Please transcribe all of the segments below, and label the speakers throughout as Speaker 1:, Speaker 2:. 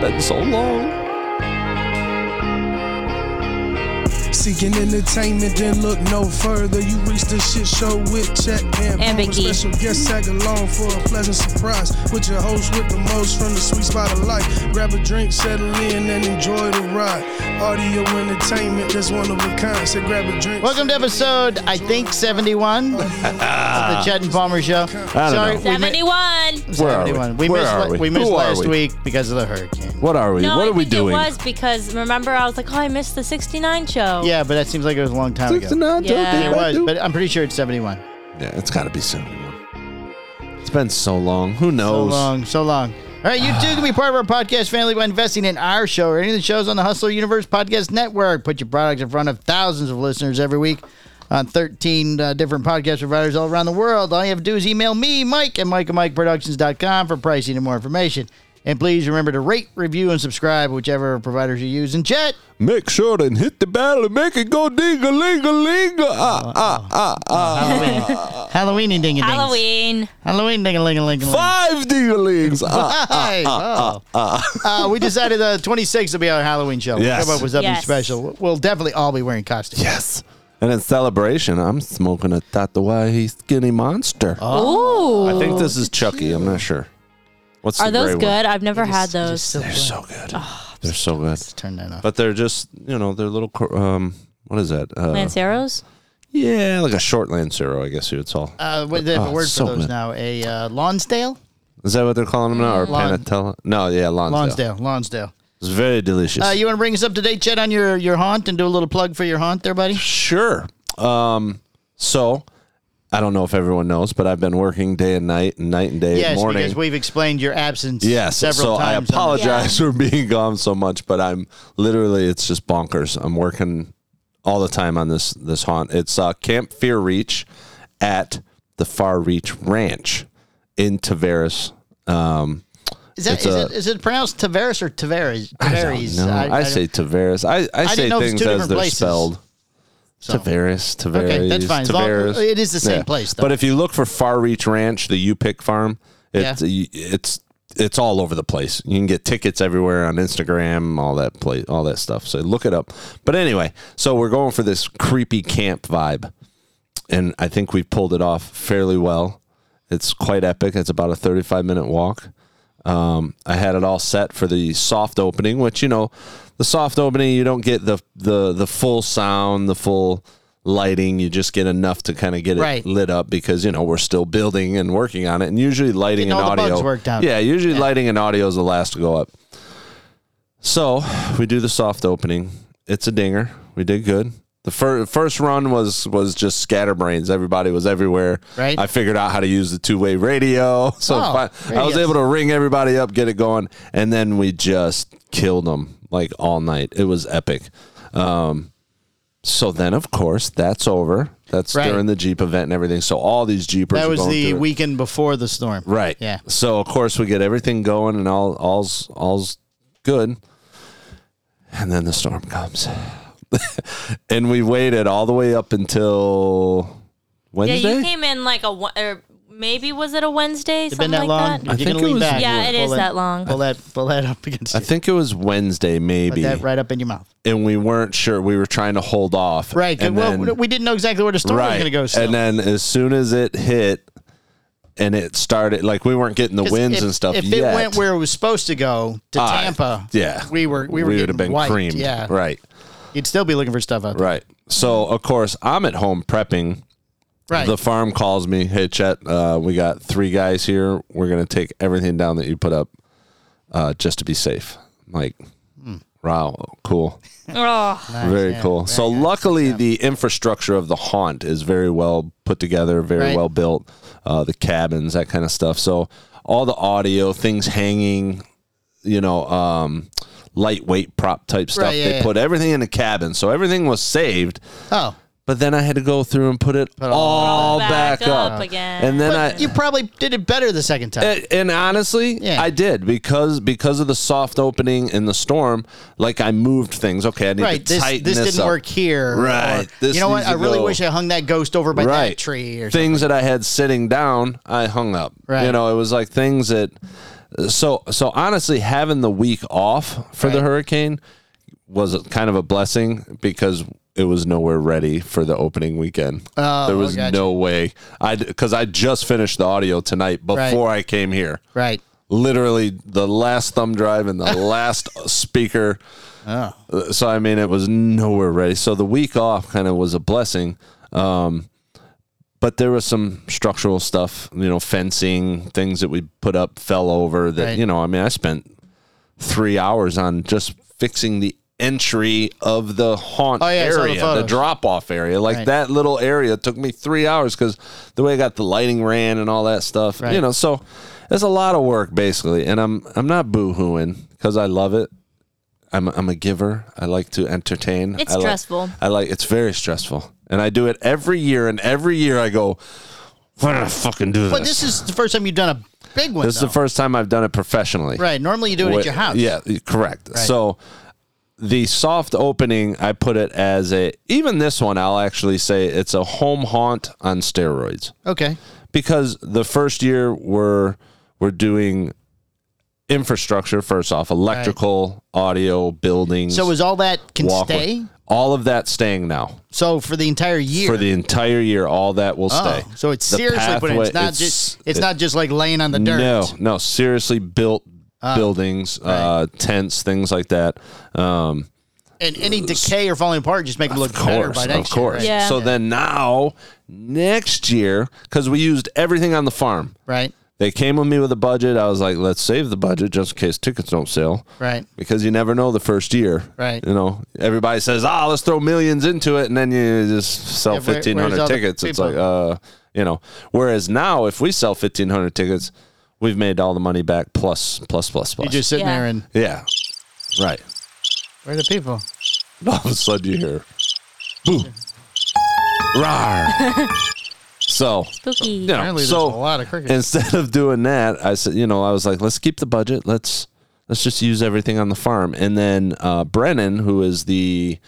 Speaker 1: Been so long.
Speaker 2: Seeking entertainment, then look no further. You reach the shit show with Chet and,
Speaker 3: And
Speaker 2: Boomer.
Speaker 3: Big E.
Speaker 2: Special guest tag along for a pleasant surprise. With your host with the most from the sweet spot of life. Grab a drink, settle in, and enjoy the ride. Audio entertainment, that's one of a kind. So grab a drink.
Speaker 4: Welcome to episode, I think, 71 of the Chet and Palmer Show. Sorry,
Speaker 1: know.
Speaker 4: we mi-
Speaker 3: 71.
Speaker 1: Where are we?
Speaker 4: 71. We
Speaker 1: Where
Speaker 4: missed,
Speaker 1: are
Speaker 4: la-
Speaker 1: we?
Speaker 4: we missed
Speaker 1: Who are
Speaker 4: last
Speaker 1: we?
Speaker 4: week because of the hurricane.
Speaker 1: What are we?
Speaker 3: No,
Speaker 1: what
Speaker 3: I
Speaker 1: are we
Speaker 3: think
Speaker 1: doing?
Speaker 3: it was because remember I was like, oh, I missed the 69 show.
Speaker 4: Yeah, but that seems like it was a long time ago.
Speaker 1: 69, don't
Speaker 3: Yeah.
Speaker 1: think
Speaker 4: It
Speaker 1: I
Speaker 4: was,
Speaker 1: do.
Speaker 4: but I'm pretty sure it's 71.
Speaker 1: yeah, it's got to be 71. It's been so long. Who
Speaker 4: So
Speaker 1: knows?
Speaker 4: long, so long. All right, you too can be part of our podcast family by investing in our show or any of the shows on the Hustle Universe Podcast Network. Put your products in front of thousands of listeners every week on 13 uh, different podcast providers all around the world. All you have to do is email me, Mike, at Mike MikeProductions.com for pricing and more information. And please remember to rate, review, and subscribe, whichever providers you use. And chat,
Speaker 1: Make sure and hit the bell and make it go ding a ling a ling ah ah ah ah.
Speaker 4: Halloween, Halloween, ding a ding,
Speaker 3: Halloween.
Speaker 4: Halloween, ding a ling a ling a ling.
Speaker 1: Five ding a lings. Ah.
Speaker 4: Hi. Oh. Uh, we decided the 26th will be our Halloween show.
Speaker 1: Yes.
Speaker 4: Come up with something
Speaker 3: Yes.
Speaker 4: special. We'll definitely all be wearing costumes.
Speaker 1: Yes. And in celebration, I'm smoking a Tatawahi Skinny Monster.
Speaker 3: Ooh.
Speaker 1: Oh. I think this is Chucky. I'm not sure. What's
Speaker 3: Are
Speaker 1: the
Speaker 3: those
Speaker 1: gray One?
Speaker 3: good? Ah, I've never had
Speaker 4: Just- just
Speaker 3: those.
Speaker 4: so
Speaker 1: They're
Speaker 4: good.
Speaker 1: so good. they're so good.
Speaker 4: Let's turn that off.
Speaker 1: But they're just, you know, they're little. cor- Um, what is that? Uh,
Speaker 3: Lanceros?
Speaker 1: Yeah, like a short lancero, I guess you would call.
Speaker 4: uh, what, they have
Speaker 1: Oh,
Speaker 4: a word
Speaker 1: so
Speaker 4: for those
Speaker 1: good.
Speaker 4: now. A uh, Lonsdale?
Speaker 1: Is that what they're calling them now, or
Speaker 4: Lon-
Speaker 1: panatella? No, yeah, Lonsdale.
Speaker 4: Lonsdale. Lonsdale.
Speaker 1: It's very delicious.
Speaker 4: Uh, you want to bring us up to date, Chet, on your, your haunt and do a little plug for your haunt there, buddy?
Speaker 1: Sure. Um, so I don't know if everyone knows, but I've been working day and night, and night and day,
Speaker 4: Yes,
Speaker 1: morning.
Speaker 4: because we've explained your absence
Speaker 1: yes. so
Speaker 4: several
Speaker 1: I
Speaker 4: times. on the-
Speaker 1: apologize for being gone so much, but I'm literally it's just bonkers. I'm working all the time on this this haunt. It's uh, Camp Fear Reach at the Far Reach Ranch in Tavares. Um,
Speaker 4: Is, that,
Speaker 1: It's
Speaker 4: is,
Speaker 1: a-
Speaker 4: it, is it pronounced Tavares or Tavares? Tavares.
Speaker 1: Oh, no, I,
Speaker 4: don't-
Speaker 1: say Tavares. I, I, say
Speaker 4: know if it's
Speaker 1: things
Speaker 4: two
Speaker 1: as
Speaker 4: different
Speaker 1: they're
Speaker 4: places.
Speaker 1: spelled.
Speaker 4: So-
Speaker 1: Tavares, Tavares.
Speaker 4: Okay, that's fine. As long-
Speaker 1: Tavares.
Speaker 4: it is the same place, though.
Speaker 1: But if you look for Far Reach Ranch, the U Pick Farm, it's it's it's all over the place. You can get tickets everywhere on Instagram, all that place, all that stuff. So look it up. But anyway, so we're going for this creepy camp vibe, and I think we pulled it off fairly well. It's quite epic. It's about a thirty-five minute walk. Um, I had it all set for the soft opening, which you know, the soft opening you don't get the the the full sound, the full lighting. You just get enough to kind of get it
Speaker 4: Right.
Speaker 1: lit up because you know we're still building and working on it. And usually lighting
Speaker 4: Getting
Speaker 1: and
Speaker 4: all the
Speaker 1: audio,
Speaker 4: bugs worked out.
Speaker 1: yeah, usually lighting and audio is the last to go up. So we do the soft opening. It's a dinger. We did good. The fir- first run was was just scatterbrains. Everybody was everywhere.
Speaker 4: Right.
Speaker 1: I figured out how to use the two way radio. So
Speaker 4: Oh,
Speaker 1: fi-
Speaker 4: there
Speaker 1: I
Speaker 4: he
Speaker 1: was
Speaker 4: is.
Speaker 1: able to ring everybody up, get it going, and then we just killed them like all night. It was epic. Um, so then, of course, that's over. That's
Speaker 4: Right.
Speaker 1: during the Jeep event and everything. So all these Jeepers.
Speaker 4: That
Speaker 1: are
Speaker 4: was
Speaker 1: going
Speaker 4: the
Speaker 1: through it.
Speaker 4: weekend before the storm.
Speaker 1: Right.
Speaker 4: Yeah.
Speaker 1: So of course we get everything going and all all's all's good. And then the storm comes. and we waited all the way up until
Speaker 3: Yeah,
Speaker 1: Wednesday.
Speaker 3: you came in like a, wa- or maybe was it a Wednesday?
Speaker 4: It's
Speaker 3: something like
Speaker 4: been that
Speaker 3: that?
Speaker 4: long. If you're
Speaker 1: think
Speaker 4: gonna
Speaker 1: it
Speaker 4: lean
Speaker 1: was-
Speaker 4: back,
Speaker 3: Yeah,
Speaker 4: we'll
Speaker 3: it is
Speaker 4: pull
Speaker 3: that long.
Speaker 4: Pull that, pull that up against.
Speaker 1: I
Speaker 4: you.
Speaker 1: think it was Wednesday
Speaker 4: Put
Speaker 1: maybe.
Speaker 4: that right up in your mouth.
Speaker 1: And we weren't sure. We were trying to hold off.
Speaker 4: Right. 'cause-
Speaker 1: And
Speaker 4: well,
Speaker 1: then-
Speaker 4: we didn't know exactly where the storm was going to go. Still.
Speaker 1: And then as soon as it hit and it started like we weren't getting the
Speaker 4: 'Cause
Speaker 1: winds
Speaker 4: if-
Speaker 1: and stuff
Speaker 4: If
Speaker 1: yet.
Speaker 4: it went where it was supposed to go to
Speaker 1: Ah,
Speaker 4: Tampa,
Speaker 1: yeah,
Speaker 4: we were we were
Speaker 1: would
Speaker 4: getting
Speaker 1: have been
Speaker 4: wiped,
Speaker 1: creamed.
Speaker 4: Yeah,
Speaker 1: Right.
Speaker 4: You'd still be looking for stuff out there.
Speaker 1: Right. So of course I'm at home prepping.
Speaker 4: Right.
Speaker 1: The farm calls me, hey Chet, uh, we got three guys here. We're gonna take everything down that you put up, uh, just to be safe. I'm like, wow, cool,
Speaker 3: Oh,
Speaker 1: very
Speaker 4: Hmm. yeah,
Speaker 1: cool.
Speaker 4: very
Speaker 1: so
Speaker 4: nice,
Speaker 1: luckily, the infrastructure of the haunt is very well put together, very
Speaker 4: Right.
Speaker 1: well built. Uh, the cabins, that kind of stuff. So all the audio things hanging, you know, um, lightweight prop type stuff.
Speaker 4: yeah,
Speaker 1: they
Speaker 4: yeah.
Speaker 1: put everything in the cabin, so everything was saved.
Speaker 4: oh,
Speaker 1: But then I had to go through and put it all,
Speaker 3: all
Speaker 1: back,
Speaker 3: back
Speaker 1: up.
Speaker 3: up again.
Speaker 1: And then I
Speaker 4: you probably did it better the second time.
Speaker 1: and, and honestly,
Speaker 4: Yeah.
Speaker 1: I did because because of the soft opening and the storm, like I moved things. Okay, I need
Speaker 4: right.
Speaker 1: to
Speaker 4: This
Speaker 1: tighten
Speaker 4: this
Speaker 1: this,
Speaker 4: didn't
Speaker 1: up.
Speaker 4: work here. or,
Speaker 1: Right, this
Speaker 4: you know what?
Speaker 1: needs
Speaker 4: I
Speaker 1: to
Speaker 4: really
Speaker 1: go-
Speaker 4: wish I hung that ghost over by
Speaker 1: right.
Speaker 4: that tree or something.
Speaker 1: things that I had sitting down, I hung up.
Speaker 4: Right.
Speaker 1: You know, it was like things that so so honestly, having the week off for the
Speaker 4: Right.
Speaker 1: hurricane was a- kind of a blessing because it was nowhere ready for the opening weekend.
Speaker 4: Oh,
Speaker 1: there was
Speaker 4: gotcha.
Speaker 1: no way I because I just finished the audio tonight before I came here.
Speaker 4: Right.
Speaker 1: Literally the last thumb drive and the last speaker. Uh, So I mean, it was nowhere ready. So the week off kind of was a blessing. Um, but there was some structural stuff, you know, fencing, things that we put up fell over that,
Speaker 4: Right.
Speaker 1: you know, I mean, I spent three hours on just fixing the entry of the haunt
Speaker 4: Oh, yeah, I saw the
Speaker 1: area, the,
Speaker 4: photos.
Speaker 1: drop off area. Like
Speaker 4: Right.
Speaker 1: that little area took me three hours because the way I got the lighting ran and all that stuff,
Speaker 4: Right.
Speaker 1: you know, so it's a lot of work basically. And I'm, I'm not boo hooing because I love it. I'm, I'm a giver. I like to entertain.
Speaker 3: It's
Speaker 1: I like-
Speaker 3: stressful.
Speaker 1: I like it's very stressful, and I do it every year. And every year I go, why did I fucking do this?
Speaker 4: But this is the first time you've done a big one.
Speaker 1: This is
Speaker 4: though.
Speaker 1: the first time I've done it professionally.
Speaker 4: Right. Normally you do it at
Speaker 1: Wait,
Speaker 4: your house.
Speaker 1: Yeah, correct. So the soft opening, I put it as a even this one. I'll actually say it's a home haunt on steroids
Speaker 4: Okay.
Speaker 1: because the first year we're we're doing infrastructure first off electrical audio buildings
Speaker 4: So is all that can
Speaker 1: walkway.
Speaker 4: stay?
Speaker 1: all of that staying now
Speaker 4: So for the entire year.
Speaker 1: for the entire year. All that will
Speaker 4: Oh,
Speaker 1: stay.
Speaker 4: so it's
Speaker 1: The
Speaker 4: seriously put in.
Speaker 1: pathway-
Speaker 4: It's not just it's not just like laying on the dirt. Ah.
Speaker 1: No, no, seriously built buildings, uh, tents, things like that. Um,
Speaker 4: And any decay or falling apart just make it look
Speaker 1: of
Speaker 4: better
Speaker 1: course,
Speaker 4: by next
Speaker 1: of course.
Speaker 4: year.
Speaker 3: Yeah.
Speaker 1: So then now, next year, because we used everything on the farm.
Speaker 4: Right.
Speaker 1: They came with me with a budget. I was like, let's save the budget just in case tickets don't sell.
Speaker 4: Right.
Speaker 1: Because you never know the first year.
Speaker 4: Right.
Speaker 1: You know, everybody says, ah, let's throw millions into it. And then you just sell
Speaker 4: Yeah, where- where's
Speaker 1: 1,500
Speaker 4: all the
Speaker 1: tickets. It's
Speaker 4: people?
Speaker 1: like, uh, you know, whereas now, if we sell 1,500 tickets, we've made all the money back plus, plus, plus, plus.
Speaker 4: You're just sitting
Speaker 3: Yeah.
Speaker 4: there and
Speaker 1: yeah. Right.
Speaker 4: where are the people?
Speaker 1: Oh, And all of a sudden you hear, boo, rar. so,
Speaker 3: Spooky.
Speaker 1: you know,
Speaker 4: Apparently there's
Speaker 1: so
Speaker 4: a lot of crickets.
Speaker 1: instead of doing that, I said, you know, I was like, let's keep the budget. Let's let's just use everything on the farm. And then uh, Brennan, who is the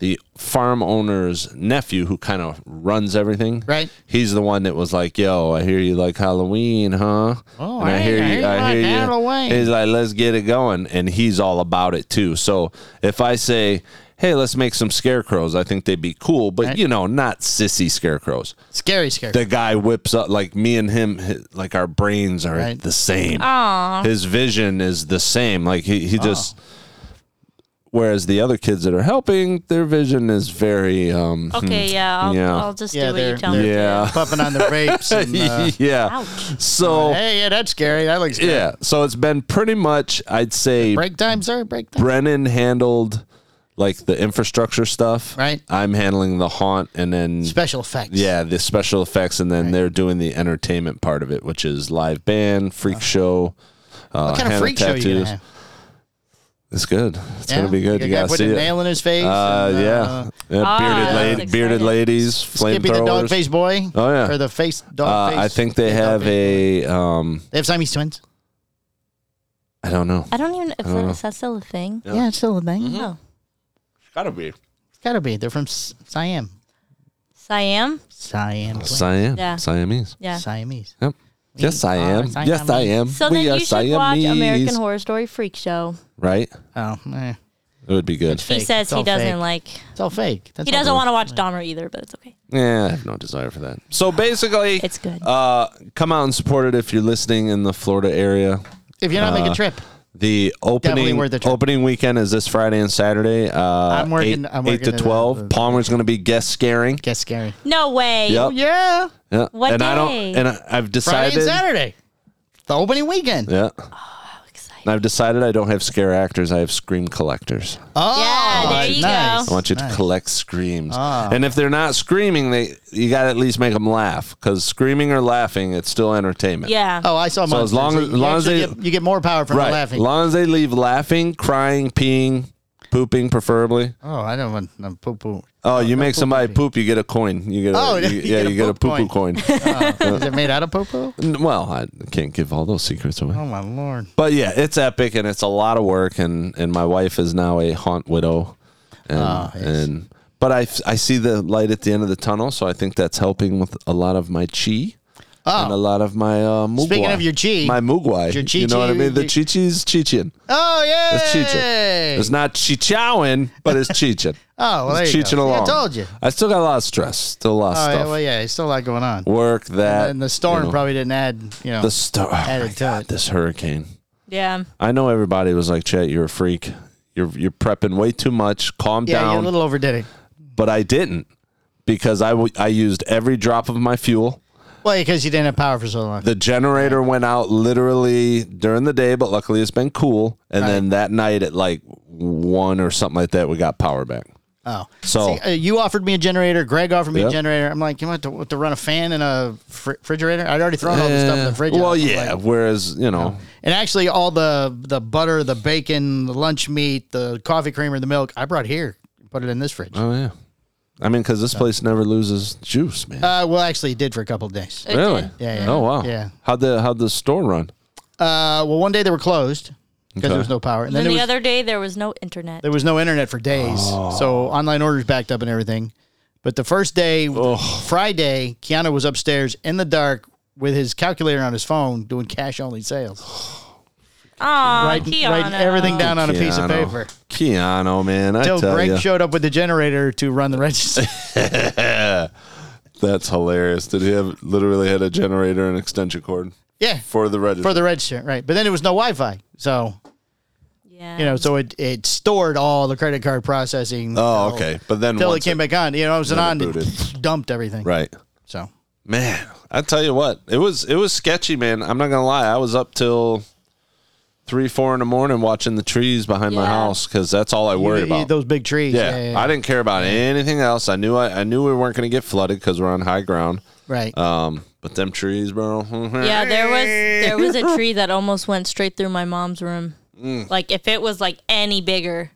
Speaker 1: the farm owner's nephew, who kind of runs everything,
Speaker 4: Right.
Speaker 1: He's the one that was like, "Yo, I hear you like Halloween, huh?"
Speaker 4: Oh, I- I hear you like Halloween.
Speaker 1: He's like, "Let's get it going," and he's all about it too. So if I say. Hey, let's make some scarecrows. I think they'd be cool, but
Speaker 4: Right.
Speaker 1: you know, not sissy scarecrows
Speaker 4: Scary, scary.
Speaker 1: the guy whips up like me and him hi- like our brains are
Speaker 4: Right.
Speaker 1: the same
Speaker 3: Aw.
Speaker 1: his vision is the same like he, he just whereas the other kids that are helping their vision is very um
Speaker 3: Okay, yeah. I'll,
Speaker 1: Yeah.
Speaker 3: I'll just
Speaker 4: Yeah,
Speaker 3: do what you
Speaker 4: Oh, they're-
Speaker 3: tell me to.
Speaker 1: yeah
Speaker 4: puffing on the vapes. And, uh,
Speaker 1: yeah
Speaker 3: Ouch.
Speaker 1: so
Speaker 4: hey, yeah, that's scary. That looks scary.
Speaker 1: yeah so it's been pretty much i'd say
Speaker 4: Break time, sir. Break time.
Speaker 1: brennan handled like the infrastructure stuff
Speaker 4: Right.
Speaker 1: i'm handling the haunt and then
Speaker 4: Special effects.
Speaker 1: Yeah, the special effects, and then they're doing the entertainment part of it, which is live band, freak show. Uh,
Speaker 4: What kind of
Speaker 1: hand
Speaker 4: freak show are you gonna
Speaker 1: tattoos.
Speaker 4: have?
Speaker 1: It's good. It's
Speaker 4: Yeah?
Speaker 1: gonna be good.
Speaker 4: Your
Speaker 1: You
Speaker 4: guy
Speaker 1: gotta
Speaker 4: put
Speaker 1: see
Speaker 4: a
Speaker 1: it.
Speaker 4: nail in his face.
Speaker 1: uh, yeah,
Speaker 4: and,
Speaker 1: Yeah, bearded,
Speaker 3: Ah, that's
Speaker 1: lady,
Speaker 3: exciting.
Speaker 1: bearded ladies,
Speaker 4: Skippy the dog
Speaker 1: flamethrowers.
Speaker 4: face boy.
Speaker 1: Oh, yeah.
Speaker 4: Or the face
Speaker 1: Uh,
Speaker 4: dog face.
Speaker 1: I think they
Speaker 4: the dog
Speaker 1: have
Speaker 4: face.
Speaker 1: a. Um,
Speaker 4: They have Siamese twins.
Speaker 1: I don't know.
Speaker 3: I don't even if
Speaker 1: Uh.
Speaker 3: that's, that's still a thing.
Speaker 1: Yeah.
Speaker 4: Yeah, it's still a thing.
Speaker 3: Oh,
Speaker 1: Gotta be
Speaker 4: Mm-hmm. It's gotta be. They're from S- Siam.
Speaker 3: Siam.
Speaker 4: Siam. twins.
Speaker 1: Siam.
Speaker 3: Yeah.
Speaker 1: Siamese.
Speaker 3: Yeah.
Speaker 4: Siamese.
Speaker 1: Yep. Yes, I
Speaker 4: are
Speaker 1: am. Yes, I am.
Speaker 3: So
Speaker 1: we
Speaker 3: then
Speaker 1: are
Speaker 3: you should watch
Speaker 1: Siamese.
Speaker 3: American Horror Story Freak Show.
Speaker 1: Right?
Speaker 4: Oh, eh.
Speaker 1: It would be good.
Speaker 3: He
Speaker 4: Fake.
Speaker 3: says
Speaker 4: It's
Speaker 3: he
Speaker 4: all
Speaker 3: doesn't
Speaker 4: fake.
Speaker 3: like.
Speaker 4: It's all fake. That's
Speaker 3: He
Speaker 4: all
Speaker 3: doesn't
Speaker 4: bull-
Speaker 3: want to watch Dahmer either, but it's okay.
Speaker 1: Yeah, I have no desire for that. So basically,
Speaker 3: It's good.
Speaker 1: Uh, come out and support it if you're listening in the Florida area.
Speaker 4: If you're not making
Speaker 1: Uh,
Speaker 4: a trip,
Speaker 1: The opening
Speaker 4: worth the trip.
Speaker 1: opening weekend is this Friday and Saturday. Uh, I'm
Speaker 4: working- uh,
Speaker 1: Eight,
Speaker 4: I'm
Speaker 1: eight to
Speaker 4: working it
Speaker 1: twelve.
Speaker 4: out.
Speaker 1: Palmer's going to be guest scaring.
Speaker 4: get scary.
Speaker 3: No way.
Speaker 1: Yep.
Speaker 4: Oh, Yeah.
Speaker 1: Yeah.
Speaker 3: What
Speaker 1: and I don't.
Speaker 3: day?
Speaker 1: And I, I've
Speaker 4: Friday
Speaker 1: decided.
Speaker 4: and Saturday. The opening weekend.
Speaker 1: Yeah.
Speaker 3: Exciting.
Speaker 1: And I've decided I don't have scare actors. I have scream collectors.
Speaker 4: Oh,
Speaker 3: Yeah, there you
Speaker 4: nice. Ah.
Speaker 1: I
Speaker 3: go.
Speaker 1: want you to collect screams. And if they're not screaming, they you got to at least make them laugh because screaming or laughing, it's still entertainment.
Speaker 3: Yeah.
Speaker 4: Oh, I saw
Speaker 1: So as
Speaker 4: monsters.
Speaker 1: long as-
Speaker 4: You
Speaker 1: as long as
Speaker 4: actually
Speaker 1: they-
Speaker 4: get, you get more power from the
Speaker 1: Right.
Speaker 4: laughing.
Speaker 1: As long as they leave laughing, crying, peeing, pooping, preferably.
Speaker 4: oh, I don't want no poo poo.
Speaker 1: Oh, you make somebody poop, you get a coin. You get a,
Speaker 4: Oh,
Speaker 1: you,
Speaker 4: you
Speaker 1: yeah,
Speaker 4: get a
Speaker 1: you get a
Speaker 4: poop Oh.
Speaker 1: poo poo coin. Uh,
Speaker 4: Is it made out of poo poo?
Speaker 1: N- well, I can't give all those secrets away.
Speaker 4: Oh my lord.
Speaker 1: But yeah, it's epic and it's a lot of work. And, and my wife is now a haunt widow. And,
Speaker 4: Ah,
Speaker 1: and but I, f- I see the light at the end of the tunnel, so I think that's helping with a lot of my chi. and a lot of my uh, mugwai.
Speaker 4: Oh. Speaking of your chi,
Speaker 1: my mugwai.
Speaker 4: your
Speaker 1: you know what I
Speaker 4: chi-chi-
Speaker 1: mean? The chichi's chichin.
Speaker 4: Oh yeah,
Speaker 1: It's chichin. It's not chichowin, but it's chichin.
Speaker 4: Oh, well,
Speaker 1: it's
Speaker 4: there you
Speaker 1: chichin
Speaker 4: go. See, I
Speaker 1: along.
Speaker 4: told you.
Speaker 1: I still got a lot of stress. Still a lot of
Speaker 4: Oh yeah,
Speaker 1: stuff.
Speaker 4: well yeah, it's still a lot going on.
Speaker 1: Work that.
Speaker 4: And the storm
Speaker 1: you know,
Speaker 4: probably didn't add, you know.
Speaker 1: The storm.
Speaker 4: added to it.
Speaker 1: This hurricane.
Speaker 3: Yeah.
Speaker 1: I know everybody was like, "Chet, you're a freak. You're you're prepping way too much. Calm
Speaker 4: yeah,
Speaker 1: down."
Speaker 4: you're a little overdid it.
Speaker 1: but I didn't because I w- I used every drop of my fuel.
Speaker 4: Well, because you didn't have power for so long.
Speaker 1: The generator went out literally during the day, but luckily it's been cool. And then that night at like one or something like that, we got power back.
Speaker 4: oh,
Speaker 1: So
Speaker 4: See, uh, you offered me a generator. Greg offered me
Speaker 1: Yeah.
Speaker 4: a generator. I'm like, you want to, what, to run a fan and a fr- refrigerator? I'd already thrown all the stuff in the fridge.
Speaker 1: well,
Speaker 4: I'm
Speaker 1: yeah.
Speaker 4: like-
Speaker 1: whereas you know,
Speaker 4: and actually, all the the butter, the bacon, the lunch meat, the coffee creamer, the milk, I brought here. Put it in this fridge.
Speaker 1: oh yeah. I mean, because this place never loses juice, man.
Speaker 4: Uh, well, actually, it did for a couple of days.
Speaker 3: It
Speaker 1: really?
Speaker 3: did.
Speaker 4: Yeah, yeah.
Speaker 1: Oh wow.
Speaker 4: Yeah.
Speaker 1: How'd the how'd the store run?
Speaker 4: Uh, well, one day they were closed
Speaker 1: Okay.
Speaker 4: because there was no power,
Speaker 3: And
Speaker 4: and
Speaker 3: then
Speaker 4: there
Speaker 3: the
Speaker 4: was,
Speaker 3: other day there was no internet.
Speaker 4: there was no internet for days,
Speaker 1: Oh.
Speaker 4: so online orders backed up and everything. But the first day, Friday, Keanu was upstairs in the dark with his calculator on his phone doing cash only sales,
Speaker 3: Aw,
Speaker 4: writing,
Speaker 3: Keanu.
Speaker 4: writing everything down on a piece of
Speaker 1: Keanu.
Speaker 4: paper.
Speaker 1: Keanu, man, I
Speaker 4: Till
Speaker 1: tell
Speaker 4: Greg
Speaker 1: you,
Speaker 4: showed up with the generator to run the register.
Speaker 1: that's hilarious. Did he have literally had a generator and extension cord
Speaker 4: yeah,
Speaker 1: for the register?
Speaker 4: for the register, right? But then it was no Wi-Fi, so
Speaker 3: Yeah.
Speaker 4: you know, so it it stored all the credit card processing.
Speaker 1: oh,
Speaker 4: till-
Speaker 1: okay. But then
Speaker 4: Till it
Speaker 1: once
Speaker 4: came back on, you know, it was an on,
Speaker 1: then it
Speaker 4: it dumped everything.
Speaker 1: right.
Speaker 4: So
Speaker 1: Man, I tell you what, it was it was sketchy, man. I'm not gonna lie, I was up till three, four in the morning watching the trees behind my
Speaker 3: Yeah.
Speaker 1: house because that's all I worried
Speaker 4: You- you-
Speaker 1: about.
Speaker 4: those big trees.
Speaker 1: yeah, I didn't care about anything else. I knew I, I knew we weren't gonna get flooded because we're on high ground.
Speaker 4: Right.
Speaker 1: Um, but them trees, bro.
Speaker 3: Yeah, there was there was a tree that almost went straight through my mom's room.
Speaker 1: Mm.
Speaker 3: Like if it was like any bigger,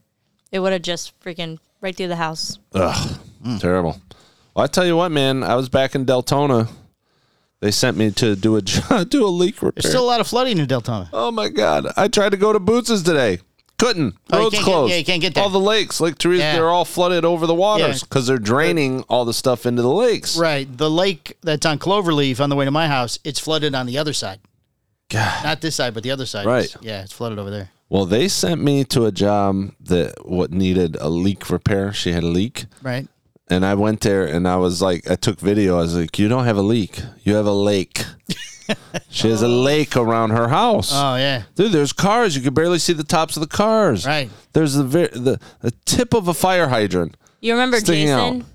Speaker 3: it would have just freaking right through the house.
Speaker 1: Ugh, terrible. Well, I tell you what, man, I was back in Deltona. They sent me to do a jo- do a leak repair.
Speaker 4: There's still a lot of flooding in Deltona.
Speaker 1: Oh my god! I tried to go to Boots's today. Couldn't.
Speaker 4: Oh, you
Speaker 1: Roads
Speaker 4: can't get-
Speaker 1: closed.
Speaker 4: yeah, you can't get there.
Speaker 1: All the lakes, Lake Therese,
Speaker 4: Yeah.
Speaker 1: they're all flooded over the waters
Speaker 4: Yeah.
Speaker 1: because they're draining all the stuff into the lakes.
Speaker 4: Right. The lake that's on Cloverleaf on the way to my house, it's flooded on the other side.
Speaker 1: God.
Speaker 4: Not this side, but the other side.
Speaker 1: Right.
Speaker 4: It's- Yeah, it's flooded over there.
Speaker 1: Well, they sent me to a job that what needed a leak repair. She had a leak,
Speaker 4: Right.
Speaker 1: and I went there and I was like, I took video. I was like, you don't have a leak. You have a lake. she has a lake around her house.
Speaker 4: Oh yeah.
Speaker 1: Dude, there's cars. You can barely see the tops of the cars.
Speaker 4: Right.
Speaker 1: There's the ver- the, the tip of a fire hydrant.
Speaker 3: You remember
Speaker 1: Sticking out.
Speaker 3: Jason?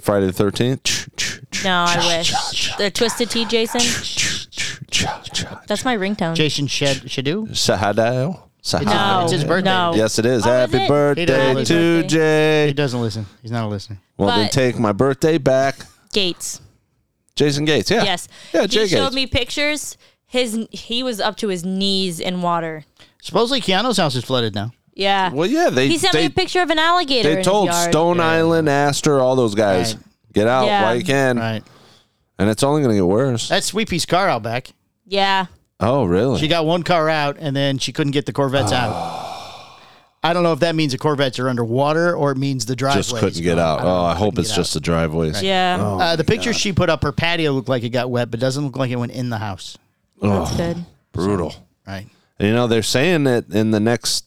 Speaker 1: Friday the Thirteenth.
Speaker 3: No, I wish. The Twisted Tea Jason. That's my ringtone.
Speaker 4: Jason Shed Shadu.
Speaker 1: Sahadao.
Speaker 3: no.
Speaker 4: it's his birthday.
Speaker 3: No.
Speaker 1: Yes, it is.
Speaker 3: Oh, is
Speaker 1: Happy
Speaker 3: it? He
Speaker 1: birthday
Speaker 4: does.
Speaker 1: to
Speaker 3: Happy
Speaker 1: Jay.
Speaker 4: He doesn't listen. He's not a listener.
Speaker 1: Well, then
Speaker 3: But-
Speaker 1: take my birthday back.
Speaker 3: Gates.
Speaker 1: Jason Gates. Yeah.
Speaker 3: Yes.
Speaker 1: Yeah,
Speaker 3: he
Speaker 1: Jay
Speaker 3: showed
Speaker 1: Gates.
Speaker 3: me pictures. His he was up to his knees in water.
Speaker 4: Supposedly Keanu's house is flooded now.
Speaker 3: Yeah.
Speaker 1: well, yeah, they
Speaker 3: he sent
Speaker 1: they,
Speaker 3: me a picture of an alligator. in
Speaker 1: they
Speaker 3: his
Speaker 1: told
Speaker 3: yard.
Speaker 1: Stone Island, Astor, all those guys,
Speaker 4: Right.
Speaker 1: get out
Speaker 3: Yeah.
Speaker 1: while you can,
Speaker 4: Right.
Speaker 1: and it's only going to get worse.
Speaker 4: That's Sweepy's car out back.
Speaker 3: Yeah.
Speaker 1: Oh, really?
Speaker 4: She got one car out and then she couldn't get the Corvettes out. I don't know if that means the Corvettes are underwater or it means the driveway.
Speaker 1: just couldn't get out. Oh, I hope it's just the driveways.
Speaker 3: Yeah.
Speaker 1: Oh.
Speaker 4: Uh, the picture she put up, her patio looked like it got wet, but doesn't look like it went in the house.
Speaker 1: Oh.
Speaker 3: That's good.
Speaker 1: Brutal.
Speaker 4: Right.
Speaker 1: You know, they're saying that in the next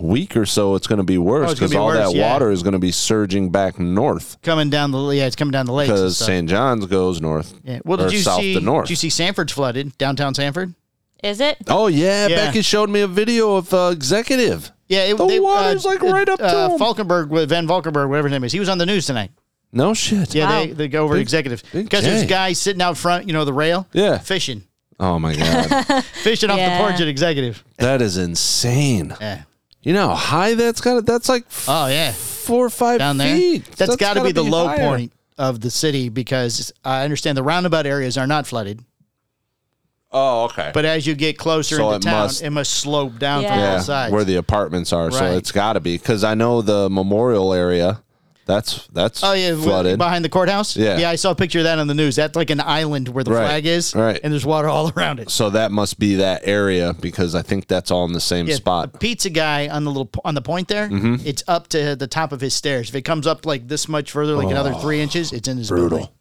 Speaker 1: week or so, it's going to be worse
Speaker 4: Oh, it's gonna
Speaker 1: because
Speaker 4: be
Speaker 1: all
Speaker 4: worse,
Speaker 1: that
Speaker 4: yeah.
Speaker 1: water is going to be surging back north
Speaker 4: Coming down the yeah, it's coming down the lake.
Speaker 1: because St. John's goes north.
Speaker 4: yeah. Well, did
Speaker 1: or
Speaker 4: you
Speaker 1: south
Speaker 4: see?
Speaker 1: to north.
Speaker 4: Did you see Sanford's flooded downtown Sanford?
Speaker 3: Is it?
Speaker 1: Oh, yeah,
Speaker 4: Yeah.
Speaker 1: Becky showed me a video of uh, executive.
Speaker 4: Yeah, it,
Speaker 1: The water's, like, right up to
Speaker 4: uh,
Speaker 1: him.
Speaker 4: Falkenberg, with Van Valkenburg, whatever his name is. He was on the news tonight.
Speaker 1: No shit.
Speaker 4: Yeah,
Speaker 3: Wow.
Speaker 4: they, they go over
Speaker 1: Big-
Speaker 4: executive
Speaker 1: big
Speaker 4: because there's
Speaker 1: J.
Speaker 4: guys sitting out front, you know, the rail,
Speaker 1: Yeah.
Speaker 4: fishing,
Speaker 1: Oh my god,
Speaker 4: fishing
Speaker 3: Yeah.
Speaker 4: off the porch at executive.
Speaker 1: that is insane.
Speaker 4: Yeah.
Speaker 1: You know how high that's got. That's like f-
Speaker 4: Oh yeah,
Speaker 1: four or five
Speaker 4: down there.
Speaker 1: feet.
Speaker 4: that's got to
Speaker 1: gotta
Speaker 4: be the low
Speaker 1: higher.
Speaker 4: point of the city because I understand the roundabout areas are not flooded.
Speaker 1: Oh, okay.
Speaker 4: But as you get closer
Speaker 1: So it
Speaker 4: into town,
Speaker 1: must-
Speaker 4: it must slope down from
Speaker 3: Yeah.
Speaker 4: all
Speaker 1: yeah,
Speaker 4: sides.
Speaker 1: where the apartments are, so
Speaker 4: Right.
Speaker 1: it's got to be because I know the memorial area. That's that's
Speaker 4: oh yeah,
Speaker 1: flooded.
Speaker 4: behind the courthouse.
Speaker 1: Yeah.
Speaker 4: yeah. I saw a picture of that on the news. That's like an island where the
Speaker 1: Right.
Speaker 4: flag is,
Speaker 1: Right.
Speaker 4: And there's water all around it.
Speaker 1: so that must be that area because I think that's all in the same
Speaker 4: Yeah,
Speaker 1: spot. Mm-hmm.
Speaker 4: The pizza guy on the little po- on the point there. It's up to the top of his stairs. If it comes up like this much further, like another three inches, it's in his
Speaker 1: Oh. Brutal.
Speaker 4: building.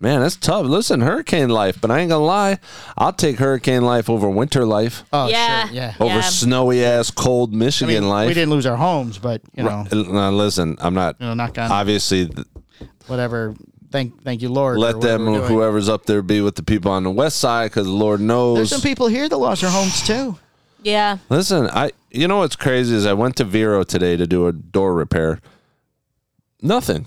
Speaker 1: Man, that's tough. Listen, hurricane life, but I ain't gonna lie, I'll take hurricane life over winter life,
Speaker 4: Oh,
Speaker 3: Yeah.
Speaker 4: Sure. Yeah.
Speaker 1: over snowy ass cold
Speaker 4: I
Speaker 1: Michigan
Speaker 4: mean,
Speaker 1: life.
Speaker 4: we didn't lose our homes, but you know,
Speaker 1: Uh, now, listen, I'm not.
Speaker 4: you know, knock on
Speaker 1: Obviously, th-
Speaker 4: whatever. Thank, thank you, Lord. or
Speaker 1: let
Speaker 4: whatever
Speaker 1: them
Speaker 4: we're doing.
Speaker 1: whoever's up there be with the people on the west side, because Lord knows.
Speaker 4: There's some people here that lost their homes too.
Speaker 3: Yeah.
Speaker 1: Listen, I you know what's crazy is I went to Vero today to do a door repair. Nothing.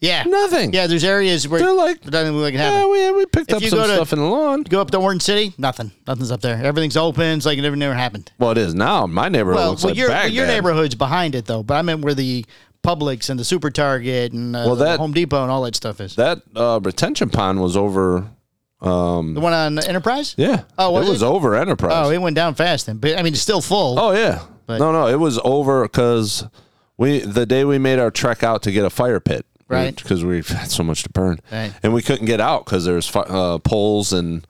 Speaker 4: Yeah.
Speaker 1: Nothing.
Speaker 4: Yeah. There's areas where
Speaker 1: They're like,
Speaker 4: it doesn't look like it
Speaker 1: yeah,
Speaker 4: happened.
Speaker 1: we, we picked
Speaker 4: If
Speaker 1: up
Speaker 4: you
Speaker 1: some
Speaker 4: go to-
Speaker 1: stuff in the lawn.
Speaker 4: Go up to Orange City, nothing. Nothing's up there. Everything's open. It's like it never, never happened.
Speaker 1: Well, it is now. My neighborhood
Speaker 4: Well,
Speaker 1: looks
Speaker 4: well,
Speaker 1: like
Speaker 4: your well,
Speaker 1: Baghdad.
Speaker 4: your neighborhood's behind it though, but I meant where the Publix and the Super Target and uh,
Speaker 1: Well, that-
Speaker 4: the Home Depot and all that stuff is.
Speaker 1: That uh, retention pond was over.
Speaker 4: the one on Enterprise.
Speaker 1: Yeah.
Speaker 4: Oh, was
Speaker 1: it was
Speaker 4: it?
Speaker 1: over Enterprise.
Speaker 4: Oh, it went down fast then. But I mean, it's still full.
Speaker 1: Oh yeah.
Speaker 4: But-
Speaker 1: no, no, it was over because we the day we made our trek out to get a fire pit,
Speaker 4: Right.
Speaker 1: Because we had so much to burn,
Speaker 4: Right.
Speaker 1: and we couldn't get out because there was fi- uh, poles and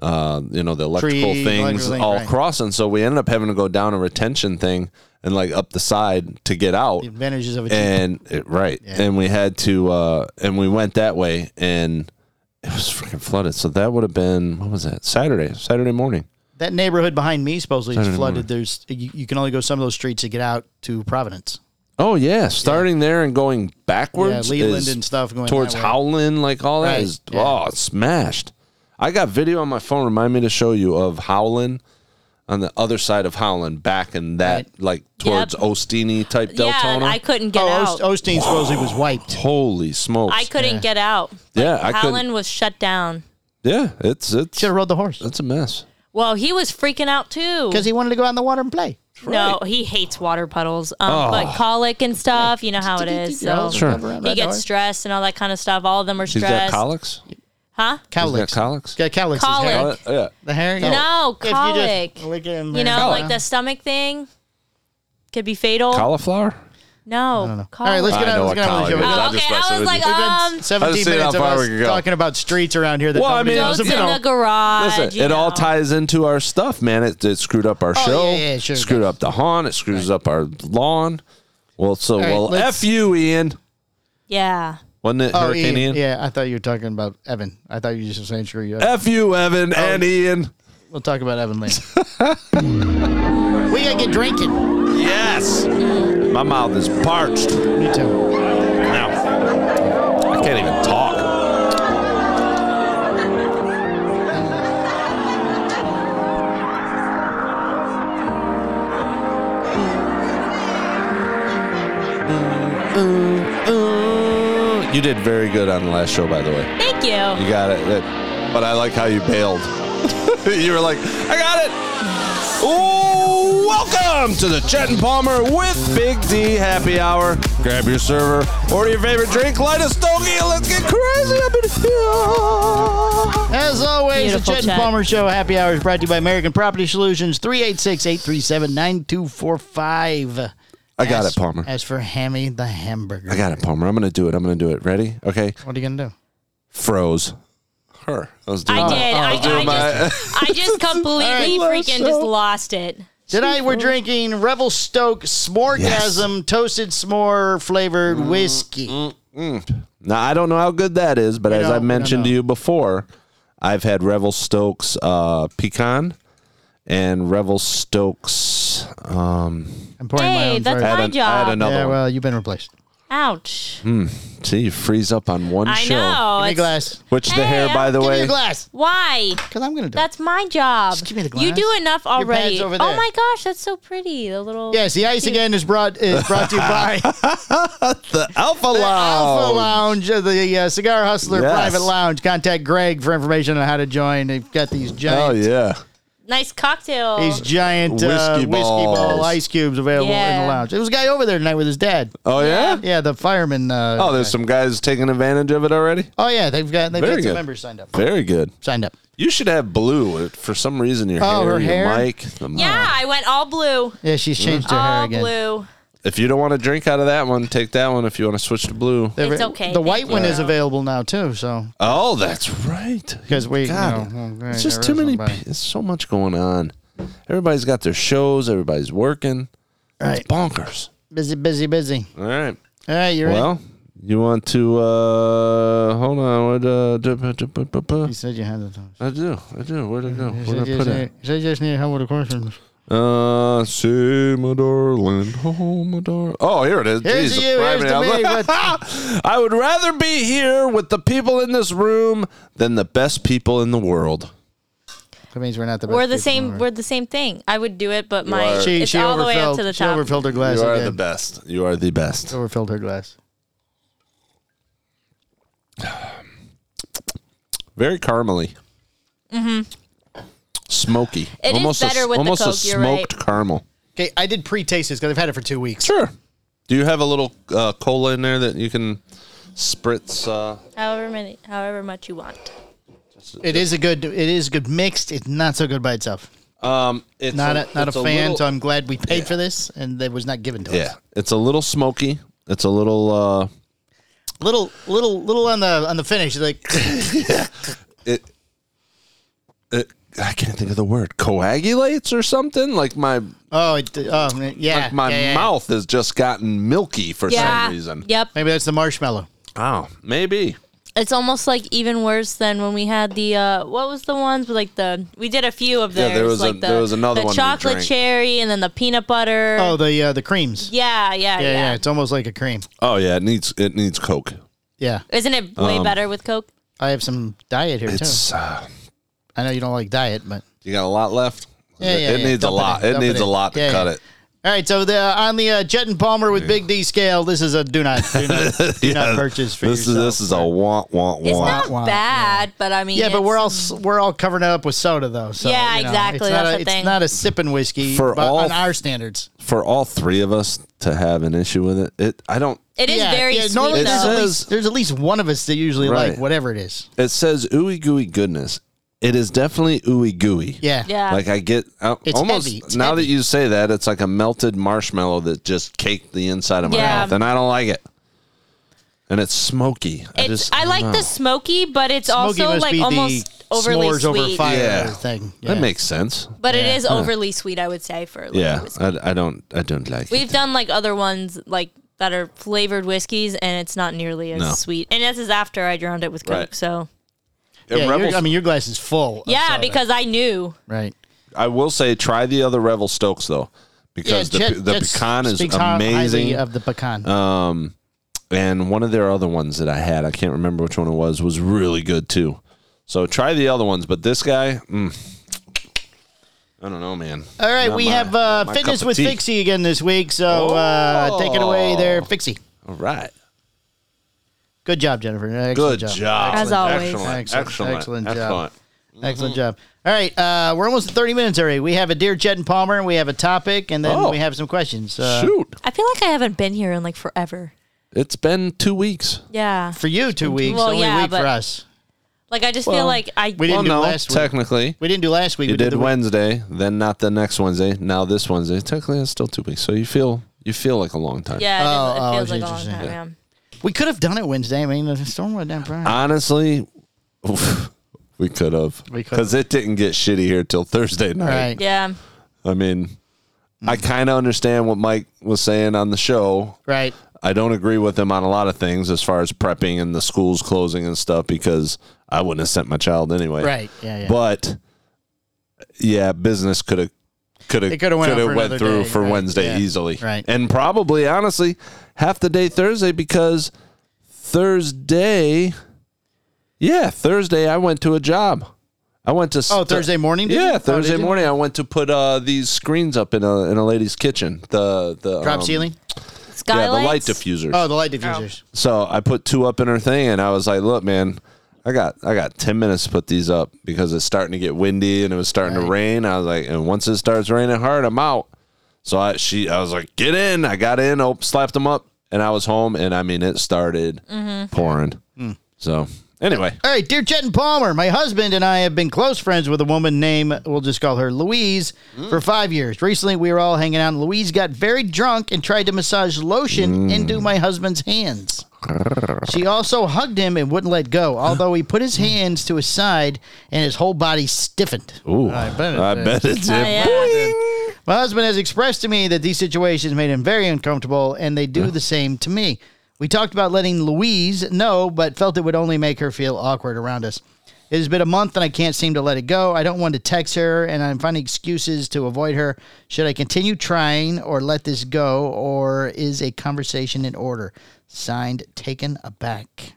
Speaker 1: uh, you know the electrical
Speaker 4: Tree,
Speaker 1: things
Speaker 4: electrical thing,
Speaker 1: all
Speaker 4: right.
Speaker 1: crossing. So we ended up having to go down a retention thing and like up the side to get out.
Speaker 4: The advantages of a cheap
Speaker 1: And it, right, and we had to, uh, and we went that way, and it was freaking flooded. So that would have been what was that Saturday, Saturday morning.
Speaker 4: That neighborhood behind me supposedly is flooded. There's you, you can only go some of those streets to get out to Providence.
Speaker 1: Oh yeah, starting there and going backwards.
Speaker 4: Yeah, Leland
Speaker 1: is
Speaker 4: and stuff going
Speaker 1: towards
Speaker 4: that way.
Speaker 1: Howland, like all that
Speaker 4: Right,
Speaker 1: is
Speaker 4: yeah.
Speaker 1: oh it's smashed. I got video on my phone. Remind me to show you of Howland on the other side of Howland, back in that like towards
Speaker 3: Yep.
Speaker 1: Ostini type Deltona.
Speaker 3: Yeah. I couldn't get
Speaker 4: oh,
Speaker 3: out.
Speaker 4: Ost- Osteen supposedly was wiped.
Speaker 1: Holy smokes!
Speaker 3: I couldn't get out.
Speaker 1: Yeah, I couldn't-
Speaker 3: Howland was shut down.
Speaker 1: yeah, it's it's
Speaker 4: Should have rode the horse
Speaker 1: it's a mess.
Speaker 3: Well, he was freaking out too.
Speaker 4: because he wanted to go out in the water and play.
Speaker 3: No, he hates water puddles. Um,
Speaker 1: Oh.
Speaker 3: But colic and stuff, you know how it is. So
Speaker 1: Sure.
Speaker 3: he gets stressed and all that kind of stuff. All of them are
Speaker 1: He's got
Speaker 3: stressed.
Speaker 1: colics.
Speaker 3: Huh?
Speaker 1: He's got
Speaker 4: Cowlicks.
Speaker 1: colics.
Speaker 4: Got cowlicks.
Speaker 3: Cowlick.
Speaker 1: Uh, yeah.
Speaker 4: The hair.
Speaker 3: No,
Speaker 4: If you just
Speaker 3: colic.
Speaker 4: lick it and-
Speaker 3: You know,
Speaker 1: Colic.
Speaker 3: like the stomach thing could be fatal.
Speaker 1: Cauliflower.
Speaker 3: No,
Speaker 4: All right,
Speaker 3: colic.
Speaker 4: let's get
Speaker 1: I
Speaker 4: out.
Speaker 1: know
Speaker 4: Let's
Speaker 1: what
Speaker 4: get out of the
Speaker 1: colic is.
Speaker 4: show.
Speaker 1: I
Speaker 3: Oh,
Speaker 1: just
Speaker 3: okay.
Speaker 1: messed
Speaker 3: I
Speaker 1: with
Speaker 3: was like,
Speaker 1: you.
Speaker 3: um,
Speaker 4: Been 17
Speaker 1: see how
Speaker 4: minutes of
Speaker 1: far we
Speaker 4: us
Speaker 1: could go.
Speaker 4: talking about streets around here. That
Speaker 1: Well, I
Speaker 4: nobody
Speaker 1: mean,
Speaker 4: knows
Speaker 3: goats in
Speaker 4: about.
Speaker 3: the garage.
Speaker 1: Listen,
Speaker 3: you
Speaker 1: it all
Speaker 3: know.
Speaker 1: ties into our stuff, man. It, it screwed up our show.
Speaker 4: Oh, yeah, yeah, sure it
Speaker 1: screwed
Speaker 4: does.
Speaker 1: up the haunt. It screws up our lawn. Well, so
Speaker 4: right,
Speaker 1: well, f
Speaker 4: let's-
Speaker 1: you, Ian.
Speaker 3: Yeah.
Speaker 1: Wasn't it
Speaker 4: Oh,
Speaker 1: Hurricane Ian?
Speaker 4: Ian. yeah, I thought you were talking about Evan. I thought you were just saying screw you.
Speaker 1: F you, Evan
Speaker 4: Oh.
Speaker 1: and Ian.
Speaker 4: We'll talk about Evan later. we gotta get drinking.
Speaker 1: Yes. My mouth is parched
Speaker 4: Me too.
Speaker 1: now. I can't even talk. You did very good on the last show, by the way.
Speaker 3: Thank you.
Speaker 1: You got it. That- but I like how you bailed. you were like, I got it. Ooh, welcome to the Chet and Palmer with Big D Happy Hour. Grab your server, order your favorite drink, light a stogie, and let's get crazy up in here.
Speaker 4: As always,
Speaker 3: Beautiful
Speaker 4: the Chet and
Speaker 3: chat.
Speaker 4: Palmer Show Happy Hour is brought to you by American Property Solutions, 386-837-9245.
Speaker 1: I got it,
Speaker 4: As-
Speaker 1: Palmer.
Speaker 4: As for Hammy the Hamburger.
Speaker 1: I got it, Palmer. I'm going to do it. I'm going to do it. Ready? Okay.
Speaker 4: What are you going to do?
Speaker 1: Froze. Her. I was doing
Speaker 3: I
Speaker 1: my-
Speaker 3: did.
Speaker 4: Oh,
Speaker 3: I, I,
Speaker 1: doing my-
Speaker 3: just, I just completely
Speaker 1: Last
Speaker 3: freaking
Speaker 1: show.
Speaker 3: just lost it.
Speaker 4: Tonight we're drinking Revelstoke S'moregasm Toasted S'more flavored
Speaker 1: Mm-hmm.
Speaker 4: whiskey.
Speaker 1: Now I don't know how good that is, but as
Speaker 4: don't-
Speaker 1: I
Speaker 4: we don't
Speaker 1: mentioned to
Speaker 4: know.
Speaker 1: you before, I've had Revel Stokes uh, pecan and Revel Stokes. Um,
Speaker 4: I'm pouring my
Speaker 3: Hey,
Speaker 4: own
Speaker 3: that's
Speaker 4: first.
Speaker 1: I had,
Speaker 3: My
Speaker 1: an- I had
Speaker 3: job.
Speaker 1: another
Speaker 4: Yeah,
Speaker 1: one.
Speaker 4: well, you've been replaced.
Speaker 3: Ouch.
Speaker 1: See, you freeze up on one
Speaker 3: I
Speaker 1: show.
Speaker 3: know.
Speaker 4: Mm, Give me a
Speaker 3: it's-
Speaker 4: glass.
Speaker 1: Which the
Speaker 3: Hey,
Speaker 1: hair, by
Speaker 3: I'm
Speaker 1: the
Speaker 4: Give me
Speaker 1: way,
Speaker 4: a glass.
Speaker 3: Why?
Speaker 4: Because I'm going to do it.
Speaker 3: That's my job.
Speaker 4: Just give me the
Speaker 3: You do
Speaker 4: glass.
Speaker 3: enough
Speaker 4: Your pad's
Speaker 3: already.
Speaker 4: over
Speaker 3: Oh
Speaker 4: there.
Speaker 3: my gosh, that's so pretty. The little
Speaker 4: Yes, the ice again is brought is brought to you by
Speaker 1: the Alpha
Speaker 4: the Alpha
Speaker 1: Lounge.
Speaker 4: Lounge, uh, the uh, Cigar Hustler
Speaker 1: Yes.
Speaker 4: Private Lounge. Contact Greg for information on how to join. They've got these
Speaker 1: Oh
Speaker 4: giant,
Speaker 1: yeah,
Speaker 3: nice cocktail.
Speaker 4: these giant
Speaker 1: Whiskey
Speaker 4: uh, whiskey
Speaker 1: balls.
Speaker 4: ball ice cubes available in
Speaker 3: Yeah.
Speaker 4: the lounge. There was a guy over there tonight with his dad.
Speaker 1: oh yeah.
Speaker 4: Yeah, the fireman. Uh,
Speaker 1: Oh, there's some guys taking advantage of it already.
Speaker 4: oh yeah, they've got they've
Speaker 1: Very
Speaker 4: got some
Speaker 1: good.
Speaker 4: members signed up.
Speaker 1: Very good.
Speaker 4: Signed up.
Speaker 1: You should have blue. For some reason, your
Speaker 4: Oh,
Speaker 1: hair,
Speaker 4: her
Speaker 1: your
Speaker 4: hair?
Speaker 1: mic. The
Speaker 3: yeah, I went all blue.
Speaker 4: Yeah, she's changed her hair
Speaker 3: All
Speaker 4: again.
Speaker 3: Ah, blue.
Speaker 1: If you don't want to drink out of that one, take that one. If you want to switch to blue.
Speaker 4: The-
Speaker 3: It's okay,
Speaker 4: The
Speaker 3: thank
Speaker 4: white one
Speaker 3: you.
Speaker 4: is available now too. So
Speaker 1: Oh, that's right.
Speaker 4: because we, you
Speaker 1: God,
Speaker 4: know, well,
Speaker 1: it's
Speaker 4: there
Speaker 1: just too
Speaker 4: is
Speaker 1: many.
Speaker 4: nobody.
Speaker 1: pe- It's so much going on. Everybody's got their shows. Everybody's working.
Speaker 4: All right,
Speaker 1: It's bonkers.
Speaker 4: busy, busy, busy.
Speaker 1: All right.
Speaker 4: All right, you're in.
Speaker 1: Well, You want to uh hold on? What uh, du- bu- du- bu- bu- bu-
Speaker 4: You said you had the time.
Speaker 1: I do, I do. Where'd it go?
Speaker 4: You
Speaker 1: Where'd
Speaker 4: said
Speaker 1: I
Speaker 4: you
Speaker 1: put it?
Speaker 4: said- you said you just need help with the questions.
Speaker 1: Uh, say my darling, oh my darling. Oh, here it is.
Speaker 4: Here's to
Speaker 1: Jesus,
Speaker 4: you, here's
Speaker 1: Christ, man.
Speaker 4: to me. But
Speaker 1: I would rather be here with the people in this room than the best people in the world.
Speaker 4: that means we're not the best.
Speaker 3: We're the
Speaker 4: people in
Speaker 3: same.
Speaker 4: the
Speaker 3: We're the same thing. I would do it, but my
Speaker 1: are.
Speaker 4: She,
Speaker 3: it's
Speaker 4: she
Speaker 3: all the
Speaker 4: overfilled,
Speaker 3: way up to the
Speaker 4: she
Speaker 3: top.
Speaker 4: overfilled her glass
Speaker 1: You are
Speaker 4: again.
Speaker 1: the best. You are the best.
Speaker 4: Overfilled her glass.
Speaker 1: Very caramely. Mm-hmm. Smoky.
Speaker 3: Mm-hmm. It is
Speaker 1: almost
Speaker 3: better
Speaker 1: a,
Speaker 3: with the
Speaker 1: almost a
Speaker 3: Coke, you're right.
Speaker 1: smoked caramel.
Speaker 5: Okay, I did pre-taste this because I've had it for two weeks.
Speaker 1: Sure. Do you have a little uh, cola in there that you can spritz? Uh,
Speaker 3: however many, however much you want.
Speaker 4: It is a good. It is good mixed. It's not so good by itself.
Speaker 1: um, it's
Speaker 4: Not a, not a
Speaker 1: it's
Speaker 4: fan.
Speaker 1: little-
Speaker 4: so I'm glad we paid for this, and it was not given to
Speaker 1: yeah,
Speaker 4: us.
Speaker 1: it's a little smoky. It's a little. Uh,
Speaker 4: Little little little on the on the finish. Like
Speaker 1: it, it I can't think of the word coagulates or something like my
Speaker 4: oh it, oh man, yeah.
Speaker 1: like my
Speaker 4: yeah, yeah, yeah.
Speaker 1: mouth has just gotten milky for some reason.
Speaker 3: Yep.
Speaker 4: Maybe that's the marshmallow.
Speaker 1: Oh, maybe.
Speaker 3: It's almost like even worse than when we had the uh, what was the ones with like the we did a few of
Speaker 1: Yeah,
Speaker 3: theirs.
Speaker 1: there was a-
Speaker 3: like the,
Speaker 1: there was another
Speaker 3: the
Speaker 1: one we
Speaker 3: chocolate
Speaker 1: drank.
Speaker 3: cherry and then the peanut butter.
Speaker 4: Oh the uh, the creams.
Speaker 3: yeah, yeah, yeah,
Speaker 4: Yeah, yeah. It's almost like a cream.
Speaker 1: Oh yeah, it needs it needs coke.
Speaker 4: Yeah.
Speaker 3: Isn't it way
Speaker 1: Um,
Speaker 3: better with Coke?
Speaker 4: I have some diet here too.
Speaker 1: It's uh,
Speaker 4: I know you don't like diet, but
Speaker 1: you got a lot left.
Speaker 4: Yeah,
Speaker 1: it,
Speaker 4: yeah,
Speaker 1: it
Speaker 4: yeah.
Speaker 1: needs a
Speaker 4: Dump it
Speaker 1: lot.
Speaker 4: in,
Speaker 1: It
Speaker 4: dump it
Speaker 1: needs a
Speaker 4: in.
Speaker 1: lot to
Speaker 4: Yeah,
Speaker 1: cut
Speaker 4: yeah.
Speaker 1: it.
Speaker 4: all right. So the on the uh, Jet and Palmer with Big D scale, this is a do not do not, do not purchase for
Speaker 1: this
Speaker 4: yourself.
Speaker 1: is this is a want want
Speaker 3: It's
Speaker 1: want.
Speaker 3: not bad, but I mean,
Speaker 4: yeah, but
Speaker 3: it's-
Speaker 4: we're all s- we're all covering it up with soda though. So,
Speaker 3: Yeah,
Speaker 4: you know,
Speaker 3: exactly,
Speaker 4: It's not,
Speaker 3: that's
Speaker 4: a,
Speaker 3: the
Speaker 4: it's
Speaker 3: thing.
Speaker 4: not a sipping whiskey
Speaker 1: For
Speaker 4: but
Speaker 1: all-
Speaker 4: on our standards.
Speaker 1: For all three of us to have an issue with it, it I don't.
Speaker 3: It is
Speaker 4: yeah,
Speaker 3: very
Speaker 4: yeah,
Speaker 3: sweet.
Speaker 4: normally
Speaker 1: It
Speaker 4: there's,
Speaker 3: though.
Speaker 4: at
Speaker 1: says-
Speaker 4: least, there's at least one of us that usually
Speaker 1: Right.
Speaker 4: like whatever it is.
Speaker 1: It says ooey gooey goodness. It is definitely ooey gooey.
Speaker 4: Yeah,
Speaker 3: yeah.
Speaker 1: Like I get I,
Speaker 4: It's
Speaker 1: almost
Speaker 4: heavy. It's
Speaker 1: now
Speaker 4: heavy.
Speaker 1: that you say that, it's like a melted marshmallow that just caked the inside of my
Speaker 3: Yeah.
Speaker 1: mouth, and I don't like it. And it's smoky. I
Speaker 3: it's,
Speaker 1: just
Speaker 3: I like
Speaker 1: don't
Speaker 3: the
Speaker 1: know.
Speaker 3: smoky, but it's
Speaker 4: Smoky
Speaker 3: also
Speaker 4: must
Speaker 3: like
Speaker 4: be
Speaker 3: almost
Speaker 4: the
Speaker 3: overly
Speaker 4: s'mores over
Speaker 3: sweet.
Speaker 4: fire
Speaker 1: Yeah.
Speaker 4: thing. Yeah.
Speaker 1: That makes sense.
Speaker 3: But it is overly sweet, I would say. For like,
Speaker 1: Yeah,
Speaker 3: whiskey.
Speaker 1: I, I don't I don't like
Speaker 3: we've
Speaker 1: it.
Speaker 3: done like other ones like that are flavored whiskeys, and it's not nearly as
Speaker 1: No.
Speaker 3: sweet. And this is after I drowned it with Coke,
Speaker 1: Right.
Speaker 3: so
Speaker 4: Yeah,
Speaker 1: And
Speaker 4: your-
Speaker 1: Rebel-
Speaker 4: I mean your glass is full. of
Speaker 3: yeah,
Speaker 4: soda.
Speaker 3: because I knew.
Speaker 4: right.
Speaker 1: I will say try the other Revel Stokes though, because
Speaker 4: Jet-
Speaker 1: the, pe- the
Speaker 4: Jet
Speaker 1: pecan is
Speaker 4: speaks hi- highly
Speaker 1: amazing. Uh,
Speaker 4: Of the pecan,
Speaker 1: and one of their other ones that I had, I can't remember which one it was, was really good too. So try the other ones, but this guy, mm, I don't know, man.
Speaker 4: All right,
Speaker 1: Not
Speaker 4: we
Speaker 1: my-
Speaker 4: have
Speaker 1: not
Speaker 4: uh,
Speaker 1: my
Speaker 4: fitness
Speaker 1: cup of
Speaker 4: with
Speaker 1: tea. Oh.
Speaker 4: Fixie again this week. So uh, take it away there, Fixie.
Speaker 1: All right.
Speaker 4: Good job, Jennifer. Excellent
Speaker 1: Good
Speaker 4: job.
Speaker 1: job.
Speaker 3: As always.
Speaker 1: Excellent.
Speaker 4: Excellent,
Speaker 1: Excellent.
Speaker 4: excellent
Speaker 1: Excellent.
Speaker 4: job. Excellent job.
Speaker 1: Mm-hmm.
Speaker 4: All right, uh, we're almost at 30 minutes already. We have a Dear Jed and Palmer, we have a topic, and then
Speaker 1: Oh.
Speaker 4: we have some questions. Uh,
Speaker 1: Shoot.
Speaker 3: I feel like I haven't been here in like forever.
Speaker 1: It's been two weeks.
Speaker 3: Yeah,
Speaker 4: For you, two weeks.
Speaker 3: Well,
Speaker 4: only
Speaker 3: yeah,
Speaker 4: week for
Speaker 3: but-
Speaker 4: us.
Speaker 3: like I just
Speaker 1: Well,
Speaker 3: feel like I
Speaker 4: we didn't
Speaker 1: Well,
Speaker 4: do
Speaker 1: no,
Speaker 4: last week.
Speaker 1: technically.
Speaker 4: We didn't do last week.
Speaker 1: You
Speaker 4: we
Speaker 1: did,
Speaker 4: the week-
Speaker 1: Wednesday, then not the next Wednesday, now this Wednesday. Technically, it's still two weeks. So you feel you feel like a long time.
Speaker 3: yeah. It,
Speaker 4: Oh, oh,
Speaker 3: is, it feels like a long
Speaker 4: interesting.
Speaker 3: time. Yeah.
Speaker 4: We could have done it Wednesday. I mean, the storm went down prior.
Speaker 1: Honestly, we could have
Speaker 4: We could've.
Speaker 1: because it didn't get shitty here till Thursday night.
Speaker 4: All right.
Speaker 3: yeah,
Speaker 1: I mean, I kind of understand what Mike was saying on the show.
Speaker 4: Right.
Speaker 1: I don't agree with him on a lot of things as far as prepping and the schools closing and stuff because I wouldn't have sent my child anyway.
Speaker 4: Right. Yeah, yeah.
Speaker 1: But yeah, business could have could have
Speaker 4: It coulda went on for another
Speaker 1: through
Speaker 4: day,
Speaker 1: for
Speaker 4: right,
Speaker 1: Wednesday
Speaker 4: yeah,
Speaker 1: easily.
Speaker 4: right.
Speaker 1: And probably honestly half the day Thursday because Thursday yeah, Thursday I went to a job. I went to
Speaker 4: Oh, Thursday morning, did you?
Speaker 1: Yeah,
Speaker 4: Oh,
Speaker 1: Thursday
Speaker 4: did you?
Speaker 1: morning I went to put uh, these screens up in a in a lady's kitchen. The the
Speaker 4: Drop
Speaker 1: um,
Speaker 4: ceiling.
Speaker 1: Yeah, the
Speaker 3: skylights.
Speaker 1: light diffusers.
Speaker 4: Oh, the light diffusers.
Speaker 1: So I put two up in her thing, and I was like, "Look, man, I got I got ten minutes to put these up because it's starting to get windy and it was starting to rain." I was like, "And once it starts raining hard, I'm out." So I she I was like, "Get in!" I got in, op- slapped them up, and I was home. And I mean, it started
Speaker 4: Mm-hmm.
Speaker 1: pouring. So anyway,
Speaker 4: All right, dear Chet and Palmer, my husband and I have been close friends with a woman named, we'll just call her Louise, for five years. Recently, we were all hanging out, and Louise got very drunk and tried to massage
Speaker 1: Mm.
Speaker 4: lotion into my husband's hands. She also hugged him and wouldn't let go, although he put his hands to his side and his whole body stiffened.
Speaker 1: ooh,
Speaker 4: I bet it
Speaker 1: I
Speaker 4: did.
Speaker 1: bet it did.
Speaker 3: Oh, yeah.
Speaker 4: My husband has expressed to me that these situations made him very uncomfortable, and they do the same to me. We talked about letting Louise know, but felt it would only make her feel awkward around us. It has been a month and I can't seem to let it go. I don't want to text her and I'm finding excuses to avoid her. Should I continue trying or let this go or is a conversation in order? Signed, taken aback.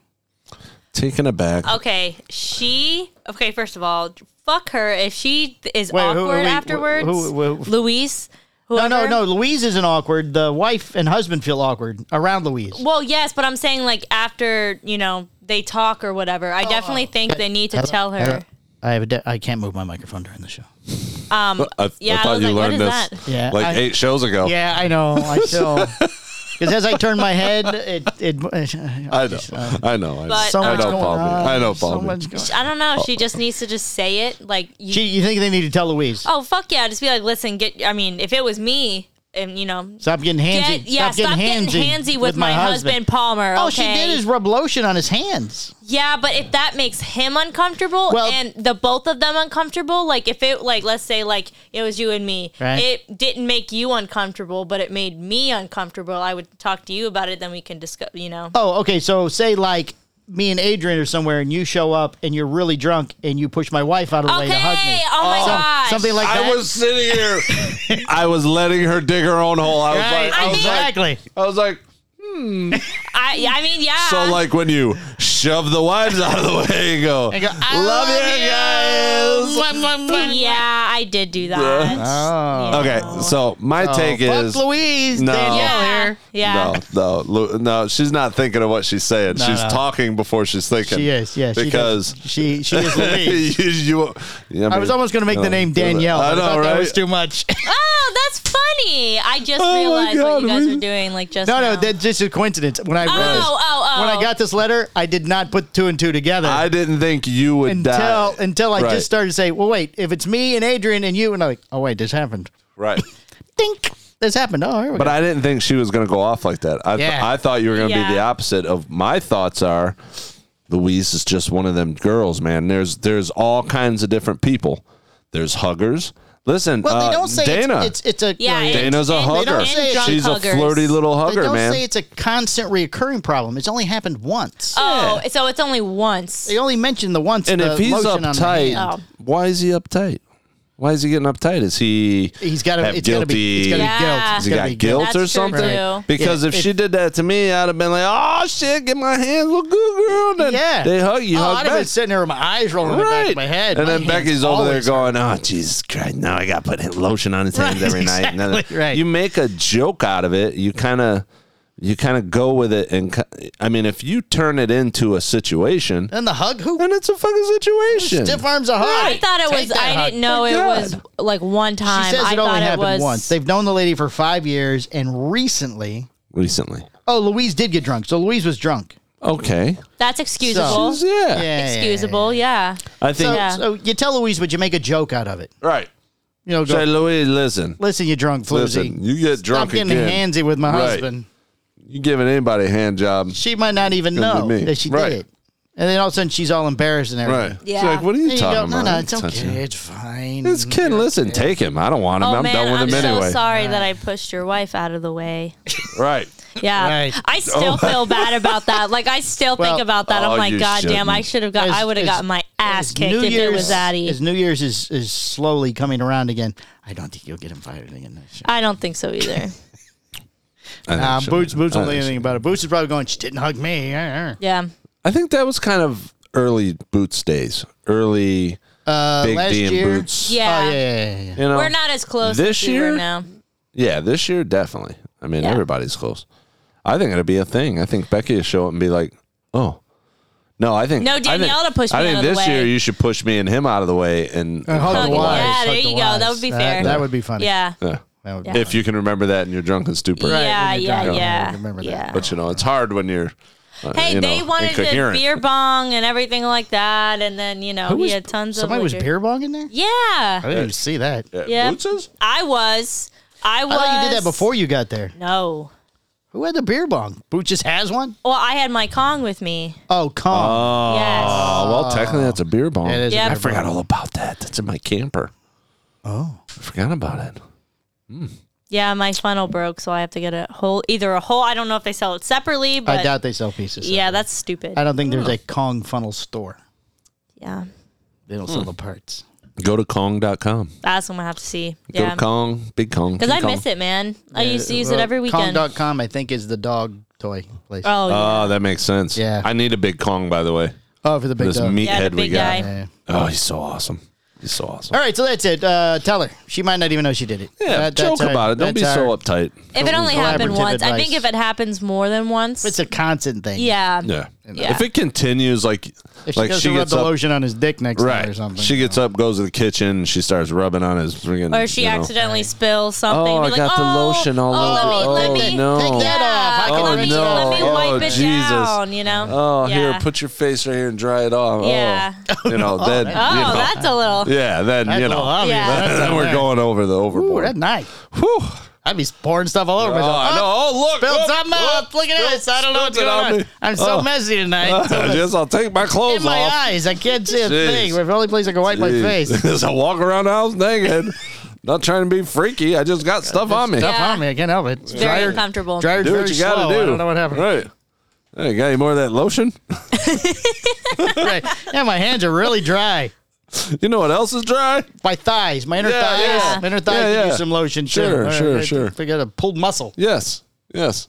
Speaker 1: Taken aback.
Speaker 3: Okay, she. Okay, first of all, fuck her if she is
Speaker 4: Wait, who-
Speaker 3: awkward
Speaker 4: wait, wh-
Speaker 3: afterwards.
Speaker 4: who- who-
Speaker 3: Luis.
Speaker 4: No, no,
Speaker 3: whoever.
Speaker 4: no. Louise isn't awkward. The wife and husband feel awkward around Louise.
Speaker 3: Well, yes, but I'm saying like after you know they talk or whatever. I definitely think they need to tell her.
Speaker 4: I have a de- I can't move my microphone during the show.
Speaker 3: Um,
Speaker 1: I,
Speaker 3: yeah,
Speaker 1: I
Speaker 3: I
Speaker 1: thought
Speaker 3: was
Speaker 1: you
Speaker 3: like, what
Speaker 1: learned
Speaker 3: is
Speaker 1: this
Speaker 3: that?
Speaker 4: Yeah,
Speaker 1: like
Speaker 4: I-
Speaker 1: eight shows ago.
Speaker 4: Yeah, I know. I still because as I turn my head, it it. uh,
Speaker 1: I know. I know. I know.
Speaker 3: But,
Speaker 4: So
Speaker 1: I
Speaker 4: much
Speaker 1: know,
Speaker 4: going
Speaker 1: Paul. B.
Speaker 4: on.
Speaker 1: I know,
Speaker 4: So
Speaker 1: Paul. B.
Speaker 4: much going.
Speaker 3: I don't know. She just needs to just say it. Like you,
Speaker 4: Oh. She, you think they need to tell Louise?
Speaker 3: oh fuck yeah, just be like, listen, get. I mean, if it was me, and you know,
Speaker 4: Stop getting handsy.
Speaker 3: get, yeah, stop, getting handsy, with, my husband, Palmer.
Speaker 4: Oh,
Speaker 3: okay?
Speaker 4: she did is rub lotion on his hands.
Speaker 3: Yeah, but if that makes him uncomfortable
Speaker 4: Well-
Speaker 3: and the both of them uncomfortable, like if it like let's say like it was you and me,
Speaker 4: Right.
Speaker 3: it didn't make you uncomfortable, but it made me uncomfortable. I would talk to you about it, then we can discuss. You know,
Speaker 4: Oh, okay. So say like me and Adrian are somewhere, and you show up, and you're really drunk, and you push my wife out of the way to hug
Speaker 3: okay.
Speaker 4: me.
Speaker 3: Oh my
Speaker 4: Some-
Speaker 3: gosh,
Speaker 4: something like that.
Speaker 1: I was sitting here. I was letting her dig her own hole. I was
Speaker 4: Right,
Speaker 1: like, I was like,
Speaker 4: exactly.
Speaker 1: I was like,
Speaker 3: I, I mean, yeah.
Speaker 4: Ah.
Speaker 1: so like when you shove the wives out of the way and go,
Speaker 4: go, "I
Speaker 1: love,
Speaker 4: love
Speaker 1: you
Speaker 4: you."
Speaker 1: guys.
Speaker 3: yeah, I did do that.
Speaker 4: Oh.
Speaker 1: Okay, so my take
Speaker 4: Fuck
Speaker 1: is
Speaker 4: Louise.
Speaker 1: No.
Speaker 4: Danielle
Speaker 3: yeah,
Speaker 4: here.
Speaker 3: yeah.
Speaker 1: No, no, Lu- no. She's not thinking of what she's saying. she's
Speaker 4: no.
Speaker 1: talking before she's thinking.
Speaker 4: She is, yeah. She
Speaker 1: because
Speaker 4: does. she she is Louise.
Speaker 1: you, you- yeah,
Speaker 4: I was
Speaker 1: mean,
Speaker 4: almost going to make
Speaker 1: no,
Speaker 4: the name Danielle.
Speaker 1: I
Speaker 4: but
Speaker 1: know,
Speaker 4: thought
Speaker 1: right?
Speaker 4: That was too much.
Speaker 3: Oh, that's funny. I just
Speaker 4: Oh
Speaker 1: my
Speaker 3: realized what
Speaker 1: God,
Speaker 3: you guys
Speaker 1: we-
Speaker 3: are doing. Like just
Speaker 4: no,
Speaker 3: now.
Speaker 4: no, that's just a coincidence. When I read
Speaker 3: Oh,
Speaker 4: this,
Speaker 3: oh, oh.
Speaker 4: when I got this letter, I did not put two and two together
Speaker 1: I didn't think you would
Speaker 4: until
Speaker 1: die.
Speaker 4: until I
Speaker 1: Right.
Speaker 4: just started to say, "Well, wait, if it's me and Adrian and you," and I'm like, "Oh, wait, this happened.
Speaker 1: right.
Speaker 4: Think this happened. Oh, here we
Speaker 1: But
Speaker 4: go.
Speaker 1: I didn't think she was going to go off like that. I, th-
Speaker 4: Yeah.
Speaker 1: I thought you were going to be the
Speaker 3: Yeah.
Speaker 1: opposite of my thoughts are Louise is just one of them girls, man. There's there's all kinds of different people. There's huggers. Listen,
Speaker 4: well, they
Speaker 1: uh,
Speaker 4: don't say it's-
Speaker 1: Dana.
Speaker 4: it's it's, a
Speaker 3: yeah.
Speaker 4: you know,
Speaker 3: it's-
Speaker 1: Dana's a
Speaker 3: and-
Speaker 1: hugger.
Speaker 4: They don't
Speaker 3: and
Speaker 4: say
Speaker 3: drunk
Speaker 1: she's a
Speaker 3: huggers.
Speaker 1: flirty little
Speaker 4: they
Speaker 1: hugger,
Speaker 4: don't
Speaker 1: man.
Speaker 4: say it's a constant reoccurring problem. It's only happened once.
Speaker 3: Oh, so it's only once.
Speaker 4: they only mentioned the once.
Speaker 1: and
Speaker 4: the
Speaker 1: if he's
Speaker 4: lotion on the
Speaker 1: uptight,
Speaker 4: hand.
Speaker 1: why is he uptight? Why is he getting uptight? Is he
Speaker 4: he's got to.
Speaker 1: have
Speaker 4: It's got to be. It's got to
Speaker 1: guilty-
Speaker 3: Yeah.
Speaker 4: be guilt.
Speaker 1: Has
Speaker 4: It's
Speaker 1: he
Speaker 4: gotta be
Speaker 1: got guilt or
Speaker 3: That's true,
Speaker 1: something?
Speaker 3: too.
Speaker 1: Because
Speaker 4: Yeah,
Speaker 1: if
Speaker 4: it-
Speaker 1: she did that to me, I'd have been like, "Oh shit, get my hands, look good, girl." Then
Speaker 4: Yeah.
Speaker 1: they hug you,
Speaker 4: Oh,
Speaker 1: hug
Speaker 4: I'd have been
Speaker 1: back.
Speaker 4: sitting there with my eyes rolling in the back
Speaker 1: Right,
Speaker 4: of my head.
Speaker 1: and
Speaker 4: My
Speaker 1: then
Speaker 4: hands
Speaker 1: Becky's over there
Speaker 4: always
Speaker 1: going, "Oh Jesus Christ! Now I got to put hand- lotion on his hands
Speaker 4: Right,
Speaker 1: every night." And then-
Speaker 4: exactly, right.
Speaker 1: You make a joke out of it. You kind of, you kind of go with it, and ki- I mean, if you turn it into a situation,
Speaker 4: And the hug who?
Speaker 1: then it's a fucking situation.
Speaker 4: Stiff arms a hug.
Speaker 3: I thought it
Speaker 4: Take
Speaker 3: was.
Speaker 4: that
Speaker 3: I
Speaker 4: hug.
Speaker 3: didn't know
Speaker 1: My
Speaker 3: it
Speaker 1: God.
Speaker 3: was like one
Speaker 4: She
Speaker 3: time.
Speaker 4: says
Speaker 3: I
Speaker 4: it only
Speaker 3: thought it
Speaker 4: happened
Speaker 3: was
Speaker 4: once. They've known the lady for five years, and recently,
Speaker 1: Recently,
Speaker 4: oh, Louise did get drunk. So Louise was drunk.
Speaker 1: okay,
Speaker 3: That's excusable.
Speaker 1: She's- yeah.
Speaker 3: excusable. Yeah.
Speaker 1: I think
Speaker 4: So,
Speaker 3: Yeah.
Speaker 4: so you tell Louise, but you make a joke out of it.
Speaker 1: right.
Speaker 4: You know, go,
Speaker 1: Say, Louis, listen,
Speaker 4: listen, you drunk floozy.
Speaker 1: listen. You get
Speaker 4: Stop
Speaker 1: drunk
Speaker 4: getting
Speaker 1: again.
Speaker 4: handsy with my
Speaker 1: Right.
Speaker 4: husband.
Speaker 1: You giving anybody a hand job?
Speaker 4: She might not even know
Speaker 1: Gonna be me.
Speaker 4: that she
Speaker 1: Right.
Speaker 4: did it. And then all of a sudden, she's all embarrassed and everything.
Speaker 1: Right.
Speaker 3: Yeah.
Speaker 1: It's like, what are you
Speaker 4: And you go,
Speaker 1: talking
Speaker 4: no,
Speaker 1: about?
Speaker 4: no, it's
Speaker 1: Touching him."
Speaker 4: okay. It's fine.
Speaker 1: This kid, listen, take him. I don't want him.
Speaker 3: Oh
Speaker 1: I'm
Speaker 3: man,
Speaker 1: done with
Speaker 3: I'm
Speaker 1: him
Speaker 3: so
Speaker 1: anyway.
Speaker 3: sorry that I pushed your wife out of the way.
Speaker 1: Right.
Speaker 3: Yeah,
Speaker 4: Right.
Speaker 3: I still feel bad about that. Like I still
Speaker 4: Well-
Speaker 3: think about that.
Speaker 1: Oh,
Speaker 3: I'm like,
Speaker 1: you
Speaker 3: God damn, I
Speaker 1: shouldn't.
Speaker 3: should have got.
Speaker 4: As-
Speaker 3: I would have
Speaker 4: as-
Speaker 3: gotten my ass
Speaker 4: as
Speaker 3: kicked if it was
Speaker 4: As
Speaker 3: Zaddy.
Speaker 4: New Year's is, is slowly coming around again, I don't think you'll get him fired again. This year.
Speaker 3: I don't think so either.
Speaker 1: I think
Speaker 4: Uh,
Speaker 1: she-
Speaker 4: Boots, Boots
Speaker 1: I
Speaker 4: don't know
Speaker 1: think she-
Speaker 4: anything about it. Boots is probably going, she didn't hug me. Uh,
Speaker 3: yeah.
Speaker 1: I think that was kind of early Boots days. Early Big
Speaker 4: last
Speaker 1: D and
Speaker 4: year?
Speaker 1: Boots.
Speaker 4: Oh,
Speaker 3: Uh, Yeah.
Speaker 4: yeah, yeah, yeah, yeah.
Speaker 1: You know,
Speaker 3: We're not as close
Speaker 1: This
Speaker 3: as we were
Speaker 1: year?
Speaker 3: now.
Speaker 1: Yeah, this year definitely. I mean,
Speaker 3: Yeah.
Speaker 1: everybody's close. I think it'll be a thing. I think Becky will show up and be like, "Oh, no, I think
Speaker 3: No,
Speaker 1: I think-
Speaker 3: Danielle to push
Speaker 1: I
Speaker 3: me
Speaker 1: think
Speaker 3: out of the
Speaker 1: this year
Speaker 3: way.
Speaker 1: you should push me and him out of the way, and, and
Speaker 4: hug
Speaker 1: hug
Speaker 4: the
Speaker 1: the
Speaker 4: wife.
Speaker 1: wife.
Speaker 3: Yeah, there you
Speaker 4: Hug the
Speaker 3: go. That
Speaker 4: wives.
Speaker 3: would be
Speaker 4: That-
Speaker 3: fair.
Speaker 4: That would be funny.
Speaker 3: Yeah.
Speaker 1: Yeah.
Speaker 4: That would be
Speaker 3: Yeah.
Speaker 1: If you can remember that in your drunken stupor,
Speaker 3: Yeah, yeah,
Speaker 4: drunk.
Speaker 3: yeah.
Speaker 4: I remember that.
Speaker 3: yeah.
Speaker 1: But you know, it's hard when you're. uh,
Speaker 3: Hey,
Speaker 1: you
Speaker 3: they
Speaker 1: know,
Speaker 3: wanted the
Speaker 1: incoherent.
Speaker 3: beer bong and everything like that, and then you know
Speaker 4: Who
Speaker 3: he
Speaker 4: was-
Speaker 3: had tons
Speaker 4: Somebody
Speaker 3: of
Speaker 4: was
Speaker 3: liquor.
Speaker 4: beer bong in there? I
Speaker 3: Yeah,
Speaker 4: didn't even see that.
Speaker 1: Yeah,
Speaker 3: Yeah.
Speaker 1: Boots is?
Speaker 3: I was. I was.
Speaker 4: I thought you did that before you got there.
Speaker 3: No.
Speaker 4: Who had the beer bong? Boots just has one?
Speaker 3: Well, I had my Kong with me.
Speaker 4: Oh, calm.
Speaker 1: Oh,
Speaker 3: Yes.
Speaker 1: well, technically that's a beer bomb.
Speaker 4: It is a
Speaker 3: yeah.
Speaker 1: I
Speaker 4: beer
Speaker 1: forgot all about that. That's in my camper. Oh, I forgot about it.
Speaker 3: Yeah, my funnel broke, so I have to get a whole, either a whole. I don't know if they sell it separately, but
Speaker 4: I doubt they sell pieces.
Speaker 3: yeah, that's stupid.
Speaker 4: I don't think there's a Kong funnel store.
Speaker 3: yeah,
Speaker 4: They don't
Speaker 3: Hmm.
Speaker 4: sell the parts.
Speaker 1: Go to Kong.com.
Speaker 3: that's what I'm gonna have to see.
Speaker 1: Go
Speaker 3: Yeah,
Speaker 1: to Kong, Big Kong.
Speaker 3: because I
Speaker 1: King Kong.
Speaker 3: miss it, man. I used to use it every weekend.
Speaker 4: Kong.com, I think, is the dog toy place.
Speaker 3: Oh, yeah.
Speaker 1: Oh, that makes sense.
Speaker 4: Yeah.
Speaker 1: I need a Big Kong, by the way.
Speaker 4: oh, for the big
Speaker 1: This
Speaker 4: dog.
Speaker 1: meathead
Speaker 3: Yeah, the
Speaker 1: we
Speaker 3: big
Speaker 1: got.
Speaker 3: guy.
Speaker 4: Yeah.
Speaker 1: Oh, he's so awesome. He's so awesome.
Speaker 4: All right, so that's it. Uh, tell her. She might not even know she did it.
Speaker 1: Yeah,
Speaker 4: That- that's
Speaker 1: joke
Speaker 4: our-
Speaker 1: about it. Don't be
Speaker 4: that's
Speaker 1: so
Speaker 4: our-
Speaker 1: uptight.
Speaker 3: if it only happened
Speaker 4: collaborative
Speaker 3: once, I think
Speaker 4: advice.
Speaker 3: if it happens more than once,
Speaker 4: It's a constant thing.
Speaker 3: yeah,
Speaker 1: Yeah.
Speaker 3: Yeah.
Speaker 1: If it continues, like,
Speaker 4: If she
Speaker 1: like
Speaker 4: goes
Speaker 1: she
Speaker 4: to rub
Speaker 1: gets
Speaker 4: the
Speaker 1: up,
Speaker 4: lotion on his dick next
Speaker 1: right?
Speaker 4: time or something.
Speaker 1: She gets up, goes to the kitchen, she starts rubbing on his freaking.
Speaker 3: Or Oh, she
Speaker 1: you know.
Speaker 3: accidentally spills something.
Speaker 1: Oh,
Speaker 3: and
Speaker 1: I
Speaker 3: be like,
Speaker 1: got the
Speaker 3: "Oh,
Speaker 1: lotion all
Speaker 3: oh,
Speaker 1: over-
Speaker 3: Let
Speaker 1: oh,
Speaker 3: me, let me,
Speaker 1: no. Take
Speaker 4: that off. I
Speaker 3: Yeah,
Speaker 4: can
Speaker 3: let me,
Speaker 1: Oh,
Speaker 3: let me
Speaker 1: no.
Speaker 3: wipe
Speaker 1: Oh,
Speaker 3: it
Speaker 1: Jesus.
Speaker 3: down. You know.
Speaker 1: Oh,
Speaker 3: yeah.
Speaker 1: here, put your face right here and dry it off.
Speaker 3: Yeah.
Speaker 1: Oh, you know, then, you
Speaker 3: Oh,
Speaker 1: know,
Speaker 3: that's a little.
Speaker 1: yeah, then,
Speaker 4: That's
Speaker 1: you
Speaker 4: a little
Speaker 1: know,
Speaker 4: obvious.
Speaker 3: Yeah.
Speaker 4: That's
Speaker 1: then
Speaker 4: not
Speaker 1: we're
Speaker 4: bad.
Speaker 1: going over the
Speaker 4: Ooh,
Speaker 1: overboard.
Speaker 4: that night.
Speaker 1: Whew.
Speaker 4: I'd be pouring stuff all over
Speaker 1: Oh,
Speaker 4: myself.
Speaker 1: I know. Oh, look.
Speaker 4: Spilled
Speaker 1: oh,
Speaker 4: something
Speaker 1: oh,
Speaker 4: up. Look at this. I don't know what's
Speaker 1: spilled it
Speaker 4: going on.
Speaker 1: on me.
Speaker 4: I'm so
Speaker 1: Oh.
Speaker 4: messy tonight.
Speaker 1: I guess I'll take my clothes
Speaker 4: in my
Speaker 1: off.
Speaker 4: eyes. I can't see a
Speaker 1: Jeez.
Speaker 4: thing. We're the only place I can wipe my face. Stuff
Speaker 1: As I walk around the house naked, not trying to be freaky. I just got stuff on me.
Speaker 3: Yeah.
Speaker 4: on me. I can't help it.
Speaker 3: Very
Speaker 4: Dryer,
Speaker 3: uncomfortable.
Speaker 4: dryer's
Speaker 1: Do
Speaker 4: very
Speaker 1: what you
Speaker 4: slow.
Speaker 1: got to do.
Speaker 4: I don't know what happened.
Speaker 1: Right. Hey, got any more of that lotion?
Speaker 4: Right. Yeah, my hands are really dry.
Speaker 1: You know what else is dry?
Speaker 4: My thighs, my inner
Speaker 1: Yeah,
Speaker 4: thighs,
Speaker 1: yeah.
Speaker 4: my inner thighs
Speaker 1: Yeah,
Speaker 4: could
Speaker 1: yeah.
Speaker 4: use some lotion. too.
Speaker 1: Sure,
Speaker 4: All
Speaker 1: sure,
Speaker 4: I
Speaker 1: sure.
Speaker 4: Forget a pulled muscle.
Speaker 1: Yes. Yes.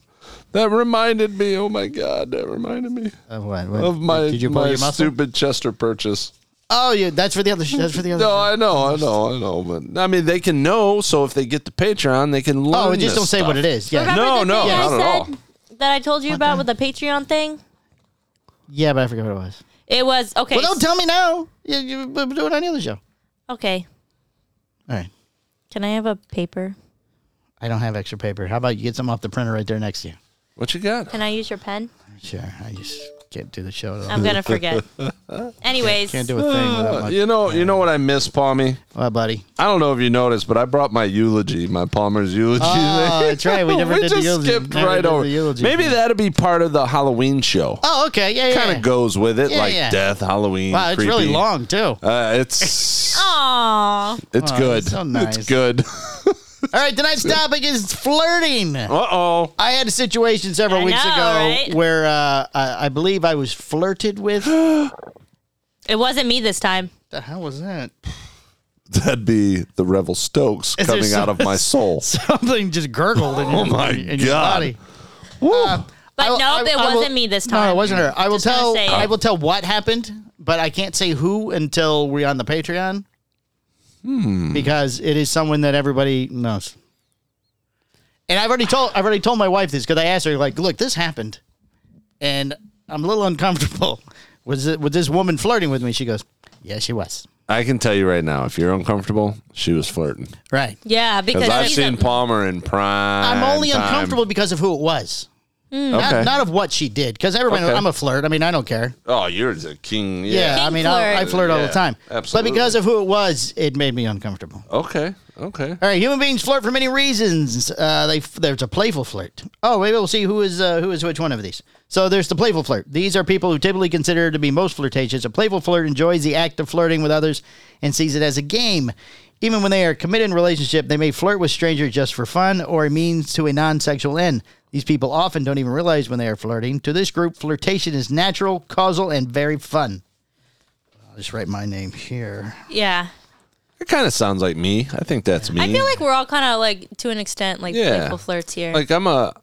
Speaker 1: That reminded me. Oh my God. That reminded me
Speaker 4: Uh, what, what-
Speaker 1: of my,
Speaker 4: Did you pull
Speaker 1: my
Speaker 4: your muscle?
Speaker 1: stupid Chester purchase.
Speaker 4: Oh, yeah. That's for the other. sh- That's for the other.
Speaker 1: No, I know, I know, I know. But I mean, they can know. So if they get to Patreon, they can learn.
Speaker 4: oh, just
Speaker 1: this
Speaker 4: don't say what
Speaker 1: stuff.
Speaker 4: it is. Yeah.
Speaker 3: Remember
Speaker 1: No,
Speaker 3: the
Speaker 1: no,
Speaker 3: thing I
Speaker 1: not at all.
Speaker 3: said That I told you about with the Patreon thing.
Speaker 4: Yeah, but I forget what it was.
Speaker 3: It was okay.
Speaker 4: Well, don't
Speaker 3: s-
Speaker 4: tell me now. You, you we'll do it on the other show. All
Speaker 3: okay.
Speaker 4: right.
Speaker 3: Can I have a paper?
Speaker 4: I don't have extra paper. How about you get some off the printer right there next to you?
Speaker 1: What you got?
Speaker 3: Can I use your pen?
Speaker 4: Sure. I just can't do the show at all.
Speaker 3: I'm gonna forget. Anyways,
Speaker 4: Can't do a thing without my.
Speaker 1: Uh, You know, you know what I miss, Palmy.
Speaker 4: Well, buddy.
Speaker 1: I don't know if you noticed, but I brought my eulogy, my Palmer's eulogy.
Speaker 4: Oh,
Speaker 1: thing.
Speaker 4: that's right. We never did the
Speaker 1: just
Speaker 4: eulogy.
Speaker 1: skipped
Speaker 4: Never
Speaker 1: right
Speaker 4: did the
Speaker 1: over.
Speaker 4: eulogy.
Speaker 1: Maybe that'd be part of the Halloween show.
Speaker 4: Oh, okay. Yeah, yeah.
Speaker 1: Kind of goes with it,
Speaker 4: Yeah,
Speaker 1: like
Speaker 4: yeah.
Speaker 1: death, Halloween.
Speaker 4: Wow, it's really
Speaker 1: creepy.
Speaker 4: long too. All
Speaker 1: Uh, it's
Speaker 3: Aw,
Speaker 1: it's
Speaker 4: Aw,
Speaker 1: good.
Speaker 4: that's so nice.
Speaker 1: It's good.
Speaker 4: right, tonight's topic is flirting.
Speaker 1: Uh oh.
Speaker 4: I had a situation several
Speaker 3: I
Speaker 4: weeks
Speaker 3: know,
Speaker 4: ago
Speaker 3: right?
Speaker 4: where uh, I, I believe I was flirted with. what
Speaker 3: it wasn't me this time.
Speaker 4: the hell was that?
Speaker 1: That'd be the Revel Stokes
Speaker 4: there
Speaker 1: coming out
Speaker 4: some-
Speaker 1: of my soul.
Speaker 4: Something just gurgled in your,
Speaker 1: Oh my
Speaker 4: in your
Speaker 1: God.
Speaker 4: body. Uh,
Speaker 3: But
Speaker 4: will-
Speaker 3: nope, it
Speaker 4: will-
Speaker 3: wasn't me this time.
Speaker 4: No, it wasn't her. I will
Speaker 3: Just gonna
Speaker 4: tell.
Speaker 3: say it.
Speaker 4: I will tell what happened, but I can't say who until we're on the Patreon.
Speaker 1: Hmm.
Speaker 4: Because it is someone that everybody knows. And I've already told. I've already told my wife this because I asked her like, "Look, this happened, and I'm a little uncomfortable. Was it? Was this woman flirting with me?" She goes, "Yeah, she was."
Speaker 1: I can tell you right now, if you're uncomfortable, she was flirting.
Speaker 4: Right.
Speaker 3: Yeah, because
Speaker 1: Because I've
Speaker 3: she's
Speaker 1: seen
Speaker 3: a-
Speaker 1: Palmer in prime.
Speaker 4: I'm only
Speaker 1: time.
Speaker 4: uncomfortable because of who it was.
Speaker 1: Okay.
Speaker 4: Not, not of what she did, because everybody.
Speaker 1: Okay.
Speaker 4: I'm a flirt. I mean, I don't care.
Speaker 1: oh, you're the king.
Speaker 4: Yeah,
Speaker 1: Yeah.
Speaker 4: I
Speaker 3: King
Speaker 4: mean, I, I
Speaker 3: flirt.
Speaker 4: flirt all the
Speaker 1: Yeah,
Speaker 4: time.
Speaker 1: absolutely.
Speaker 4: But because of who it was, it made me uncomfortable.
Speaker 1: Okay. Okay.
Speaker 4: All right, human beings flirt for many reasons. Uh, they there's a playful flirt. Oh, maybe we'll see who is uh, who is which one of these. So there's the playful flirt. These are people who typically consider to be most flirtatious. A playful flirt enjoys the act of flirting with others and sees it as a game. Even when they are committed in a relationship, they may flirt with strangers just for fun or a means to a non-sexual end. These people often don't even realize when they are flirting. To this group, flirtation is natural, causal, and very fun. I'll just write my name here.
Speaker 3: yeah.
Speaker 1: It kind of sounds like me. I think that's me.
Speaker 3: I feel like we're all kind of like to an extent like
Speaker 1: Mm. Yeah.
Speaker 3: playful flirts here.
Speaker 1: like I'm a.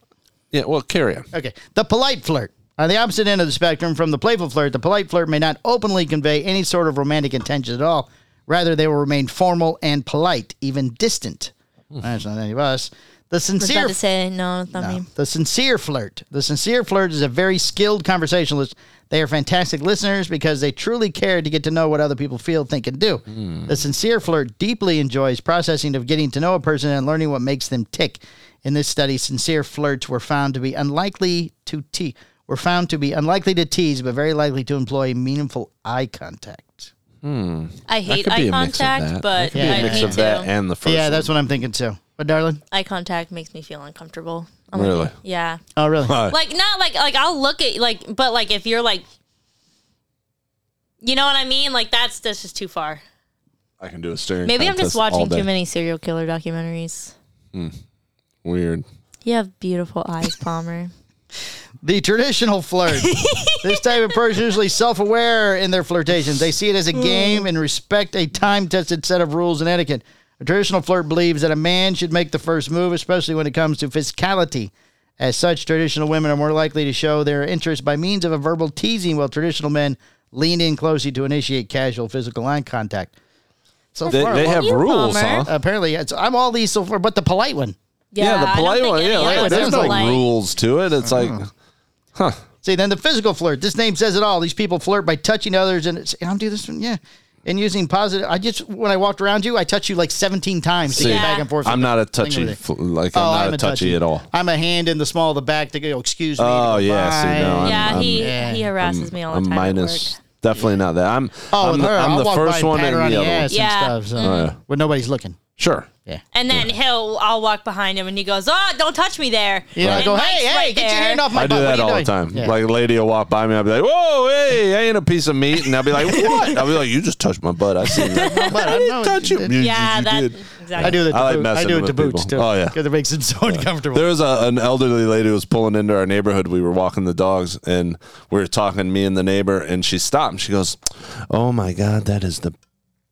Speaker 1: Yeah. Well, carry on.
Speaker 4: Okay. The polite flirt. On the opposite end of the spectrum from the playful flirt, the polite flirt may not openly convey any sort of romantic intention at all. Rather, they will remain formal and polite, even distant. That's not any of us. The
Speaker 3: I was about
Speaker 4: sincere
Speaker 3: to say no, it's not me.
Speaker 4: the sincere flirt. The sincere flirt is a very skilled conversationalist. They are fantastic listeners because they truly care to get to know what other people feel, think, and do. The sincere flirt deeply enjoys processing of getting to know a person and learning what makes them tick. In this study, sincere flirts were found to be unlikely to te- were found to be unlikely to tease, but very likely to employ meaningful eye contact.
Speaker 3: I
Speaker 1: That
Speaker 3: hate
Speaker 1: could be
Speaker 3: eye
Speaker 1: a mix of that.
Speaker 3: contact,
Speaker 1: That
Speaker 3: but
Speaker 1: could be a
Speaker 3: I
Speaker 1: mix
Speaker 3: me
Speaker 1: of that
Speaker 3: too.
Speaker 1: and the first.
Speaker 4: yeah,
Speaker 1: one.
Speaker 4: that's what I'm thinking too. But darling,
Speaker 3: Eye contact makes me feel uncomfortable. I'm
Speaker 1: Really?
Speaker 3: Like, yeah.
Speaker 4: oh really?
Speaker 3: Like not like like I'll look at like but like if you're like you know what I mean? Like that's that's just too far.
Speaker 1: I can do a staring.
Speaker 3: Maybe I'm just
Speaker 1: contest all
Speaker 3: watching
Speaker 1: day.
Speaker 3: too many serial killer documentaries.
Speaker 1: Weird.
Speaker 3: You have beautiful eyes, Palmer.
Speaker 4: The traditional flirt. this type of person is usually self-aware in their flirtations. They see it
Speaker 1: Hmm.
Speaker 4: as a game and respect a time-tested set of rules and etiquette. A traditional flirt believes that a man should make the first move, especially when it comes to physicality. As such, traditional women are more likely to show their interest by means of a verbal teasing, while traditional men lean in closely to initiate casual physical eye contact. So
Speaker 1: They,
Speaker 4: far,
Speaker 1: they
Speaker 4: well,
Speaker 1: have
Speaker 3: you,
Speaker 1: rules,
Speaker 3: Palmer.
Speaker 1: huh?
Speaker 4: apparently, it's, I'm all these so far, but the polite one.
Speaker 1: Yeah, the polite one. Yeah, like,
Speaker 4: ones are
Speaker 1: there's no rules to it. It's like, huh?
Speaker 4: See, then the physical flirt. This name says it all. These people flirt by touching others, and it's, I'm doing this one, yeah, and using positive. I just when I walked around you, I touched you like 17 times to
Speaker 1: See,
Speaker 4: get back and forth.
Speaker 1: I'm
Speaker 4: from
Speaker 1: not
Speaker 4: the
Speaker 1: a
Speaker 4: thing
Speaker 1: touchy.
Speaker 4: over there.
Speaker 1: fl- Like I'm
Speaker 4: Oh,
Speaker 1: not
Speaker 4: I'm
Speaker 1: a touchy at all.
Speaker 4: I'm a hand in the small of the back to go. Excuse me. to
Speaker 1: Oh,
Speaker 4: go,
Speaker 1: yeah, see,
Speaker 4: "Bye."
Speaker 1: no, I'm-
Speaker 3: Yeah, he
Speaker 4: I'm-
Speaker 3: he harasses me all the
Speaker 1: I'm
Speaker 3: time. at
Speaker 1: um, minus.
Speaker 3: work.
Speaker 1: Definitely not that. I'm.
Speaker 4: Oh,
Speaker 1: I'm,
Speaker 4: with
Speaker 1: the-
Speaker 4: her,
Speaker 1: I'm
Speaker 4: I'll
Speaker 1: the
Speaker 4: walk by
Speaker 1: first
Speaker 4: and
Speaker 1: one
Speaker 4: pat
Speaker 1: and
Speaker 4: her
Speaker 1: the
Speaker 4: on
Speaker 1: other.
Speaker 4: the
Speaker 1: one. Oh,
Speaker 4: ass and
Speaker 3: Yeah.
Speaker 4: stuff. So.
Speaker 1: yeah.
Speaker 4: When nobody's looking.
Speaker 1: Sure.
Speaker 4: Yeah.
Speaker 3: And then he'll I'll walk behind him and he goes, "Oh, don't touch me there."
Speaker 4: Yeah, I
Speaker 3: And
Speaker 4: go,
Speaker 3: Mike's
Speaker 4: hey, hey,
Speaker 3: right
Speaker 4: get your
Speaker 3: there.
Speaker 4: hand off
Speaker 1: I
Speaker 4: my
Speaker 1: do
Speaker 4: butt. What
Speaker 1: that
Speaker 4: are you
Speaker 1: all the
Speaker 4: doing?"
Speaker 1: time.
Speaker 4: Yeah.
Speaker 1: Like a lady will walk by me, I'll be like, "Whoa, hey, I ain't a piece of meat," and I'll be like, "What?" I'll be like, "You just touched my butt. I seen that.
Speaker 4: But I
Speaker 1: I
Speaker 4: know
Speaker 1: didn't
Speaker 4: Oh, you
Speaker 1: touch you.
Speaker 4: did.
Speaker 1: You- you-
Speaker 3: Yeah,
Speaker 1: you
Speaker 3: that
Speaker 1: did.
Speaker 3: exactly.
Speaker 4: I do that.
Speaker 1: I like
Speaker 4: to Boots. I
Speaker 1: messing
Speaker 4: do it
Speaker 1: with
Speaker 4: to boots too.
Speaker 1: people. Oh, yeah.
Speaker 4: because it makes him so uncomfortable.
Speaker 1: There was a, an elderly lady who was pulling into our neighborhood. We were walking the dogs and we were talking, me and the neighbor, and she stopped and she goes, Oh my God, that is the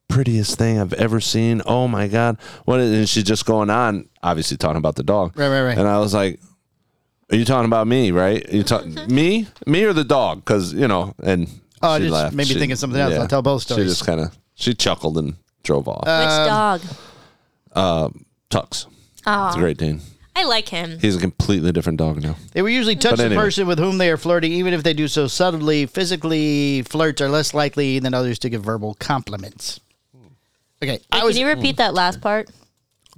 Speaker 1: prettiest thing I've ever seen. Oh my God. What is, and she's just going on, obviously talking about the dog.
Speaker 4: Right, right, right.
Speaker 1: And I was like, Are you talking about me, right? you talking me? Me or the dog? Because, you know, and
Speaker 4: Mm-hmm. Oh,
Speaker 1: she
Speaker 4: just
Speaker 1: laughed.
Speaker 4: made me
Speaker 1: She-
Speaker 4: think of something else. I'll tell both stories. Uh,
Speaker 1: She just kind of, she chuckled and um, drove off.
Speaker 3: Which dog?
Speaker 1: Tux. It's a
Speaker 3: Oh,
Speaker 1: great Dane.
Speaker 3: I like him.
Speaker 1: He's a completely different dog now.
Speaker 4: They will usually touch
Speaker 1: But
Speaker 4: the
Speaker 1: anyway.
Speaker 4: person with whom they are flirting, even if they do so subtly. Physically, flirts are less likely than others to give verbal compliments. Okay, I
Speaker 3: Hmm. Wait,
Speaker 4: was
Speaker 3: Can you repeat that last part?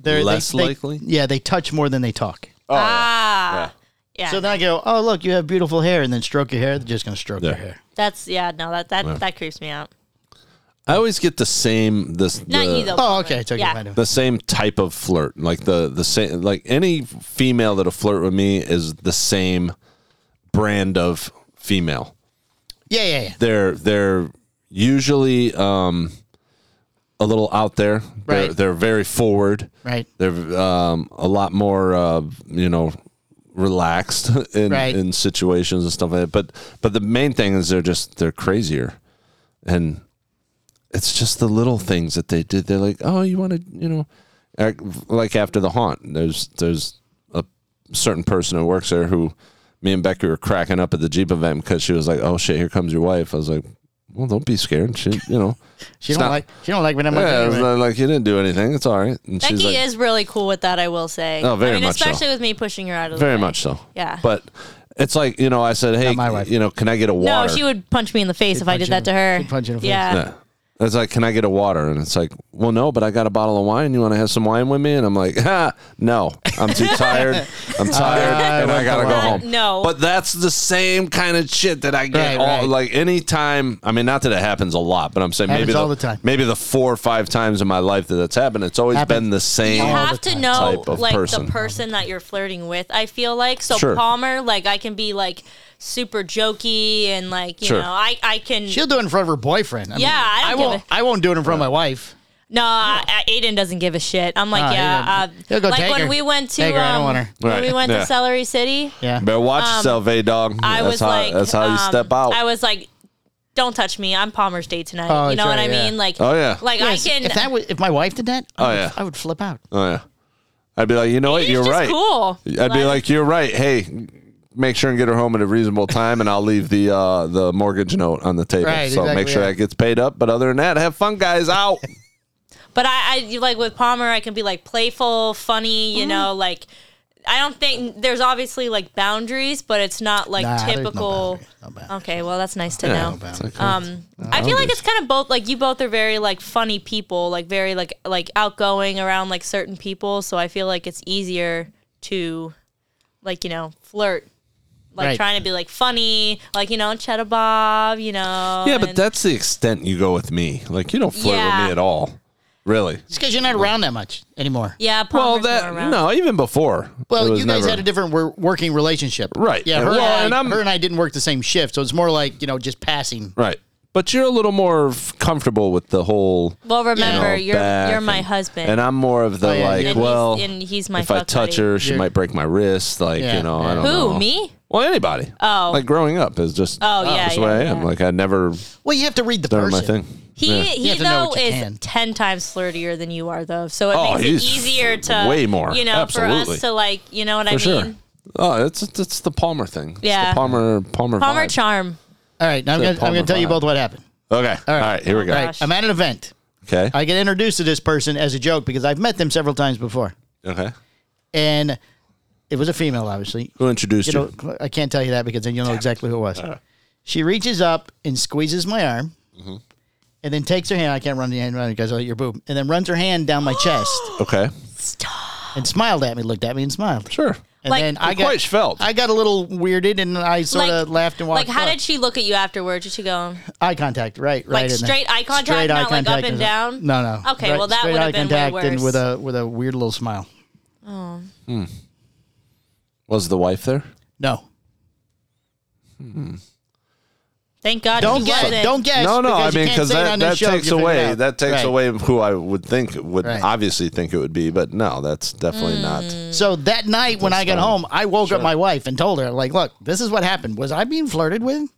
Speaker 4: they're- they-
Speaker 1: Less
Speaker 4: they-
Speaker 1: likely?
Speaker 4: Yeah, they touch more than they talk.
Speaker 3: ah, yeah.
Speaker 4: So then I go, "Oh, look, you have beautiful hair," and then stroke your hair. They're just gonna stroke your
Speaker 1: Yeah.
Speaker 4: hair.
Speaker 3: that's yeah. No, that that that creeps me out.
Speaker 1: I always get the same this
Speaker 3: Not
Speaker 1: the,
Speaker 3: you though.
Speaker 4: Oh, okay, it's okay.
Speaker 3: Yeah.
Speaker 4: I know.
Speaker 1: the same type of flirt. Like the the same like any female that'll flirt with me is the same brand of female.
Speaker 4: Yeah, yeah, yeah.
Speaker 1: They're they're usually um a little out there. They're
Speaker 4: Right.
Speaker 1: they're very forward.
Speaker 4: Right.
Speaker 1: They're um a lot more uh you know relaxed in
Speaker 4: Right.
Speaker 1: in situations and stuff like that. But but the main thing is they're just they're crazier. And it's just the little things that they did. They're like, oh, you want to, you know, ac- like after the haunt. There's there's a certain person who works there who me and Becky were cracking up at the Jeep event because she was like, oh shit, here comes your wife. I was like, well, don't be scared. She, you know,
Speaker 4: She
Speaker 1: it's
Speaker 4: don't
Speaker 1: not-
Speaker 4: like. She don't like when I'm.
Speaker 1: yeah,
Speaker 4: Yeah,
Speaker 1: it's not like you didn't do anything. It's all right. And
Speaker 3: Becky
Speaker 1: she's like,
Speaker 3: is really cool with that. I will say.
Speaker 1: Oh, very
Speaker 3: I mean,
Speaker 1: much so.
Speaker 3: especially with me pushing her out of the
Speaker 1: very
Speaker 3: way.
Speaker 1: much so.
Speaker 3: Yeah.
Speaker 1: But it's like you know, I said, hey,
Speaker 4: my wife.
Speaker 1: you know, can I get a water?
Speaker 3: No, she would punch me in the face if I
Speaker 4: punch
Speaker 3: did
Speaker 4: you
Speaker 3: that
Speaker 4: in-
Speaker 3: to her.
Speaker 4: she'd punch you in the face.
Speaker 3: Yeah.
Speaker 1: Yeah. It's like, can I get a water? And it's like, well, no, but I got a bottle of wine. You want to have some wine with me? And I'm like, ha, no, I'm too tired. I'm
Speaker 4: Uh,
Speaker 1: tired, and I gotta go
Speaker 4: wine.
Speaker 1: home.
Speaker 3: No.
Speaker 1: but that's the same kind of shit that I get
Speaker 4: Right,
Speaker 1: all
Speaker 4: right.
Speaker 1: like anytime. I mean, not that it happens a lot, but I'm saying maybe
Speaker 4: Happens all the time.
Speaker 1: Maybe the four or five times in my life that it's happened, it's always
Speaker 4: Happens.
Speaker 1: been the
Speaker 3: You
Speaker 1: same.
Speaker 3: have to know
Speaker 1: Type of
Speaker 3: like
Speaker 1: person.
Speaker 3: the person that you're flirting with. I feel like so
Speaker 1: Sure.
Speaker 3: Palmer, like I can be like super jokey and like you
Speaker 1: Sure.
Speaker 3: know I I can
Speaker 4: She'll do it in front of her boyfriend. I
Speaker 3: Yeah, I don't give
Speaker 4: won't. I won't do it in front of my wife.
Speaker 3: no I, I, Aiden doesn't give a shit. I'm like
Speaker 4: Ah,
Speaker 3: yeah,
Speaker 4: Aiden.
Speaker 3: uh,
Speaker 4: He'll go
Speaker 3: like
Speaker 4: take
Speaker 3: when
Speaker 4: her.
Speaker 3: we went to
Speaker 4: Take her, I don't
Speaker 3: um,
Speaker 4: want her.
Speaker 3: when
Speaker 1: Right,
Speaker 3: we went
Speaker 1: yeah.
Speaker 3: to Celery City.
Speaker 4: Yeah.
Speaker 1: Better watch yourself, a dog.
Speaker 3: Um, I
Speaker 1: that's
Speaker 3: was
Speaker 1: how,
Speaker 3: like
Speaker 1: that's how you
Speaker 3: um,
Speaker 1: step out.
Speaker 3: I was like, don't touch me. I'm Palmer's date tonight.
Speaker 4: Oh,
Speaker 3: you know
Speaker 4: sure,
Speaker 3: what I
Speaker 4: yeah.
Speaker 3: mean? Like
Speaker 1: Oh, yeah.
Speaker 3: like I
Speaker 4: Yes,
Speaker 3: can.
Speaker 4: If that was, if my wife did that, I,
Speaker 1: Oh,
Speaker 4: would,
Speaker 1: yeah.
Speaker 4: I would flip out.
Speaker 1: oh yeah, I'd be like, you know what,
Speaker 3: Aiden's
Speaker 1: you're
Speaker 3: just
Speaker 1: right.
Speaker 3: Cool.
Speaker 1: I'd be like, "You're right. Hey, make sure and get her home at a reasonable time, and I'll leave the uh, the mortgage note on the table.
Speaker 4: Right,
Speaker 1: so
Speaker 4: exactly,
Speaker 1: make sure
Speaker 4: yeah.
Speaker 1: that gets paid up. But other than that, have fun, guys. Out.
Speaker 3: But I, I you- like with Palmer, I can be like playful, funny,
Speaker 4: Mm-hmm.
Speaker 3: you know, like I don't think there's obviously like boundaries, but it's not like
Speaker 4: Nah, there's no
Speaker 3: typical.
Speaker 4: boundaries, no boundaries.
Speaker 3: okay, well that's nice to know.
Speaker 1: It's like,
Speaker 3: Um, I feel like it's kind of both. Like you both are very like funny people, like very like like outgoing around like certain people. So I feel like it's easier to, like you know, flirt. Like
Speaker 4: Right.
Speaker 3: trying to be like funny, like you know, Cheddar Bob, you know.
Speaker 1: yeah, but
Speaker 3: and-
Speaker 1: that's the extent you go with me. Like you don't flirt with
Speaker 3: Yeah.
Speaker 1: me at all, really.
Speaker 4: It's because you're not around that much anymore.
Speaker 3: yeah.
Speaker 1: Well,
Speaker 3: Palmer's more
Speaker 1: that
Speaker 3: around.
Speaker 1: no, even before. it
Speaker 4: Well,
Speaker 1: was
Speaker 4: you guys
Speaker 1: never-
Speaker 4: had a different wor- working relationship,
Speaker 1: Right.
Speaker 4: Yeah,
Speaker 1: And
Speaker 4: her,
Speaker 1: well,
Speaker 4: and
Speaker 1: and
Speaker 4: I,
Speaker 1: I'm-
Speaker 4: her and I didn't work the same shift, so it's more like you know just passing.
Speaker 1: right. But you're a little more f- comfortable with the whole.
Speaker 3: Well, remember,
Speaker 1: you
Speaker 3: you're
Speaker 1: back
Speaker 3: you're my
Speaker 1: and-
Speaker 3: husband. Oh,
Speaker 1: And I'm more of the
Speaker 4: yeah,
Speaker 1: like,
Speaker 4: you're-
Speaker 3: And he's-
Speaker 1: well,
Speaker 3: and he's my
Speaker 1: if I
Speaker 3: fuck
Speaker 1: touch
Speaker 3: buddy.
Speaker 1: her, she
Speaker 4: You're-
Speaker 1: might break my wrist. Like,
Speaker 4: Yeah,
Speaker 1: you know, I
Speaker 4: yeah.
Speaker 1: don't know.
Speaker 3: Who me?
Speaker 1: Well, anybody.
Speaker 3: Oh.
Speaker 1: Like growing up is just.
Speaker 3: Oh, yeah,
Speaker 1: That's the way I
Speaker 3: yeah,
Speaker 1: am.
Speaker 3: yeah.
Speaker 1: Like I never
Speaker 5: Well, you have to read the
Speaker 1: done
Speaker 5: person.
Speaker 1: my thing.
Speaker 3: He
Speaker 1: Yeah.
Speaker 3: he
Speaker 5: have to know
Speaker 3: though
Speaker 5: what you
Speaker 3: is
Speaker 5: can.
Speaker 3: ten times flirtier than you are though, so it
Speaker 1: Oh,
Speaker 3: makes it
Speaker 1: he's
Speaker 3: easier to
Speaker 1: way more.
Speaker 3: You know, for
Speaker 1: Absolutely.
Speaker 3: us to like, you know what I
Speaker 1: For
Speaker 3: mean?
Speaker 1: sure. Oh, it's it's- it's the Palmer thing. It's
Speaker 3: Yeah.
Speaker 1: the Palmer Palmer
Speaker 3: Palmer
Speaker 1: vibe.
Speaker 3: charm.
Speaker 4: All right, now I'm
Speaker 1: The
Speaker 4: gonna, I'm
Speaker 1: Palmer
Speaker 4: gonna tell you
Speaker 1: vibe.
Speaker 4: both what happened.
Speaker 1: Okay. All right. Here we go.
Speaker 4: All right,
Speaker 3: Gosh.
Speaker 4: I'm at an event.
Speaker 1: Okay.
Speaker 4: I get introduced to this person as a joke because I've met them several times before,
Speaker 1: okay.
Speaker 4: and it was a female, obviously.
Speaker 1: Who introduced
Speaker 4: You
Speaker 1: you?
Speaker 4: know, I can't tell you that because then you'll know exactly who it was.
Speaker 1: Uh.
Speaker 4: She reaches up and squeezes my arm,
Speaker 1: Mm-hmm.
Speaker 4: and then takes her hand. I can't run the hand around because I'll hit your boob. And then runs her hand down my chest
Speaker 1: Okay.
Speaker 4: and smiled at me, looked at me, and smiled.
Speaker 1: Sure.
Speaker 4: And
Speaker 3: Like-
Speaker 4: then I got,
Speaker 1: Quite felt.
Speaker 4: I got a little weirded, and I sort
Speaker 3: Like-
Speaker 4: of laughed and walked.
Speaker 3: Like, how
Speaker 4: off.
Speaker 3: did she look at you afterwards? Did she go
Speaker 4: eye contact, right? right
Speaker 3: like
Speaker 4: in there.
Speaker 3: straight eye contact,
Speaker 4: Straight eye
Speaker 3: not like up
Speaker 4: contact
Speaker 3: and
Speaker 4: is-
Speaker 3: down?
Speaker 4: No, no.
Speaker 3: Okay,
Speaker 4: Right-
Speaker 3: well, that
Speaker 4: straight
Speaker 3: would
Speaker 4: eye
Speaker 3: have been way
Speaker 4: contact
Speaker 3: worse.
Speaker 4: and with a with a weird little smile.
Speaker 1: Was the wife there?
Speaker 4: No,
Speaker 3: Thank God.
Speaker 4: don't
Speaker 3: she
Speaker 4: guess.
Speaker 3: wasn't.
Speaker 4: Don't guess.
Speaker 1: no, no. I
Speaker 4: you
Speaker 1: mean,
Speaker 4: can't
Speaker 1: because
Speaker 4: say it
Speaker 1: that,
Speaker 4: on this
Speaker 1: that
Speaker 4: show if
Speaker 1: takes
Speaker 4: you figure it
Speaker 1: away
Speaker 4: out.
Speaker 1: that takes
Speaker 4: Right.
Speaker 1: away who I would think would
Speaker 4: Right.
Speaker 1: obviously think it would be, but no, that's definitely
Speaker 3: Mm.
Speaker 1: not.
Speaker 4: So that night when I got home, I woke up my wife and told her, like, look, this is what happened. Was I being flirted with?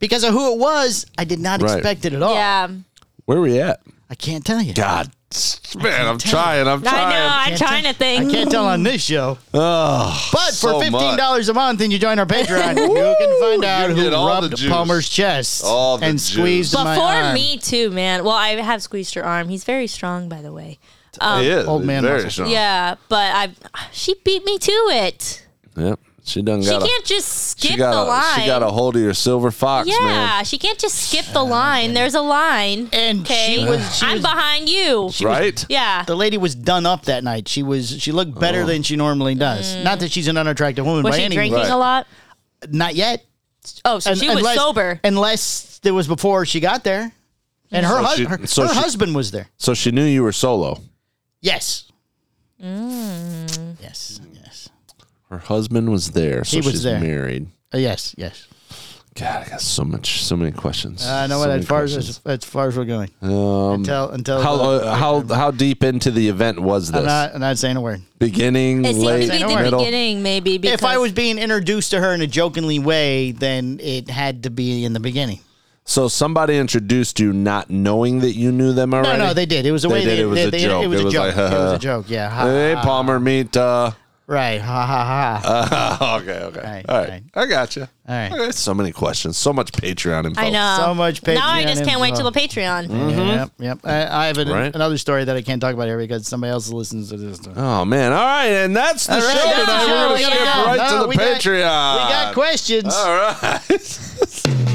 Speaker 4: Because of who it was, I did not
Speaker 1: Right.
Speaker 4: expect it at all.
Speaker 3: Yeah.
Speaker 1: Where we at?
Speaker 4: I can't tell you.
Speaker 1: God, man, I'm trying. I'm
Speaker 3: I know.
Speaker 1: trying.
Speaker 3: I'm trying to
Speaker 4: I
Speaker 3: think.
Speaker 4: can't tell on this show.
Speaker 1: Oh,
Speaker 4: But for
Speaker 1: so
Speaker 4: fifteen
Speaker 1: much.
Speaker 4: dollars a month and you join our Patreon, you can find out
Speaker 1: You
Speaker 4: who
Speaker 1: get all the
Speaker 4: rubbed
Speaker 1: juice.
Speaker 4: Palmer's chest
Speaker 1: All the
Speaker 4: and
Speaker 1: juice.
Speaker 4: squeezed my
Speaker 3: Before
Speaker 4: arm.
Speaker 3: me too, man. Well, I have squeezed her arm. He's very strong, by the way.
Speaker 1: he is.
Speaker 4: old
Speaker 1: He's
Speaker 4: man
Speaker 1: very
Speaker 4: muscle.
Speaker 1: strong.
Speaker 3: Um, Yeah, but I she beat me to it.
Speaker 1: Yep. She done
Speaker 3: She
Speaker 1: got. a,
Speaker 3: can't just skip
Speaker 1: she got a,
Speaker 3: the line.
Speaker 1: She got a hold of your silver fox,
Speaker 3: yeah,
Speaker 1: man.
Speaker 3: she can't just skip the line. There's a line.
Speaker 4: And she
Speaker 3: 'kay?
Speaker 4: was- she
Speaker 3: I'm
Speaker 4: was-
Speaker 3: behind you.
Speaker 1: Right.
Speaker 3: yeah.
Speaker 4: The lady was done up that night. She was she looked
Speaker 1: Oh.
Speaker 4: better than she normally does. Not that she's an unattractive woman
Speaker 3: Mm. was
Speaker 4: by
Speaker 3: she
Speaker 4: any
Speaker 3: drinking
Speaker 1: Right.
Speaker 3: a lot?
Speaker 4: Not yet.
Speaker 3: Oh, so
Speaker 4: Un-
Speaker 3: she was sober.
Speaker 4: Unless it was before she got there. And her, hus-
Speaker 1: she-
Speaker 4: her,
Speaker 1: so
Speaker 4: her
Speaker 1: she-
Speaker 4: husband was there.
Speaker 1: So she knew you were solo.
Speaker 4: Yes.
Speaker 3: Mm.
Speaker 4: Yes. Yes.
Speaker 1: Her husband was there, so
Speaker 4: He was
Speaker 1: she's
Speaker 4: there.
Speaker 1: married.
Speaker 4: Uh, yes. Yes.
Speaker 1: God, I got so much, so many questions.
Speaker 4: Uh, I know
Speaker 1: so
Speaker 4: what.
Speaker 1: many
Speaker 4: As far
Speaker 1: questions. Um,
Speaker 4: as as far as we're going. until until
Speaker 1: how
Speaker 4: the-
Speaker 1: uh, how how deep into the event was this?
Speaker 4: I'm not I'm not saying a word.
Speaker 1: Beginning,
Speaker 3: It seemed
Speaker 1: late,
Speaker 3: to be the
Speaker 1: middle.
Speaker 3: beginning, maybe. Because
Speaker 4: if I was being introduced to her in a jokingly way, then it had to be in the beginning.
Speaker 1: So somebody introduced you, not knowing that you knew them
Speaker 4: No,
Speaker 1: already.
Speaker 4: no, they did. It was a way
Speaker 1: did.
Speaker 4: they,
Speaker 1: it was
Speaker 4: they-
Speaker 1: a
Speaker 4: they-
Speaker 1: joke.
Speaker 4: It was a joke.
Speaker 1: like,
Speaker 4: it was
Speaker 1: haha.
Speaker 4: a joke. Yeah. Ha,
Speaker 1: Hey,
Speaker 4: ha,
Speaker 1: Palmer, meet. Uh,
Speaker 4: Right. Ha ha ha. ha.
Speaker 1: okay, okay,
Speaker 4: Right,
Speaker 1: all right.
Speaker 4: right.
Speaker 1: I got you.
Speaker 4: All right.
Speaker 1: Okay, so many questions, so much Patreon info.
Speaker 3: I know
Speaker 4: So much
Speaker 3: Now I
Speaker 4: Patreon Mm.
Speaker 3: just can't wait
Speaker 4: info.
Speaker 3: till the Patreon.
Speaker 4: Yep, yep. I, I have an,
Speaker 1: Uh-huh. Right.
Speaker 4: another story that I can't talk about here because somebody else listens to this.
Speaker 1: Oh man! All right, and that's the
Speaker 4: All right,
Speaker 1: show
Speaker 4: that's the
Speaker 1: tonight.
Speaker 3: show.
Speaker 1: We're gonna
Speaker 3: We
Speaker 1: skip
Speaker 3: gotta go.
Speaker 1: right
Speaker 4: No,
Speaker 1: to the
Speaker 4: we got-
Speaker 1: Patreon.
Speaker 4: We got questions.
Speaker 1: All right.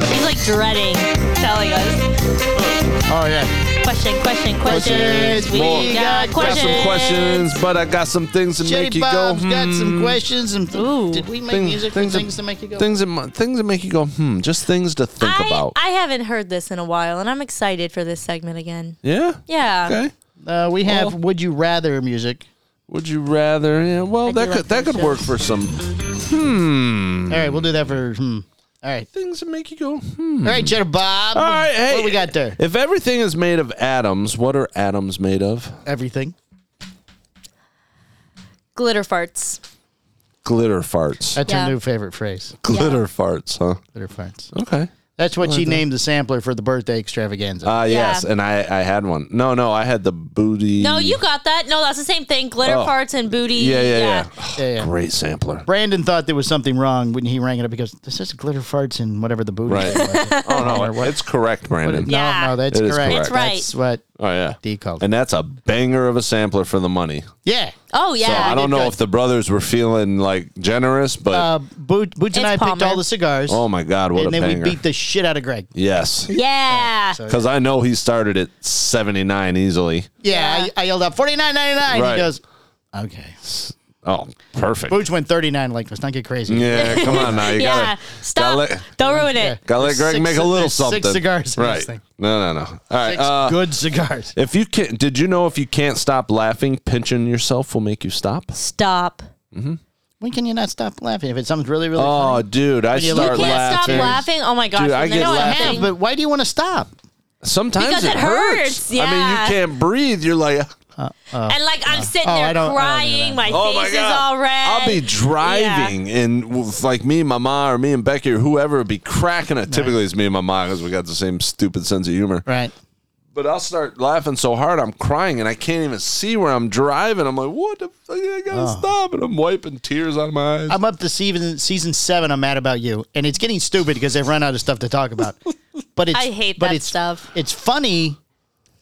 Speaker 3: He's like dreading telling us
Speaker 4: Oh yeah.
Speaker 3: question, question, questions.
Speaker 4: Questions.
Speaker 3: We
Speaker 1: More.
Speaker 3: got
Speaker 4: Got
Speaker 1: got
Speaker 3: questions.
Speaker 1: some questions, but I got some things to make
Speaker 4: Shitty
Speaker 1: you
Speaker 4: Bob's
Speaker 1: go.
Speaker 4: got
Speaker 1: hmm.
Speaker 4: some questions. And
Speaker 3: Ooh.
Speaker 4: did we make
Speaker 1: Things-
Speaker 4: music
Speaker 1: things
Speaker 4: for
Speaker 1: that-
Speaker 4: things to make you go?
Speaker 1: Things that mu- things that make you go hmm. Just things to think
Speaker 3: I,
Speaker 1: about.
Speaker 3: I haven't heard this in a while, and I'm excited for this segment again.
Speaker 1: yeah.
Speaker 3: Yeah.
Speaker 1: Okay.
Speaker 4: Uh, we have
Speaker 1: Oh.
Speaker 4: "Would You Rather" music.
Speaker 1: Would you rather? Yeah. Well,
Speaker 3: I
Speaker 1: that
Speaker 3: do
Speaker 1: could that
Speaker 3: like those
Speaker 1: could work
Speaker 3: shows.
Speaker 1: for some
Speaker 4: All right, we'll do that for. Hmm. All right,
Speaker 1: things that make you go hmm.
Speaker 4: all right, Cheddar Bob.
Speaker 1: All right. Hey,
Speaker 4: what we got there?
Speaker 1: If everything is made of atoms, what are atoms made of?
Speaker 4: Everything.
Speaker 3: Glitter farts.
Speaker 1: Glitter farts.
Speaker 4: That's
Speaker 3: Yeah.
Speaker 4: her new favorite phrase.
Speaker 1: Glitter farts, huh?
Speaker 4: Glitter farts.
Speaker 1: Okay.
Speaker 4: That's what she named the sampler for the birthday extravaganza.
Speaker 1: Ah, yes,
Speaker 3: Yeah.
Speaker 1: and I I had one. No, no, I had the booty.
Speaker 3: No, you got that. No, that's the same thing. Glitter
Speaker 1: E. Oh.
Speaker 3: farts and booty.
Speaker 1: Yeah, yeah, yeah.
Speaker 4: yeah, yeah.
Speaker 1: Great sampler.
Speaker 4: Brandon thought there was something wrong when he rang it up. He goes, "This is glitter farts and whatever the booty."
Speaker 1: Right.
Speaker 4: thing was."
Speaker 1: Oh no, it's correct, Brandon.
Speaker 4: No,
Speaker 3: Yeah.
Speaker 4: no, that's
Speaker 1: It is
Speaker 4: correct.
Speaker 1: correct. It's
Speaker 3: right.
Speaker 4: That's what
Speaker 1: Oh yeah,
Speaker 4: D called. it.
Speaker 1: and that's a banger of a sampler for the money.
Speaker 4: yeah.
Speaker 3: Oh yeah.
Speaker 1: So I don't know
Speaker 4: good.
Speaker 1: if the brothers were feeling like generous, but
Speaker 4: Uh, Boot, Boots and
Speaker 3: It's
Speaker 4: I picked
Speaker 3: Palmer.
Speaker 4: all the cigars.
Speaker 1: oh my god, what a
Speaker 4: and then
Speaker 1: banger!
Speaker 4: we beat the shit out of Greg.
Speaker 1: yes,
Speaker 3: yeah.
Speaker 1: because I know he started at seventy nine easily.
Speaker 4: Yeah, I, I yelled out forty nine ninety nine.
Speaker 1: Right.
Speaker 4: He goes, "Okay."
Speaker 1: Oh, perfect.
Speaker 4: Boots went thirty nine. Like, let's not get crazy.
Speaker 1: Yeah, come on now, you
Speaker 3: yeah.
Speaker 1: gotta
Speaker 3: Stop.
Speaker 1: Gotta let,
Speaker 3: don't ruin it.
Speaker 1: gotta let Greg
Speaker 4: Six-
Speaker 1: make a little
Speaker 4: there's six
Speaker 1: something.
Speaker 4: cigars in this
Speaker 1: right?
Speaker 4: thing.
Speaker 1: No, no, no. All right.
Speaker 4: Six
Speaker 1: uh,
Speaker 4: good cigars.
Speaker 1: If you can, did you know if you can't stop laughing, pinching yourself will make you stop?
Speaker 3: Stop.
Speaker 6: When can you not stop laughing if it's something really really funny?
Speaker 1: Oh, dude, I
Speaker 6: you
Speaker 1: start
Speaker 3: you can't
Speaker 1: laughing.
Speaker 3: stop laughing. Oh my gosh!
Speaker 1: Dude, I
Speaker 3: when they
Speaker 1: get
Speaker 3: start
Speaker 1: laughing.
Speaker 3: laughing-
Speaker 6: But why do you want to stop?
Speaker 1: Sometimes
Speaker 3: Because
Speaker 1: it,
Speaker 3: it hurts,
Speaker 1: I mean,
Speaker 3: yeah.
Speaker 1: you can't breathe. You're like,
Speaker 3: and like I'm sitting
Speaker 6: Oh, I don't- I
Speaker 3: there
Speaker 6: don't do
Speaker 3: crying, my
Speaker 1: oh
Speaker 3: face
Speaker 1: my
Speaker 3: is
Speaker 1: god,
Speaker 3: all red.
Speaker 1: I'll be driving, and with, like me and my ma, or me and Becky, or whoever, would be cracking it. Typically, it's me and my ma because we got the same stupid sense of humor.
Speaker 6: Right.
Speaker 1: But I'll start laughing so hard I'm crying and I can't even see where I'm driving. I'm like, what the fuck? I gotta stop. And I'm wiping tears out of my eyes.
Speaker 4: I'm up to season season seven. I'm mad about you, and it's getting stupid because they've run out of stuff to talk about. But it's
Speaker 3: I hate
Speaker 4: but
Speaker 3: that
Speaker 4: it's,
Speaker 3: stuff.
Speaker 4: It's funny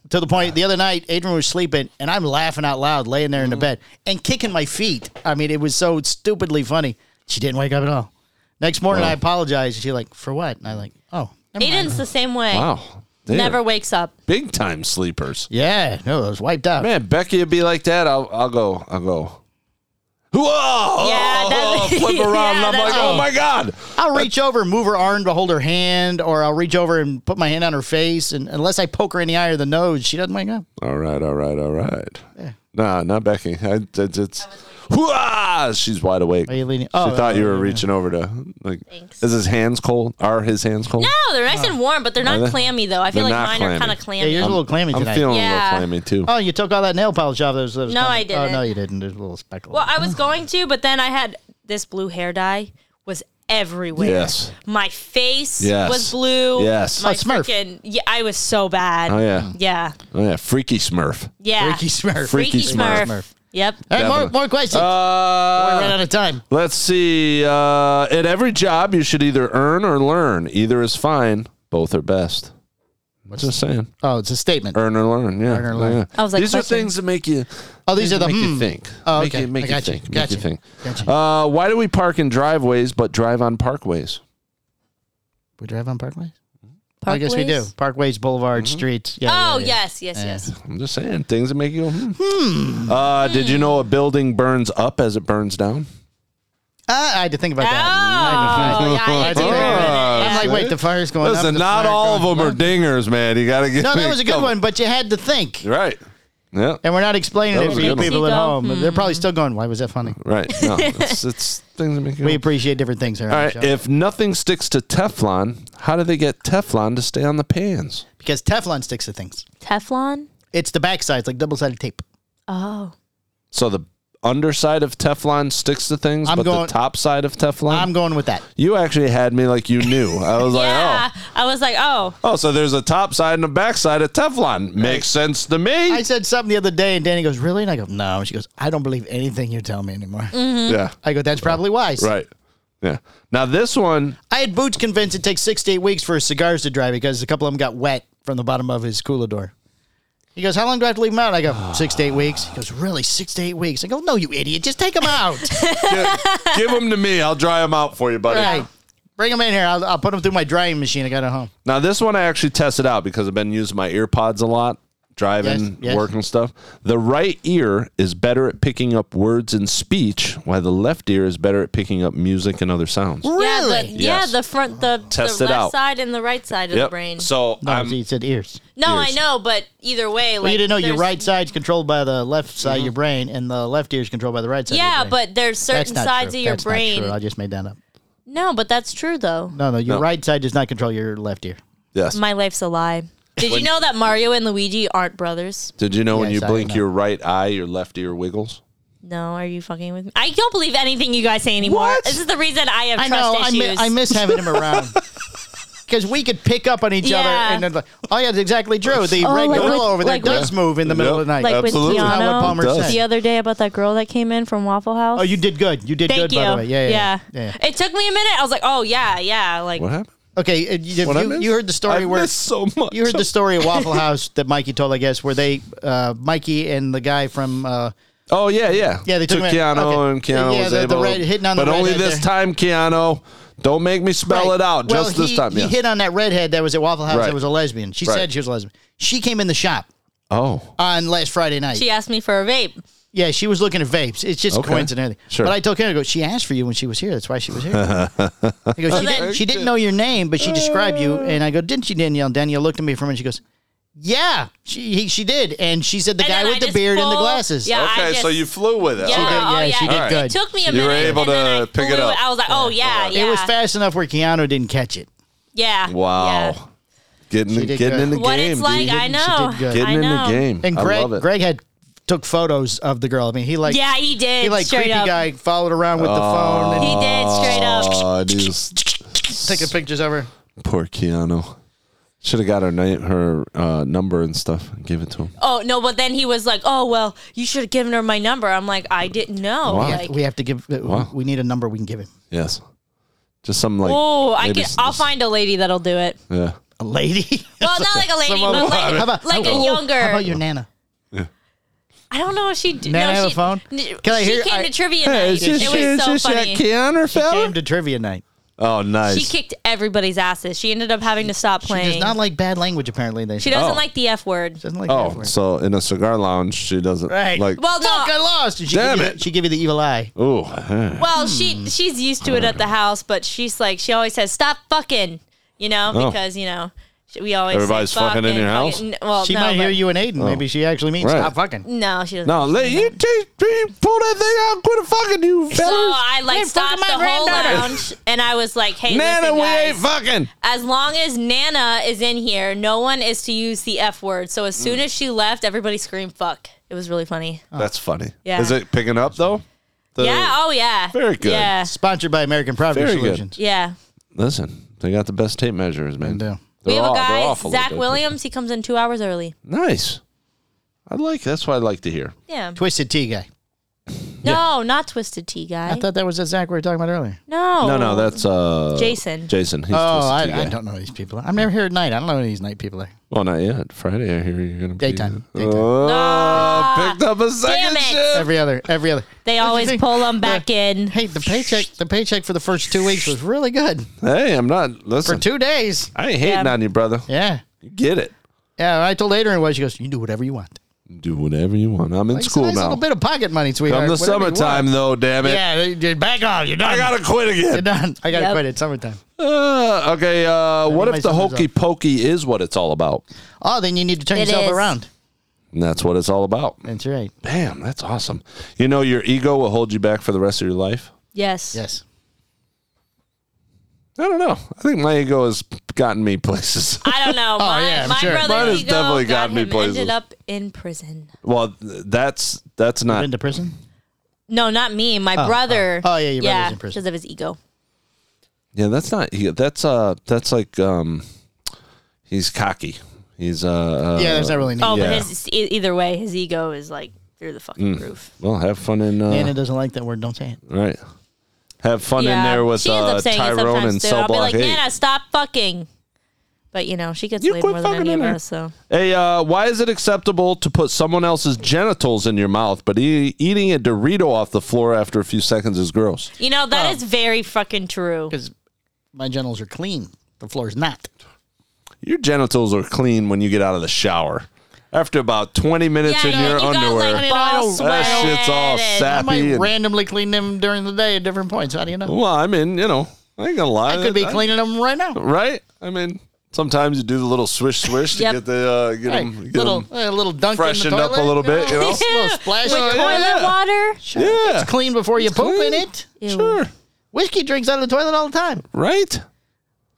Speaker 4: to the point. The other night, Adrian was sleeping, and I'm laughing out loud, laying there in the
Speaker 3: Mm-hmm.
Speaker 4: bed and kicking my feet. I mean, it was so stupidly funny. She didn't wake up at all. Next morning, I apologized. and She like for what? And I like oh. never mind."
Speaker 3: Aiden's the same way.
Speaker 1: wow. They
Speaker 3: Never
Speaker 1: are
Speaker 3: wakes up.
Speaker 1: Big time sleepers.
Speaker 4: Yeah, no, it was wiped out.
Speaker 1: Man, Becky would be like that. I'll, I'll go. I'll go. Whoa!
Speaker 3: Yeah,
Speaker 1: Oh,
Speaker 3: that's-
Speaker 1: flip around.
Speaker 3: yeah,
Speaker 1: and I'm
Speaker 3: that's
Speaker 1: like, oh
Speaker 3: me.
Speaker 1: my God.
Speaker 4: I'll reach over and move her arm to hold her hand, or I'll reach over and put my hand on her face. And unless I poke her in the eye or the nose, she doesn't wake up.
Speaker 1: All right, all right, all right. Nah, not Becky. I, it's, it's, Hoo-ah! She's wide awake.
Speaker 4: Are you leaning?
Speaker 1: she
Speaker 4: Oh,
Speaker 1: thought you
Speaker 4: oh,
Speaker 1: were
Speaker 4: yeah.
Speaker 1: reaching over to, like,
Speaker 3: Thanks.
Speaker 1: is his hands cold? Are his hands cold?
Speaker 3: No, they're nice and warm, but they're
Speaker 1: Are
Speaker 3: not
Speaker 1: they?
Speaker 3: clammy though. I feel
Speaker 1: They're
Speaker 3: like
Speaker 1: not
Speaker 3: mine
Speaker 1: clammy.
Speaker 3: are kind of
Speaker 4: Yeah,
Speaker 3: clammy.
Speaker 4: yours a little clammy
Speaker 1: I'm
Speaker 4: tonight.
Speaker 1: feeling
Speaker 3: Yeah.
Speaker 1: a little clammy, too.
Speaker 4: oh, you took all that nail polish off those. those
Speaker 3: No, I
Speaker 4: Oh no,
Speaker 3: didn't.
Speaker 4: you didn't. There's a little speckle.
Speaker 3: well, I was going to, but then I had this blue hair dye was everywhere.
Speaker 1: Yes.
Speaker 3: My face
Speaker 1: Yes.
Speaker 3: was blue.
Speaker 1: Yes.
Speaker 3: My
Speaker 4: Oh, Smurf.
Speaker 3: freaking- yeah, I was so bad.
Speaker 1: Oh, yeah.
Speaker 3: Yeah.
Speaker 1: Oh, yeah. Freaky Smurf.
Speaker 3: Yeah.
Speaker 4: Freaky Smurf.
Speaker 1: Freaky
Speaker 3: Freaky
Speaker 1: Smurf.
Speaker 3: Smurf. Yep.
Speaker 4: All right, more,
Speaker 1: Definitely.
Speaker 4: more questions. we ran
Speaker 1: Uh,
Speaker 4: out of time.
Speaker 1: let's see. Uh, at every job, you should either earn or learn. Either is fine. Both are best. Just saying.
Speaker 4: Oh, it's a statement.
Speaker 1: Earn or learn. Yeah.
Speaker 4: Earn or learn.
Speaker 1: Yeah.
Speaker 3: I was like,
Speaker 1: these are
Speaker 3: question.
Speaker 1: things that make you.
Speaker 4: Oh, these are the
Speaker 1: make
Speaker 4: hmm.
Speaker 1: you think.
Speaker 4: Oh,
Speaker 1: Make
Speaker 4: okay.
Speaker 1: you,
Speaker 4: I
Speaker 1: make you
Speaker 4: got you.
Speaker 1: think. Make
Speaker 4: Got
Speaker 1: you
Speaker 4: you.
Speaker 1: think.
Speaker 4: Got you.
Speaker 1: Uh, why do we park in driveways but drive on parkways?
Speaker 4: we drive on Parkways. Oh,
Speaker 3: Parkways?
Speaker 4: I guess we do. Parkways, Boulevard,
Speaker 1: Mm-hmm.
Speaker 4: streets. Yeah.
Speaker 3: Oh,
Speaker 4: yeah, yeah.
Speaker 3: yes, yes, yes.
Speaker 1: I'm just saying things that make you go. Hmm. Uh, Did you know a building burns up as it burns down?
Speaker 4: Ah, I had to think about
Speaker 3: Oh,
Speaker 4: that.
Speaker 3: yeah, I had to
Speaker 1: Oh,
Speaker 3: get rid of it.
Speaker 4: I'm
Speaker 3: Yeah.
Speaker 4: like, wait, the fire's going up.
Speaker 1: Listen,
Speaker 4: the
Speaker 1: not
Speaker 4: fire
Speaker 1: all of
Speaker 4: going
Speaker 1: them are
Speaker 4: up.
Speaker 1: dingers, man. You got to get.
Speaker 4: No, that was a good
Speaker 1: Come
Speaker 4: one, but you had to think.
Speaker 1: You're Right. Yeah.
Speaker 4: And we're not explaining
Speaker 1: That
Speaker 4: it
Speaker 1: was
Speaker 4: for
Speaker 1: a
Speaker 4: you
Speaker 1: good one.
Speaker 4: people at
Speaker 3: Seagull.
Speaker 4: home. They're probably still going, why was that funny?
Speaker 1: Right. No, it's, it's things that make you.
Speaker 4: We appreciate different things here.
Speaker 1: All
Speaker 4: on
Speaker 1: right.
Speaker 4: the show.
Speaker 1: If nothing sticks to Teflon, how do they get Teflon to stay on the pans?
Speaker 4: because Teflon sticks to things.
Speaker 3: Teflon?
Speaker 4: It's the backside. It's like double sided tape.
Speaker 3: Oh.
Speaker 1: So the underside of Teflon sticks to things,
Speaker 4: I'm
Speaker 1: but
Speaker 4: going-
Speaker 1: the top side of Teflon.
Speaker 4: I'm going with that.
Speaker 1: you actually had me like you knew. I was
Speaker 3: Yeah.
Speaker 1: like,
Speaker 3: I was like, oh.
Speaker 1: oh, oh, so there's a top side and a back side of Teflon. Makes sense to me.
Speaker 4: I said something the other day, and Danny goes, "Really?" And I go, "No." And she goes, "I don't believe anything you tell me anymore."
Speaker 3: Mm.
Speaker 1: Yeah.
Speaker 4: I go, "That's probably wise."
Speaker 1: Right. Yeah. Now this one.
Speaker 4: I had Boots convinced it takes six to eight weeks for his cigars to dry because a couple of them got wet from the bottom of his cooler door. He goes, "How long do I have to leave them out?" I go, six to eight weeks." He goes, "Really? Six to eight weeks?" I go, "No, you idiot! Just take them out."
Speaker 1: give, give them to me. I'll dry them out for you, buddy.
Speaker 4: right. Bring them in here. I'll, I'll put them through my drying machine. I got it home.
Speaker 1: Now this one I actually tested out because I've been using my ear pods a lot, driving,
Speaker 4: Yes, yes.
Speaker 1: working stuff. The right ear is better at picking up words and speech, while the left ear is better at picking up music and other sounds.
Speaker 3: Yeah, the,
Speaker 4: Really?
Speaker 3: yeah,
Speaker 1: Yes.
Speaker 3: the front, the, the
Speaker 1: Test
Speaker 3: left
Speaker 1: it out.
Speaker 3: side and the right side of the brain.
Speaker 1: So
Speaker 4: No,
Speaker 1: I'm
Speaker 4: he said ears.
Speaker 3: no, I
Speaker 1: ears.
Speaker 3: know, but either way, like
Speaker 4: Well, you didn't know your
Speaker 3: there's-
Speaker 4: right side's controlled by the left side
Speaker 1: Mm-hmm.
Speaker 4: of your brain, and the left ear is controlled by the right side.
Speaker 3: Yeah,
Speaker 4: of your brain.
Speaker 3: but there's certain
Speaker 4: not
Speaker 3: sides
Speaker 4: true.
Speaker 3: of your
Speaker 4: That's not
Speaker 3: brain.
Speaker 4: true. I just made that up.
Speaker 3: No, but that's true though.
Speaker 4: No, no, your
Speaker 1: No.
Speaker 4: right side does not control your left ear.
Speaker 1: yes.
Speaker 3: My life's a lie. Did you know that Mario and Luigi aren't brothers?
Speaker 1: Did you know when
Speaker 4: Yes,
Speaker 1: you
Speaker 4: I
Speaker 1: blink
Speaker 4: know.
Speaker 1: your right eye, your left ear wiggles?
Speaker 3: No, are you fucking with me? I don't believe anything you guys say anymore.
Speaker 1: What?
Speaker 3: This is the reason I have
Speaker 4: I know.
Speaker 3: trust
Speaker 4: I, mi-
Speaker 3: issues.
Speaker 4: I miss having him around because we could pick up on each other,
Speaker 3: Yeah.
Speaker 4: and then like, oh yeah, that's exactly true. The
Speaker 3: Oh,
Speaker 4: red
Speaker 3: like
Speaker 4: gorilla
Speaker 3: with-
Speaker 4: over there
Speaker 3: like
Speaker 4: does
Speaker 3: with-
Speaker 4: move in the middle of the night.
Speaker 3: Like with
Speaker 1: Absolutely.
Speaker 3: Keanu
Speaker 4: Not what Palmer
Speaker 1: It does.
Speaker 4: said.
Speaker 3: the other day about that girl that came in from Waffle House.
Speaker 4: oh, you did good. You did
Speaker 3: Thank
Speaker 4: good,
Speaker 3: you.
Speaker 4: by the way. Yeah, yeah. yeah. yeah.
Speaker 3: It took me a minute. I was like, oh yeah, yeah. Like
Speaker 1: What happened?
Speaker 4: Okay, uh, you,
Speaker 1: What I
Speaker 4: you,
Speaker 1: missed?
Speaker 4: you heard the story
Speaker 1: I
Speaker 4: where
Speaker 1: missed so much.
Speaker 4: you heard the story at Waffle House that Mikey told, I guess, where they uh, Mikey and the guy from. Uh,
Speaker 1: Oh yeah, yeah.
Speaker 4: Yeah, they took
Speaker 1: took
Speaker 4: him out.
Speaker 1: Keanu
Speaker 4: Okay.
Speaker 1: and Keano
Speaker 4: Yeah,
Speaker 1: was
Speaker 4: the- the
Speaker 1: able. to-
Speaker 4: red- hitting on the
Speaker 1: but only
Speaker 4: redhead
Speaker 1: this
Speaker 4: there.
Speaker 1: time, Keanu. Don't make me spell
Speaker 4: Right.
Speaker 1: it out.
Speaker 4: Well,
Speaker 1: just
Speaker 4: he-
Speaker 1: this time.
Speaker 4: He
Speaker 1: yeah.
Speaker 4: hit on that redhead that was at Waffle House
Speaker 1: Right.
Speaker 4: that was a lesbian. She
Speaker 1: Right.
Speaker 4: said she was a lesbian. She came in the shop
Speaker 1: oh,
Speaker 4: on last Friday night.
Speaker 3: she asked me for a vape.
Speaker 4: yeah, she was looking at vapes. It's just
Speaker 1: Okay.
Speaker 4: coincidental.
Speaker 1: Sure.
Speaker 4: But I told Karen, I go, she asked for you when she was here. That's why she was here. I go, she, didn't, she didn't know your name, but she described you. And I go, didn't she, Danielle? Danielle looked at me for a minute. She goes, Yeah, she he, she did, and she said the
Speaker 3: And
Speaker 4: guy
Speaker 3: then
Speaker 4: with
Speaker 3: I
Speaker 4: the
Speaker 3: just
Speaker 4: beard and the
Speaker 3: pulled-
Speaker 4: glasses.
Speaker 3: Yeah, I
Speaker 1: okay, so
Speaker 3: just-
Speaker 1: you flew with it.
Speaker 3: Yeah,
Speaker 1: Okay.
Speaker 3: oh,
Speaker 4: yeah,
Speaker 3: yeah,
Speaker 4: she did
Speaker 3: It
Speaker 4: good.
Speaker 3: took me a
Speaker 1: You were
Speaker 3: minute.
Speaker 1: able
Speaker 3: and then
Speaker 1: to
Speaker 3: I
Speaker 1: pick it
Speaker 3: blew
Speaker 1: up.
Speaker 3: I was like, oh yeah, yeah,
Speaker 4: It was fast enough where Keanu didn't catch it.
Speaker 3: Yeah.
Speaker 1: Wow.
Speaker 3: yeah.
Speaker 1: Getting
Speaker 4: did
Speaker 1: getting
Speaker 4: good.
Speaker 1: in the
Speaker 3: What
Speaker 1: game.
Speaker 3: it's like,
Speaker 1: dude.
Speaker 3: I know.
Speaker 4: did good.
Speaker 1: Getting
Speaker 3: I
Speaker 1: in
Speaker 3: know.
Speaker 1: the game.
Speaker 4: And
Speaker 1: I
Speaker 4: Greg,
Speaker 1: love it.
Speaker 4: Greg had took photos of the girl. I mean, he like
Speaker 3: Yeah, he did.
Speaker 4: he like
Speaker 3: straight
Speaker 4: creepy
Speaker 3: up.
Speaker 4: guy followed around with the phone and
Speaker 3: He did straight up.
Speaker 1: Oh, dude.
Speaker 4: taking pictures of her.
Speaker 1: Poor Keanu. Should have got her name, her uh, number and stuff, and gave it to him.
Speaker 3: Oh no, but then he was like, "Oh well, you should have given her my number." I'm like, I didn't know.
Speaker 1: Wow.
Speaker 3: Like,
Speaker 4: we have to give. uh,
Speaker 1: Wow.
Speaker 4: We need a number we can give him.
Speaker 1: Yes, just some like.
Speaker 3: oh, I
Speaker 1: maybe
Speaker 3: can.
Speaker 1: s-
Speaker 3: I'll find a lady that'll do it.
Speaker 1: Yeah,
Speaker 4: A lady.
Speaker 3: Well, not like a lady, but like,
Speaker 4: How about-
Speaker 3: like
Speaker 4: how
Speaker 3: a
Speaker 4: about-
Speaker 3: younger.
Speaker 4: How about your nana?
Speaker 3: I don't know if she. d-
Speaker 4: Nana
Speaker 3: no,
Speaker 4: have a
Speaker 3: she,
Speaker 4: phone?
Speaker 3: n-
Speaker 4: Can I
Speaker 3: she
Speaker 4: hear-
Speaker 3: came
Speaker 4: I-
Speaker 3: to trivia night. it was so funny.
Speaker 1: Keanu
Speaker 4: Came to trivia night.
Speaker 1: Oh,
Speaker 3: She
Speaker 1: nice.
Speaker 3: kicked everybody's asses. She ended up having to stop
Speaker 4: She
Speaker 3: playing.
Speaker 4: does not like bad language. Apparently, they
Speaker 3: She doesn't
Speaker 1: Oh.
Speaker 3: like the f word.
Speaker 4: doesn't like. that
Speaker 1: oh,
Speaker 4: word.
Speaker 1: so in a cigar lounge, she doesn't
Speaker 4: Right.
Speaker 1: like.
Speaker 3: Well, no.
Speaker 4: Fuck, I lost. And she
Speaker 1: Damn
Speaker 4: give you
Speaker 1: it.
Speaker 4: the- she give you the evil eye.
Speaker 1: Ooh, huh.
Speaker 3: Well,
Speaker 4: "Hmm."
Speaker 3: she she's used to it at the house, but she's like she always says stop fucking, you know,
Speaker 1: Oh.
Speaker 3: because you know she- we always say,
Speaker 1: Everybody's fucking in your house?
Speaker 3: fucking. N- Well,
Speaker 4: She
Speaker 3: no,
Speaker 4: might hear
Speaker 3: but-
Speaker 4: you and Aiden. Maybe she actually means
Speaker 1: Oh. Right.
Speaker 4: stop fucking.
Speaker 3: No, she doesn't.
Speaker 1: no, let you teach me pull that thing out. Quit fucking you,
Speaker 3: So
Speaker 1: fellas.
Speaker 3: I like stopped the whole lounge, and I was like, "Hey,
Speaker 1: Nana,
Speaker 3: listen,
Speaker 1: we
Speaker 3: guys,
Speaker 1: ain't fucking.
Speaker 3: as long as Nana is in here, no one is to use the f word." So as
Speaker 1: Mm.
Speaker 3: soon as she left, everybody screamed "fuck." It was really funny.
Speaker 1: That's funny.
Speaker 3: Oh. Yeah.
Speaker 1: Is it picking up though? The-
Speaker 3: yeah. Oh yeah.
Speaker 1: Uh, Very good.
Speaker 3: Yeah.
Speaker 4: Sponsored by American Property
Speaker 1: Very good.
Speaker 4: Solutions. uh,
Speaker 3: Yeah.
Speaker 1: Listen, they got the best tape measures, man.
Speaker 4: They do.
Speaker 3: We
Speaker 1: They're
Speaker 3: have
Speaker 1: all-
Speaker 3: a
Speaker 1: they're
Speaker 3: guy,
Speaker 1: awful
Speaker 3: Zach
Speaker 1: with it.
Speaker 3: Williams. He comes in two hours early.
Speaker 1: Nice. I like. That's what I like to hear.
Speaker 3: Yeah.
Speaker 4: Twisted Tea guy.
Speaker 3: No, not Twisted Tea guy.
Speaker 4: I thought that was that Zach we were talking about earlier.
Speaker 3: no.
Speaker 1: No, no, that's uh
Speaker 3: Oh. Jason.
Speaker 1: Jason. He's
Speaker 4: Oh, I,
Speaker 1: Twisted Tea
Speaker 4: I
Speaker 1: guy.
Speaker 4: don't know these people. I'm never here at night. I don't know who these night people are.
Speaker 1: Well, not yet. Friday, I hear you're gonna be-
Speaker 4: Daytime. Daytime.
Speaker 1: Oh,
Speaker 3: Ah,
Speaker 1: picked up a second
Speaker 3: damn it.
Speaker 1: shift.
Speaker 4: Every other, every other.
Speaker 3: They always
Speaker 4: think?
Speaker 3: pull them back in.
Speaker 4: Hey, the paycheck, the paycheck for the first two weeks was really good
Speaker 1: Hey, I'm not.
Speaker 4: for
Speaker 1: Listen,
Speaker 4: two days.
Speaker 1: I ain't hating
Speaker 3: Yeah.
Speaker 1: on you, brother.
Speaker 4: Yeah,
Speaker 1: You get it.
Speaker 4: yeah. I told Adrian was she goes, you can do whatever you want.
Speaker 1: Do whatever you want. I'm in
Speaker 4: It's
Speaker 1: school
Speaker 4: a nice
Speaker 1: now.
Speaker 4: little bit of pocket money, sweetheart.
Speaker 1: Come the
Speaker 4: whatever you want.
Speaker 1: summertime, though. Damn it.
Speaker 4: Yeah, they- they- back off. You're done.
Speaker 1: I gotta quit
Speaker 4: You're
Speaker 1: again.
Speaker 4: done. I gotta
Speaker 3: Yep.
Speaker 4: quit. It's summertime.
Speaker 1: Uh, okay. Uh, what
Speaker 4: my
Speaker 1: if the
Speaker 4: summer's
Speaker 1: hokey
Speaker 4: up.
Speaker 1: pokey is what it's all about?
Speaker 4: Oh, then you need to turn
Speaker 3: It
Speaker 4: yourself
Speaker 3: is.
Speaker 4: around.
Speaker 1: And that's what it's all about.
Speaker 4: That's right.
Speaker 1: Damn, that's awesome. You know, your ego will hold you back for the rest of your life.
Speaker 3: Yes.
Speaker 4: Yes.
Speaker 1: I don't know. I think my ego has gotten me places.
Speaker 3: I don't know. My,
Speaker 4: yeah, I'm
Speaker 3: my
Speaker 4: sure.
Speaker 3: brother
Speaker 1: Mine has
Speaker 3: Hugo
Speaker 1: definitely
Speaker 3: got
Speaker 1: gotten me
Speaker 3: him
Speaker 1: places.
Speaker 3: ended up in prison.
Speaker 1: Well, th- that's that's not
Speaker 4: Been to prison?
Speaker 3: No, not me. My brother.
Speaker 4: Oh, yeah, your brother's in prison.
Speaker 3: because of his ego.
Speaker 1: Yeah, that's not. He, that's uh, that's like um, he's cocky. He's uh, uh
Speaker 4: yeah, there's not really need.
Speaker 3: Oh,
Speaker 1: Yeah.
Speaker 3: but his e- either way, his ego is like through the fucking
Speaker 4: Mm.
Speaker 3: roof.
Speaker 1: well, have fun in uh,
Speaker 4: Nana doesn't like that word. Don't say it.
Speaker 1: right. Have fun in
Speaker 3: Yeah.
Speaker 1: there with
Speaker 3: she ends
Speaker 1: uh,
Speaker 3: up saying it
Speaker 1: Tyrone
Speaker 3: sometimes
Speaker 1: and
Speaker 3: too.
Speaker 1: Cell
Speaker 3: I'll be
Speaker 1: Block
Speaker 3: like,
Speaker 1: Eight.
Speaker 3: Nana, stop fucking. But you know, she gets
Speaker 1: You
Speaker 3: laid
Speaker 1: quit
Speaker 3: more than
Speaker 1: fucking
Speaker 3: any
Speaker 1: in
Speaker 3: of
Speaker 1: there.
Speaker 3: us. So
Speaker 1: Hey, uh, why is it acceptable to put someone else's genitals in your mouth, but e- eating a Dorito off the floor after a few seconds is gross?
Speaker 3: you know
Speaker 1: Oh.
Speaker 3: that is very fucking true.
Speaker 4: Because my genitals are clean. The floor's not.
Speaker 1: Your genitals are clean when you get out of the shower. After about twenty minutes in
Speaker 3: you
Speaker 1: your
Speaker 3: got,
Speaker 1: underwear,
Speaker 3: like,
Speaker 4: mean, I
Speaker 3: ball
Speaker 4: don't-
Speaker 1: that shit's all
Speaker 3: sweat and-
Speaker 4: I might
Speaker 1: sappy. and-
Speaker 4: randomly clean them during the day at different points. How do you know?
Speaker 1: well, I mean, you know, I ain't gonna lie.
Speaker 4: I could be
Speaker 1: I-
Speaker 4: cleaning them right now.
Speaker 1: right? I mean, sometimes you do the little swish swish to
Speaker 3: Yep.
Speaker 1: get the uh, get
Speaker 4: Hey,
Speaker 1: them,
Speaker 4: little, a little dunk in
Speaker 1: freshened
Speaker 4: the
Speaker 1: up a
Speaker 4: toilet,
Speaker 1: little bit, you know?
Speaker 4: A little splash.
Speaker 3: With
Speaker 1: yeah,
Speaker 3: toilet
Speaker 1: yeah.
Speaker 3: water.
Speaker 1: yeah,
Speaker 4: It's clean before you poop
Speaker 1: clean.
Speaker 4: in it.
Speaker 3: Ew.
Speaker 1: sure,
Speaker 4: Whiskey drinks out of the toilet all the time.
Speaker 1: right,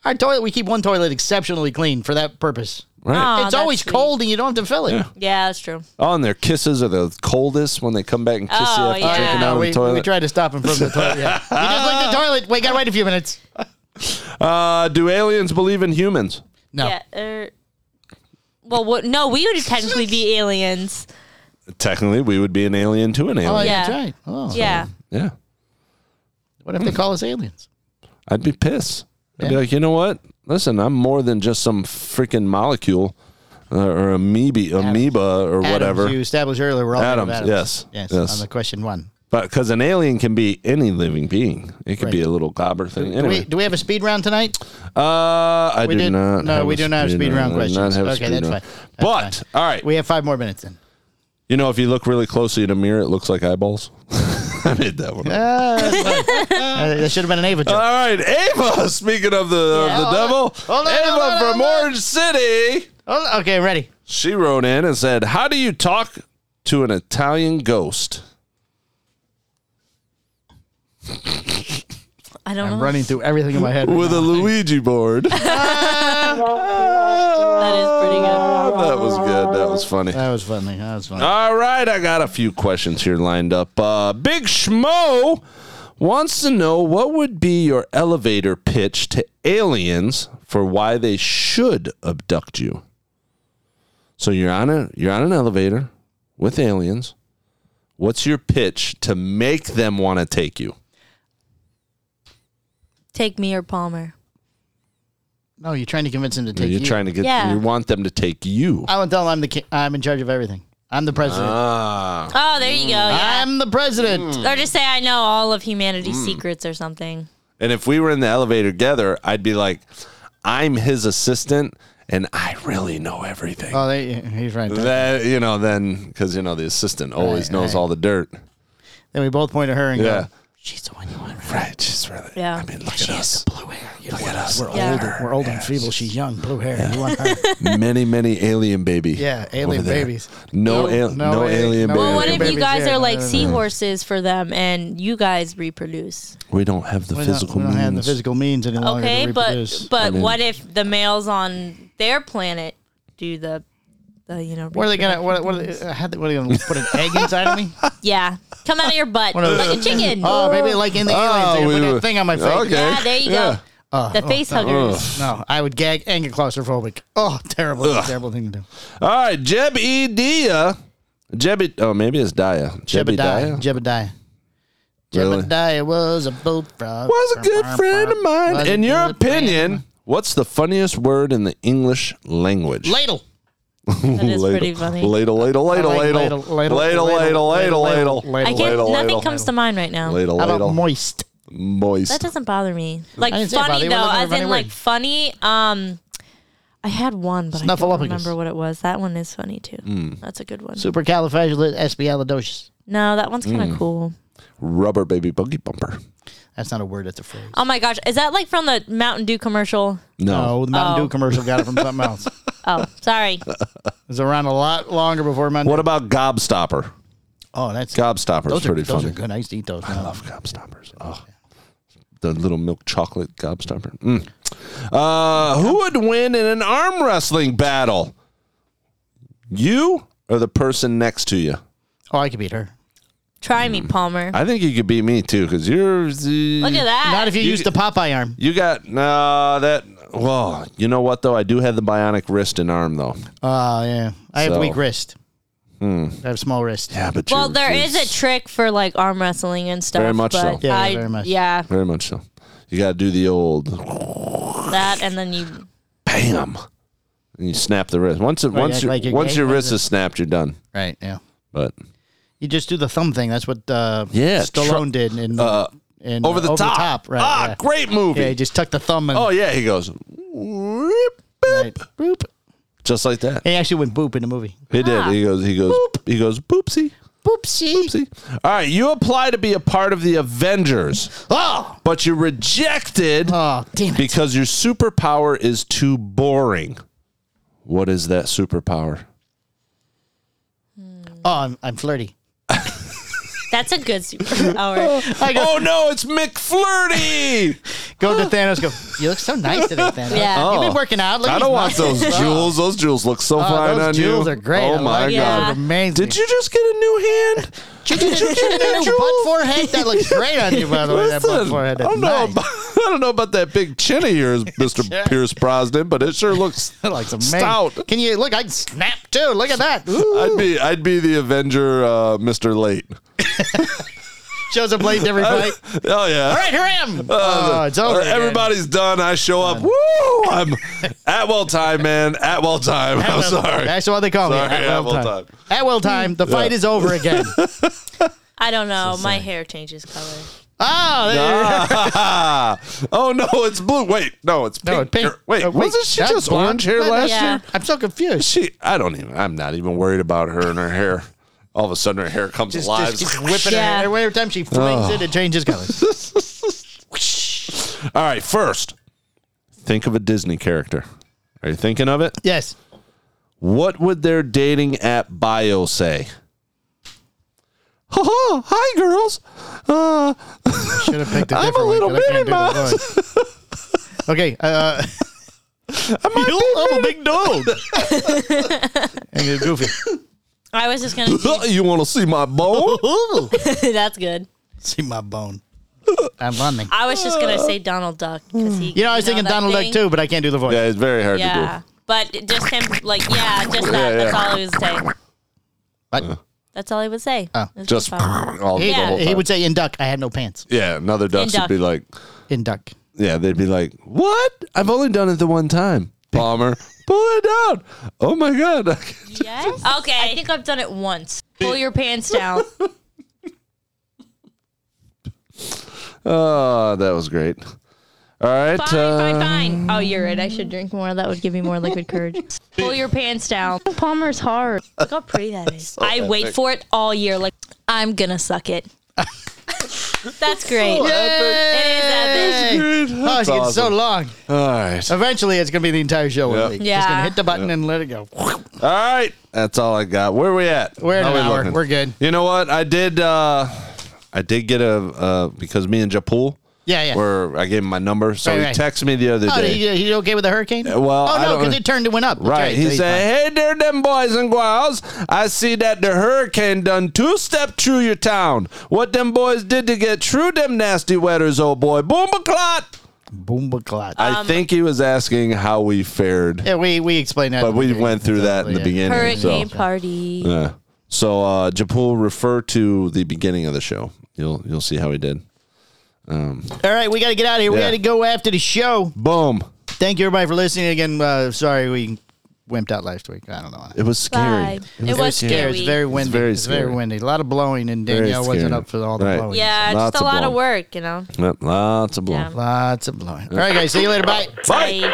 Speaker 4: Our toilet, we keep one toilet exceptionally clean for that purpose.
Speaker 1: right.
Speaker 3: Aw,
Speaker 4: it's
Speaker 3: Oh, that's
Speaker 4: always
Speaker 3: sweet.
Speaker 4: cold and you don't have to fill it.
Speaker 1: Yeah.
Speaker 3: Yeah, that's true.
Speaker 1: Oh, and their kisses are the coldest when they come back and kiss
Speaker 3: Oh,
Speaker 1: you after
Speaker 3: yeah.
Speaker 1: drinking out of
Speaker 4: Uh, we,
Speaker 1: the
Speaker 4: we
Speaker 1: toilet.
Speaker 4: tried to stop him from the toilet. Yeah. You just licked the toilet. Wait, gotta wait a few minutes.
Speaker 1: uh, do aliens believe in humans?
Speaker 4: No.
Speaker 3: Yeah. er, well, what, no, we would technically be aliens.
Speaker 1: Technically, we would be an alien to an alien.
Speaker 4: Oh,
Speaker 1: yeah.
Speaker 4: yeah.
Speaker 3: Yeah.
Speaker 4: That's right. Oh.
Speaker 3: Yeah.
Speaker 4: What if they call us aliens?
Speaker 1: I'd be pissed. I'd be
Speaker 4: Yeah.
Speaker 1: like, you know what? Listen, I'm more than just some freaking molecule uh, or amoeba, amoeba or whatever.
Speaker 4: Adams, you established earlier, we're all made of
Speaker 1: Adams,
Speaker 4: atoms.
Speaker 1: yes,
Speaker 4: Yes.
Speaker 1: yes.
Speaker 4: On the question one.
Speaker 1: But because an alien can be any living being, it could be
Speaker 4: Right.
Speaker 1: a little gobber thing.
Speaker 4: Do
Speaker 1: Anyway,
Speaker 4: we, do we have a speed round tonight?
Speaker 1: uh, I
Speaker 4: We
Speaker 1: do
Speaker 4: did-
Speaker 1: not.
Speaker 4: no,
Speaker 1: have
Speaker 4: we
Speaker 1: a
Speaker 4: do not have speed round
Speaker 1: I do not
Speaker 4: questions.
Speaker 1: have a
Speaker 4: Okay,
Speaker 1: speed
Speaker 4: that's
Speaker 1: round.
Speaker 4: fine. That's
Speaker 1: But
Speaker 4: fine.
Speaker 1: all right,
Speaker 4: We have five more minutes then.
Speaker 1: you know, if you look really closely in a mirror, it looks like eyeballs. I made that one. up.
Speaker 4: Uh, that should have been an Ava joke.
Speaker 1: All right, Ava. Speaking of the of the
Speaker 4: Hold on.
Speaker 1: devil,
Speaker 4: Hold on,
Speaker 1: Ava
Speaker 4: hold on,
Speaker 1: from
Speaker 4: hold on.
Speaker 1: Orange City.
Speaker 4: Oh, okay, ready.
Speaker 1: She wrote in and said, How do you talk to an Italian ghost?
Speaker 3: I don't know.
Speaker 4: Running through everything in my head.
Speaker 1: With a Luigi board. that
Speaker 3: That is pretty good.
Speaker 4: Oh.
Speaker 1: was good. Ah, That was funny.
Speaker 4: That was funny. That was funny.
Speaker 1: All right, I got a few questions here lined up. Uh, Big Schmo wants to know what would be your elevator pitch to aliens for why they should abduct you. So you're on a you're on an elevator with aliens. What's your pitch to make them want to take you?
Speaker 3: Take me or Palmer.
Speaker 4: No, you're trying to convince him to
Speaker 1: You're
Speaker 4: take you.
Speaker 1: trying to get
Speaker 3: Yeah.
Speaker 1: you want them to take you.
Speaker 4: I want to tell him I'm the ki- I'm in charge of everything. I'm the president.
Speaker 1: Ah, Hmm.
Speaker 3: Oh, there you go. Yeah.
Speaker 4: I'm the president.
Speaker 3: Or just say I know all of humanity's
Speaker 4: Mm.
Speaker 3: secrets or something.
Speaker 1: and if we were in the elevator together, I'd be like, I'm his assistant, and I really know everything.
Speaker 4: Oh, they, he's right. Then
Speaker 1: That you know, then because you know the assistant always knows all the dirt.
Speaker 4: we both point at her and
Speaker 1: Yeah,
Speaker 4: She's the one you want.
Speaker 1: right. She's really.
Speaker 3: Yeah.
Speaker 1: I mean, look at us.
Speaker 4: Blue hair. You
Speaker 1: Look at us. We're
Speaker 3: Yeah.
Speaker 4: older. We're old and feeble. She's young. Blue hair. You want her.
Speaker 1: many, many alien baby.
Speaker 4: Yeah,
Speaker 1: over
Speaker 4: alien
Speaker 1: there.
Speaker 4: babies.
Speaker 1: No,
Speaker 4: No-
Speaker 1: no,
Speaker 4: no
Speaker 1: no,
Speaker 4: alien-
Speaker 1: alien
Speaker 4: no
Speaker 1: baby.
Speaker 3: Well, what if
Speaker 4: Babies,
Speaker 3: you guys
Speaker 4: yeah.
Speaker 3: are like seahorses for them and you guys reproduce?
Speaker 1: we don't have the
Speaker 4: We don't,
Speaker 1: physical
Speaker 4: we don't have the
Speaker 1: means?
Speaker 4: physical means any longer
Speaker 3: Okay,
Speaker 4: to
Speaker 3: but
Speaker 4: reproduce.
Speaker 3: but
Speaker 1: mean-
Speaker 3: what if the males on their planet do the the you know?
Speaker 4: what are they gonna? What, what, are they, how they, what are they gonna put an egg inside of me?
Speaker 3: Yeah, come out of your butt
Speaker 4: of
Speaker 3: like a chicken.
Speaker 4: Oh, maybe like in the aliens, they
Speaker 1: Oh, we
Speaker 4: put
Speaker 1: were-
Speaker 4: that thing on my face.
Speaker 1: Okay.
Speaker 3: Yeah, Ah, there you
Speaker 1: Yeah.
Speaker 3: go. the
Speaker 4: Uh,
Speaker 3: face huggers.
Speaker 4: No, I would gag and get claustrophobic. Oh, terrible, terrible thing to do.
Speaker 1: All right, Jeb E. Dia. Jeb. Oh, maybe it's Dia.
Speaker 4: Jebediah,
Speaker 1: Jebediah.
Speaker 4: Jebediah,
Speaker 1: Really?
Speaker 4: Jebediah was a bullfrog.
Speaker 1: Was a good friend of mine.
Speaker 4: Was a
Speaker 1: In your
Speaker 4: good friend.
Speaker 1: opinion, what's the funniest word in the English language?
Speaker 4: Ladle.
Speaker 3: That is pretty
Speaker 1: Ladle.
Speaker 3: funny.
Speaker 1: Ladle, ladle, ladle, ladle, ladle, ladle, ladle, ladle, ladle.
Speaker 3: I can't.
Speaker 1: Ladle,
Speaker 3: nothing
Speaker 1: ladle.
Speaker 3: comes to mind right now.
Speaker 1: Ladle,
Speaker 4: How
Speaker 1: ladle.
Speaker 4: about moist?
Speaker 1: moist.
Speaker 3: That doesn't bother me. Like
Speaker 4: didn't say it bothered
Speaker 3: funny
Speaker 4: you.
Speaker 3: though,
Speaker 4: We're looking for a
Speaker 3: as
Speaker 4: funny
Speaker 3: in like
Speaker 4: word.
Speaker 3: funny. Um, I had one, but I don't
Speaker 4: Snuffleupagus.
Speaker 3: remember what it was. That one is funny too.
Speaker 4: Hmm.
Speaker 3: That's a good one.
Speaker 4: Supercalifragilisticexpialidocious.
Speaker 3: no, that one's
Speaker 4: Hmm.
Speaker 3: kind of cool.
Speaker 1: Rubber baby buggy bumper.
Speaker 4: That's not a word. That's a phrase.
Speaker 3: Oh my gosh, is that like from the Mountain Dew commercial?
Speaker 1: No.
Speaker 4: Oh, the Mountain
Speaker 3: Oh.
Speaker 4: Dew commercial got it from something else. It
Speaker 3: Oh, sorry.
Speaker 4: was around a lot longer before Mountain.
Speaker 1: What about gobstopper?
Speaker 4: Oh, that's
Speaker 1: Gobstopper's
Speaker 4: those are
Speaker 1: pretty
Speaker 4: those
Speaker 1: funny.
Speaker 4: are good. I used to eat those.
Speaker 1: I
Speaker 4: now.
Speaker 1: love gobstoppers. Oh. The little milk chocolate gobstopper. Mm. Uh, who would win in an arm wrestling battle? You or the person next to you?
Speaker 4: Oh, I could beat her.
Speaker 3: Try
Speaker 4: Hmm.
Speaker 3: me, Palmer.
Speaker 1: I think you could beat me too, because you're.
Speaker 3: Look at that.
Speaker 4: Not if you,
Speaker 1: You-
Speaker 4: use the Popeye arm.
Speaker 1: You got no that. Well, you know what though? I do have the bionic wrist and arm though.
Speaker 4: Oh yeah, I have
Speaker 1: So- Hmm.
Speaker 4: weak wrist. I have small wrist.
Speaker 1: Yeah, but
Speaker 3: well,
Speaker 1: you're-
Speaker 3: there
Speaker 1: you're
Speaker 3: is a trick for like arm wrestling and stuff.
Speaker 1: Very much
Speaker 3: but
Speaker 1: so.
Speaker 4: Yeah,
Speaker 3: I,
Speaker 4: very much.
Speaker 3: Yeah,
Speaker 1: very much so. You got to do the old
Speaker 3: that and then you.
Speaker 1: bam, and you snap the wrist. Once it, once
Speaker 4: act
Speaker 1: your,
Speaker 4: like you're
Speaker 1: once
Speaker 4: gay?
Speaker 1: your
Speaker 4: What
Speaker 1: wrist is snapped, you're done.
Speaker 4: Right. Yeah.
Speaker 1: But
Speaker 4: You just do the thumb thing. That's what uh,
Speaker 1: Yeah,
Speaker 4: Stallone
Speaker 1: tru-
Speaker 4: did in,
Speaker 1: uh,
Speaker 4: in
Speaker 1: over the
Speaker 4: over
Speaker 1: top,
Speaker 4: the top. Right.
Speaker 1: Ah,
Speaker 4: yeah.
Speaker 1: great movie.
Speaker 4: Yeah, he just tucked the thumb and
Speaker 1: oh yeah, he goes, whoop, boop,
Speaker 4: right. boop.
Speaker 1: just like that.
Speaker 4: He actually went boop in the movie.
Speaker 1: He did. He goes. He goes. He goes. Boopsie.
Speaker 4: Boopsie.
Speaker 1: See? All right, you apply to be a part of the Avengers,
Speaker 4: Oh,
Speaker 1: but you're rejected.
Speaker 4: oh, damn it.
Speaker 1: Because your superpower is too boring. What is that superpower?
Speaker 4: Oh, I'm, I'm flirty.
Speaker 3: That's a good superpower.
Speaker 4: I go,
Speaker 1: Oh no, it's McFlurty!
Speaker 4: go to Thanos. Go. You look so nice today, Thanos.
Speaker 3: Yeah.
Speaker 4: You've been working out. Look
Speaker 1: Oh. I
Speaker 4: at
Speaker 1: don't
Speaker 4: these
Speaker 1: want those
Speaker 4: muscles.
Speaker 1: jewels. Those jewels look so
Speaker 4: Oh,
Speaker 1: fine
Speaker 4: those
Speaker 1: on
Speaker 4: jewels
Speaker 1: you.
Speaker 4: are great.
Speaker 1: Oh
Speaker 4: I
Speaker 1: my
Speaker 4: like
Speaker 1: god!
Speaker 3: Yeah.
Speaker 4: Those. Amazing.
Speaker 1: Did you just get a new hand?
Speaker 4: Did you get a new butt forehead? That looks great on you, by the way. That butt
Speaker 1: Listen, I
Speaker 4: forehead. That's
Speaker 1: don't know.
Speaker 4: nice.
Speaker 1: About, I don't know about that big chin of yours, Mister Pierce Brosnan, but it sure looks
Speaker 4: That looks amazing.
Speaker 1: stout.
Speaker 4: Can you look? I can snap too. Look at that. Ooh.
Speaker 1: I'd be I'd be the Avenger, uh, Mister Late.
Speaker 4: Shows up late to every fight.
Speaker 1: Oh yeah!
Speaker 4: All right, here I am.
Speaker 1: Uh,
Speaker 4: oh, it's over. again.
Speaker 1: Everybody's done. I show up. Woo! I'm Atwell time, man. Atwell time. I'm sorry.
Speaker 4: That's what they call me.
Speaker 1: Sorry,
Speaker 4: Atwell
Speaker 1: Atwell
Speaker 4: time.
Speaker 1: time.
Speaker 4: Atwell time. The fight is over again. oh,
Speaker 3: I don't know. My hair changes color.
Speaker 4: there-
Speaker 1: Ah. oh no, it's blue. Wait, no, it's pink.
Speaker 4: No, it's pink.
Speaker 1: Er, Wait,
Speaker 4: Oh, wait,
Speaker 1: wasn't she
Speaker 4: that's
Speaker 1: just
Speaker 4: blonde.
Speaker 1: orange hair
Speaker 4: Yeah.
Speaker 1: last
Speaker 3: Yeah.
Speaker 1: year?
Speaker 4: I'm so confused.
Speaker 1: She. I don't even. I'm not even worried about her and her hair. All of a sudden, her hair comes
Speaker 4: Just,
Speaker 1: alive.
Speaker 4: just keeps whipping
Speaker 3: Yeah.
Speaker 4: her. Every time she flings it, it changes colors.
Speaker 1: All right, first, think of a Disney character. Are you thinking of it?
Speaker 4: Yes.
Speaker 1: What would their dating app bio say? Oh, hi girls. Uh,
Speaker 4: Should have picked a
Speaker 1: I'm a
Speaker 4: different one,
Speaker 1: little
Speaker 4: but I can't do the
Speaker 1: minnie
Speaker 4: voice. okay. Uh, I'm a big dog. and you're goofy.
Speaker 3: I was just gonna.
Speaker 1: you want to see my bone?
Speaker 4: Ooh.
Speaker 3: that's good.
Speaker 4: See my bone.
Speaker 7: I'm running.
Speaker 3: I was just gonna say Donald Duck because he.
Speaker 4: You know, I was thinking
Speaker 3: that
Speaker 4: Donald
Speaker 3: thing?
Speaker 4: Duck too, but I can't do the voice.
Speaker 1: yeah, it's very hard to
Speaker 3: Yeah,
Speaker 1: do.
Speaker 3: but just him, like yeah, just that.
Speaker 1: Yeah, yeah.
Speaker 3: That's all he would say.
Speaker 7: What?
Speaker 3: That's all he would say.
Speaker 4: Oh,
Speaker 3: That's
Speaker 1: Just
Speaker 3: fine.
Speaker 1: all the
Speaker 3: Yeah.
Speaker 1: whole
Speaker 4: He
Speaker 1: time.
Speaker 4: would say in duck, I had no pants.
Speaker 1: yeah, another ducks would
Speaker 3: Induct.
Speaker 1: be like,
Speaker 4: In duck.
Speaker 1: yeah, they'd be like, what? I've only done it the one time. Palmer, pull it down. Oh my god.
Speaker 3: yes. Okay. I think I've done it once. Pull your pants down.
Speaker 1: Oh, that was great. All right.
Speaker 3: Fine,
Speaker 1: uh,
Speaker 3: fine, fine. Oh, you're right. I should drink more. That would give me more liquid courage. Pull your pants down. Palmer's hard. Look how pretty that is. I wait for it all year. Like I'm gonna suck it. That's great. It is epic.
Speaker 4: Oh, it's getting so
Speaker 1: awesome.
Speaker 4: long.
Speaker 1: All right.
Speaker 4: Eventually, it's going to be the entire show.
Speaker 1: Yeah.
Speaker 4: one week. Just going
Speaker 3: Yeah.
Speaker 4: to hit the button and let it go.
Speaker 1: All right, that's all I got. Where are we at?
Speaker 4: We're at
Speaker 1: How
Speaker 4: an
Speaker 1: we
Speaker 4: hour. We're good.
Speaker 1: You know what? I did. uh I did get a uh because me and Japul.
Speaker 4: Yeah, yeah.
Speaker 1: Were I gave him my number, so
Speaker 4: Right,
Speaker 1: he
Speaker 4: right.
Speaker 1: texted me the other
Speaker 4: Oh,
Speaker 1: day.
Speaker 4: he, he okay with the hurricane?
Speaker 1: well,
Speaker 4: oh
Speaker 1: I
Speaker 4: no,
Speaker 1: don't-
Speaker 4: because it turned it went up. That's
Speaker 1: Right. He
Speaker 4: so he's fine.
Speaker 1: said, Hey there, them boys and gals. I see that the hurricane done two step through your town. What them boys did to get through them nasty wetters, oh boy. Boom a clot.
Speaker 4: Boomba clot.
Speaker 1: I think he was asking how we fared,
Speaker 4: yeah, we we explained that.
Speaker 1: but we went through that in the
Speaker 4: Exactly,
Speaker 1: beginning.
Speaker 3: Hurricane
Speaker 1: so.
Speaker 3: party.
Speaker 1: Yeah. So uh Japul refer to the beginning of the show. You'll you'll see how he did.
Speaker 4: yeah. All right, we got to get out of here. We
Speaker 1: Yeah.
Speaker 4: got to go after the show.
Speaker 1: Boom.
Speaker 4: Thank you everybody for listening again. Uh, sorry we wimped out last week. I don't know.
Speaker 1: It was
Speaker 3: Bye.
Speaker 1: scary.
Speaker 3: It was, scary.
Speaker 4: It's very windy. It's
Speaker 1: very
Speaker 4: very,
Speaker 1: scary.
Speaker 4: windy. A lot of blowing, and
Speaker 1: Very
Speaker 4: Danielle wasn't
Speaker 1: scary.
Speaker 4: up for all the
Speaker 1: Right.
Speaker 4: blowing.
Speaker 3: yeah,
Speaker 1: Lots
Speaker 3: just a
Speaker 1: of
Speaker 3: lot
Speaker 1: blowing.
Speaker 3: of work, you know.
Speaker 1: Yep, lots of blood.
Speaker 3: Yeah.
Speaker 4: Lots of blowing. All right, guys. See you later. Bye.
Speaker 3: Bye.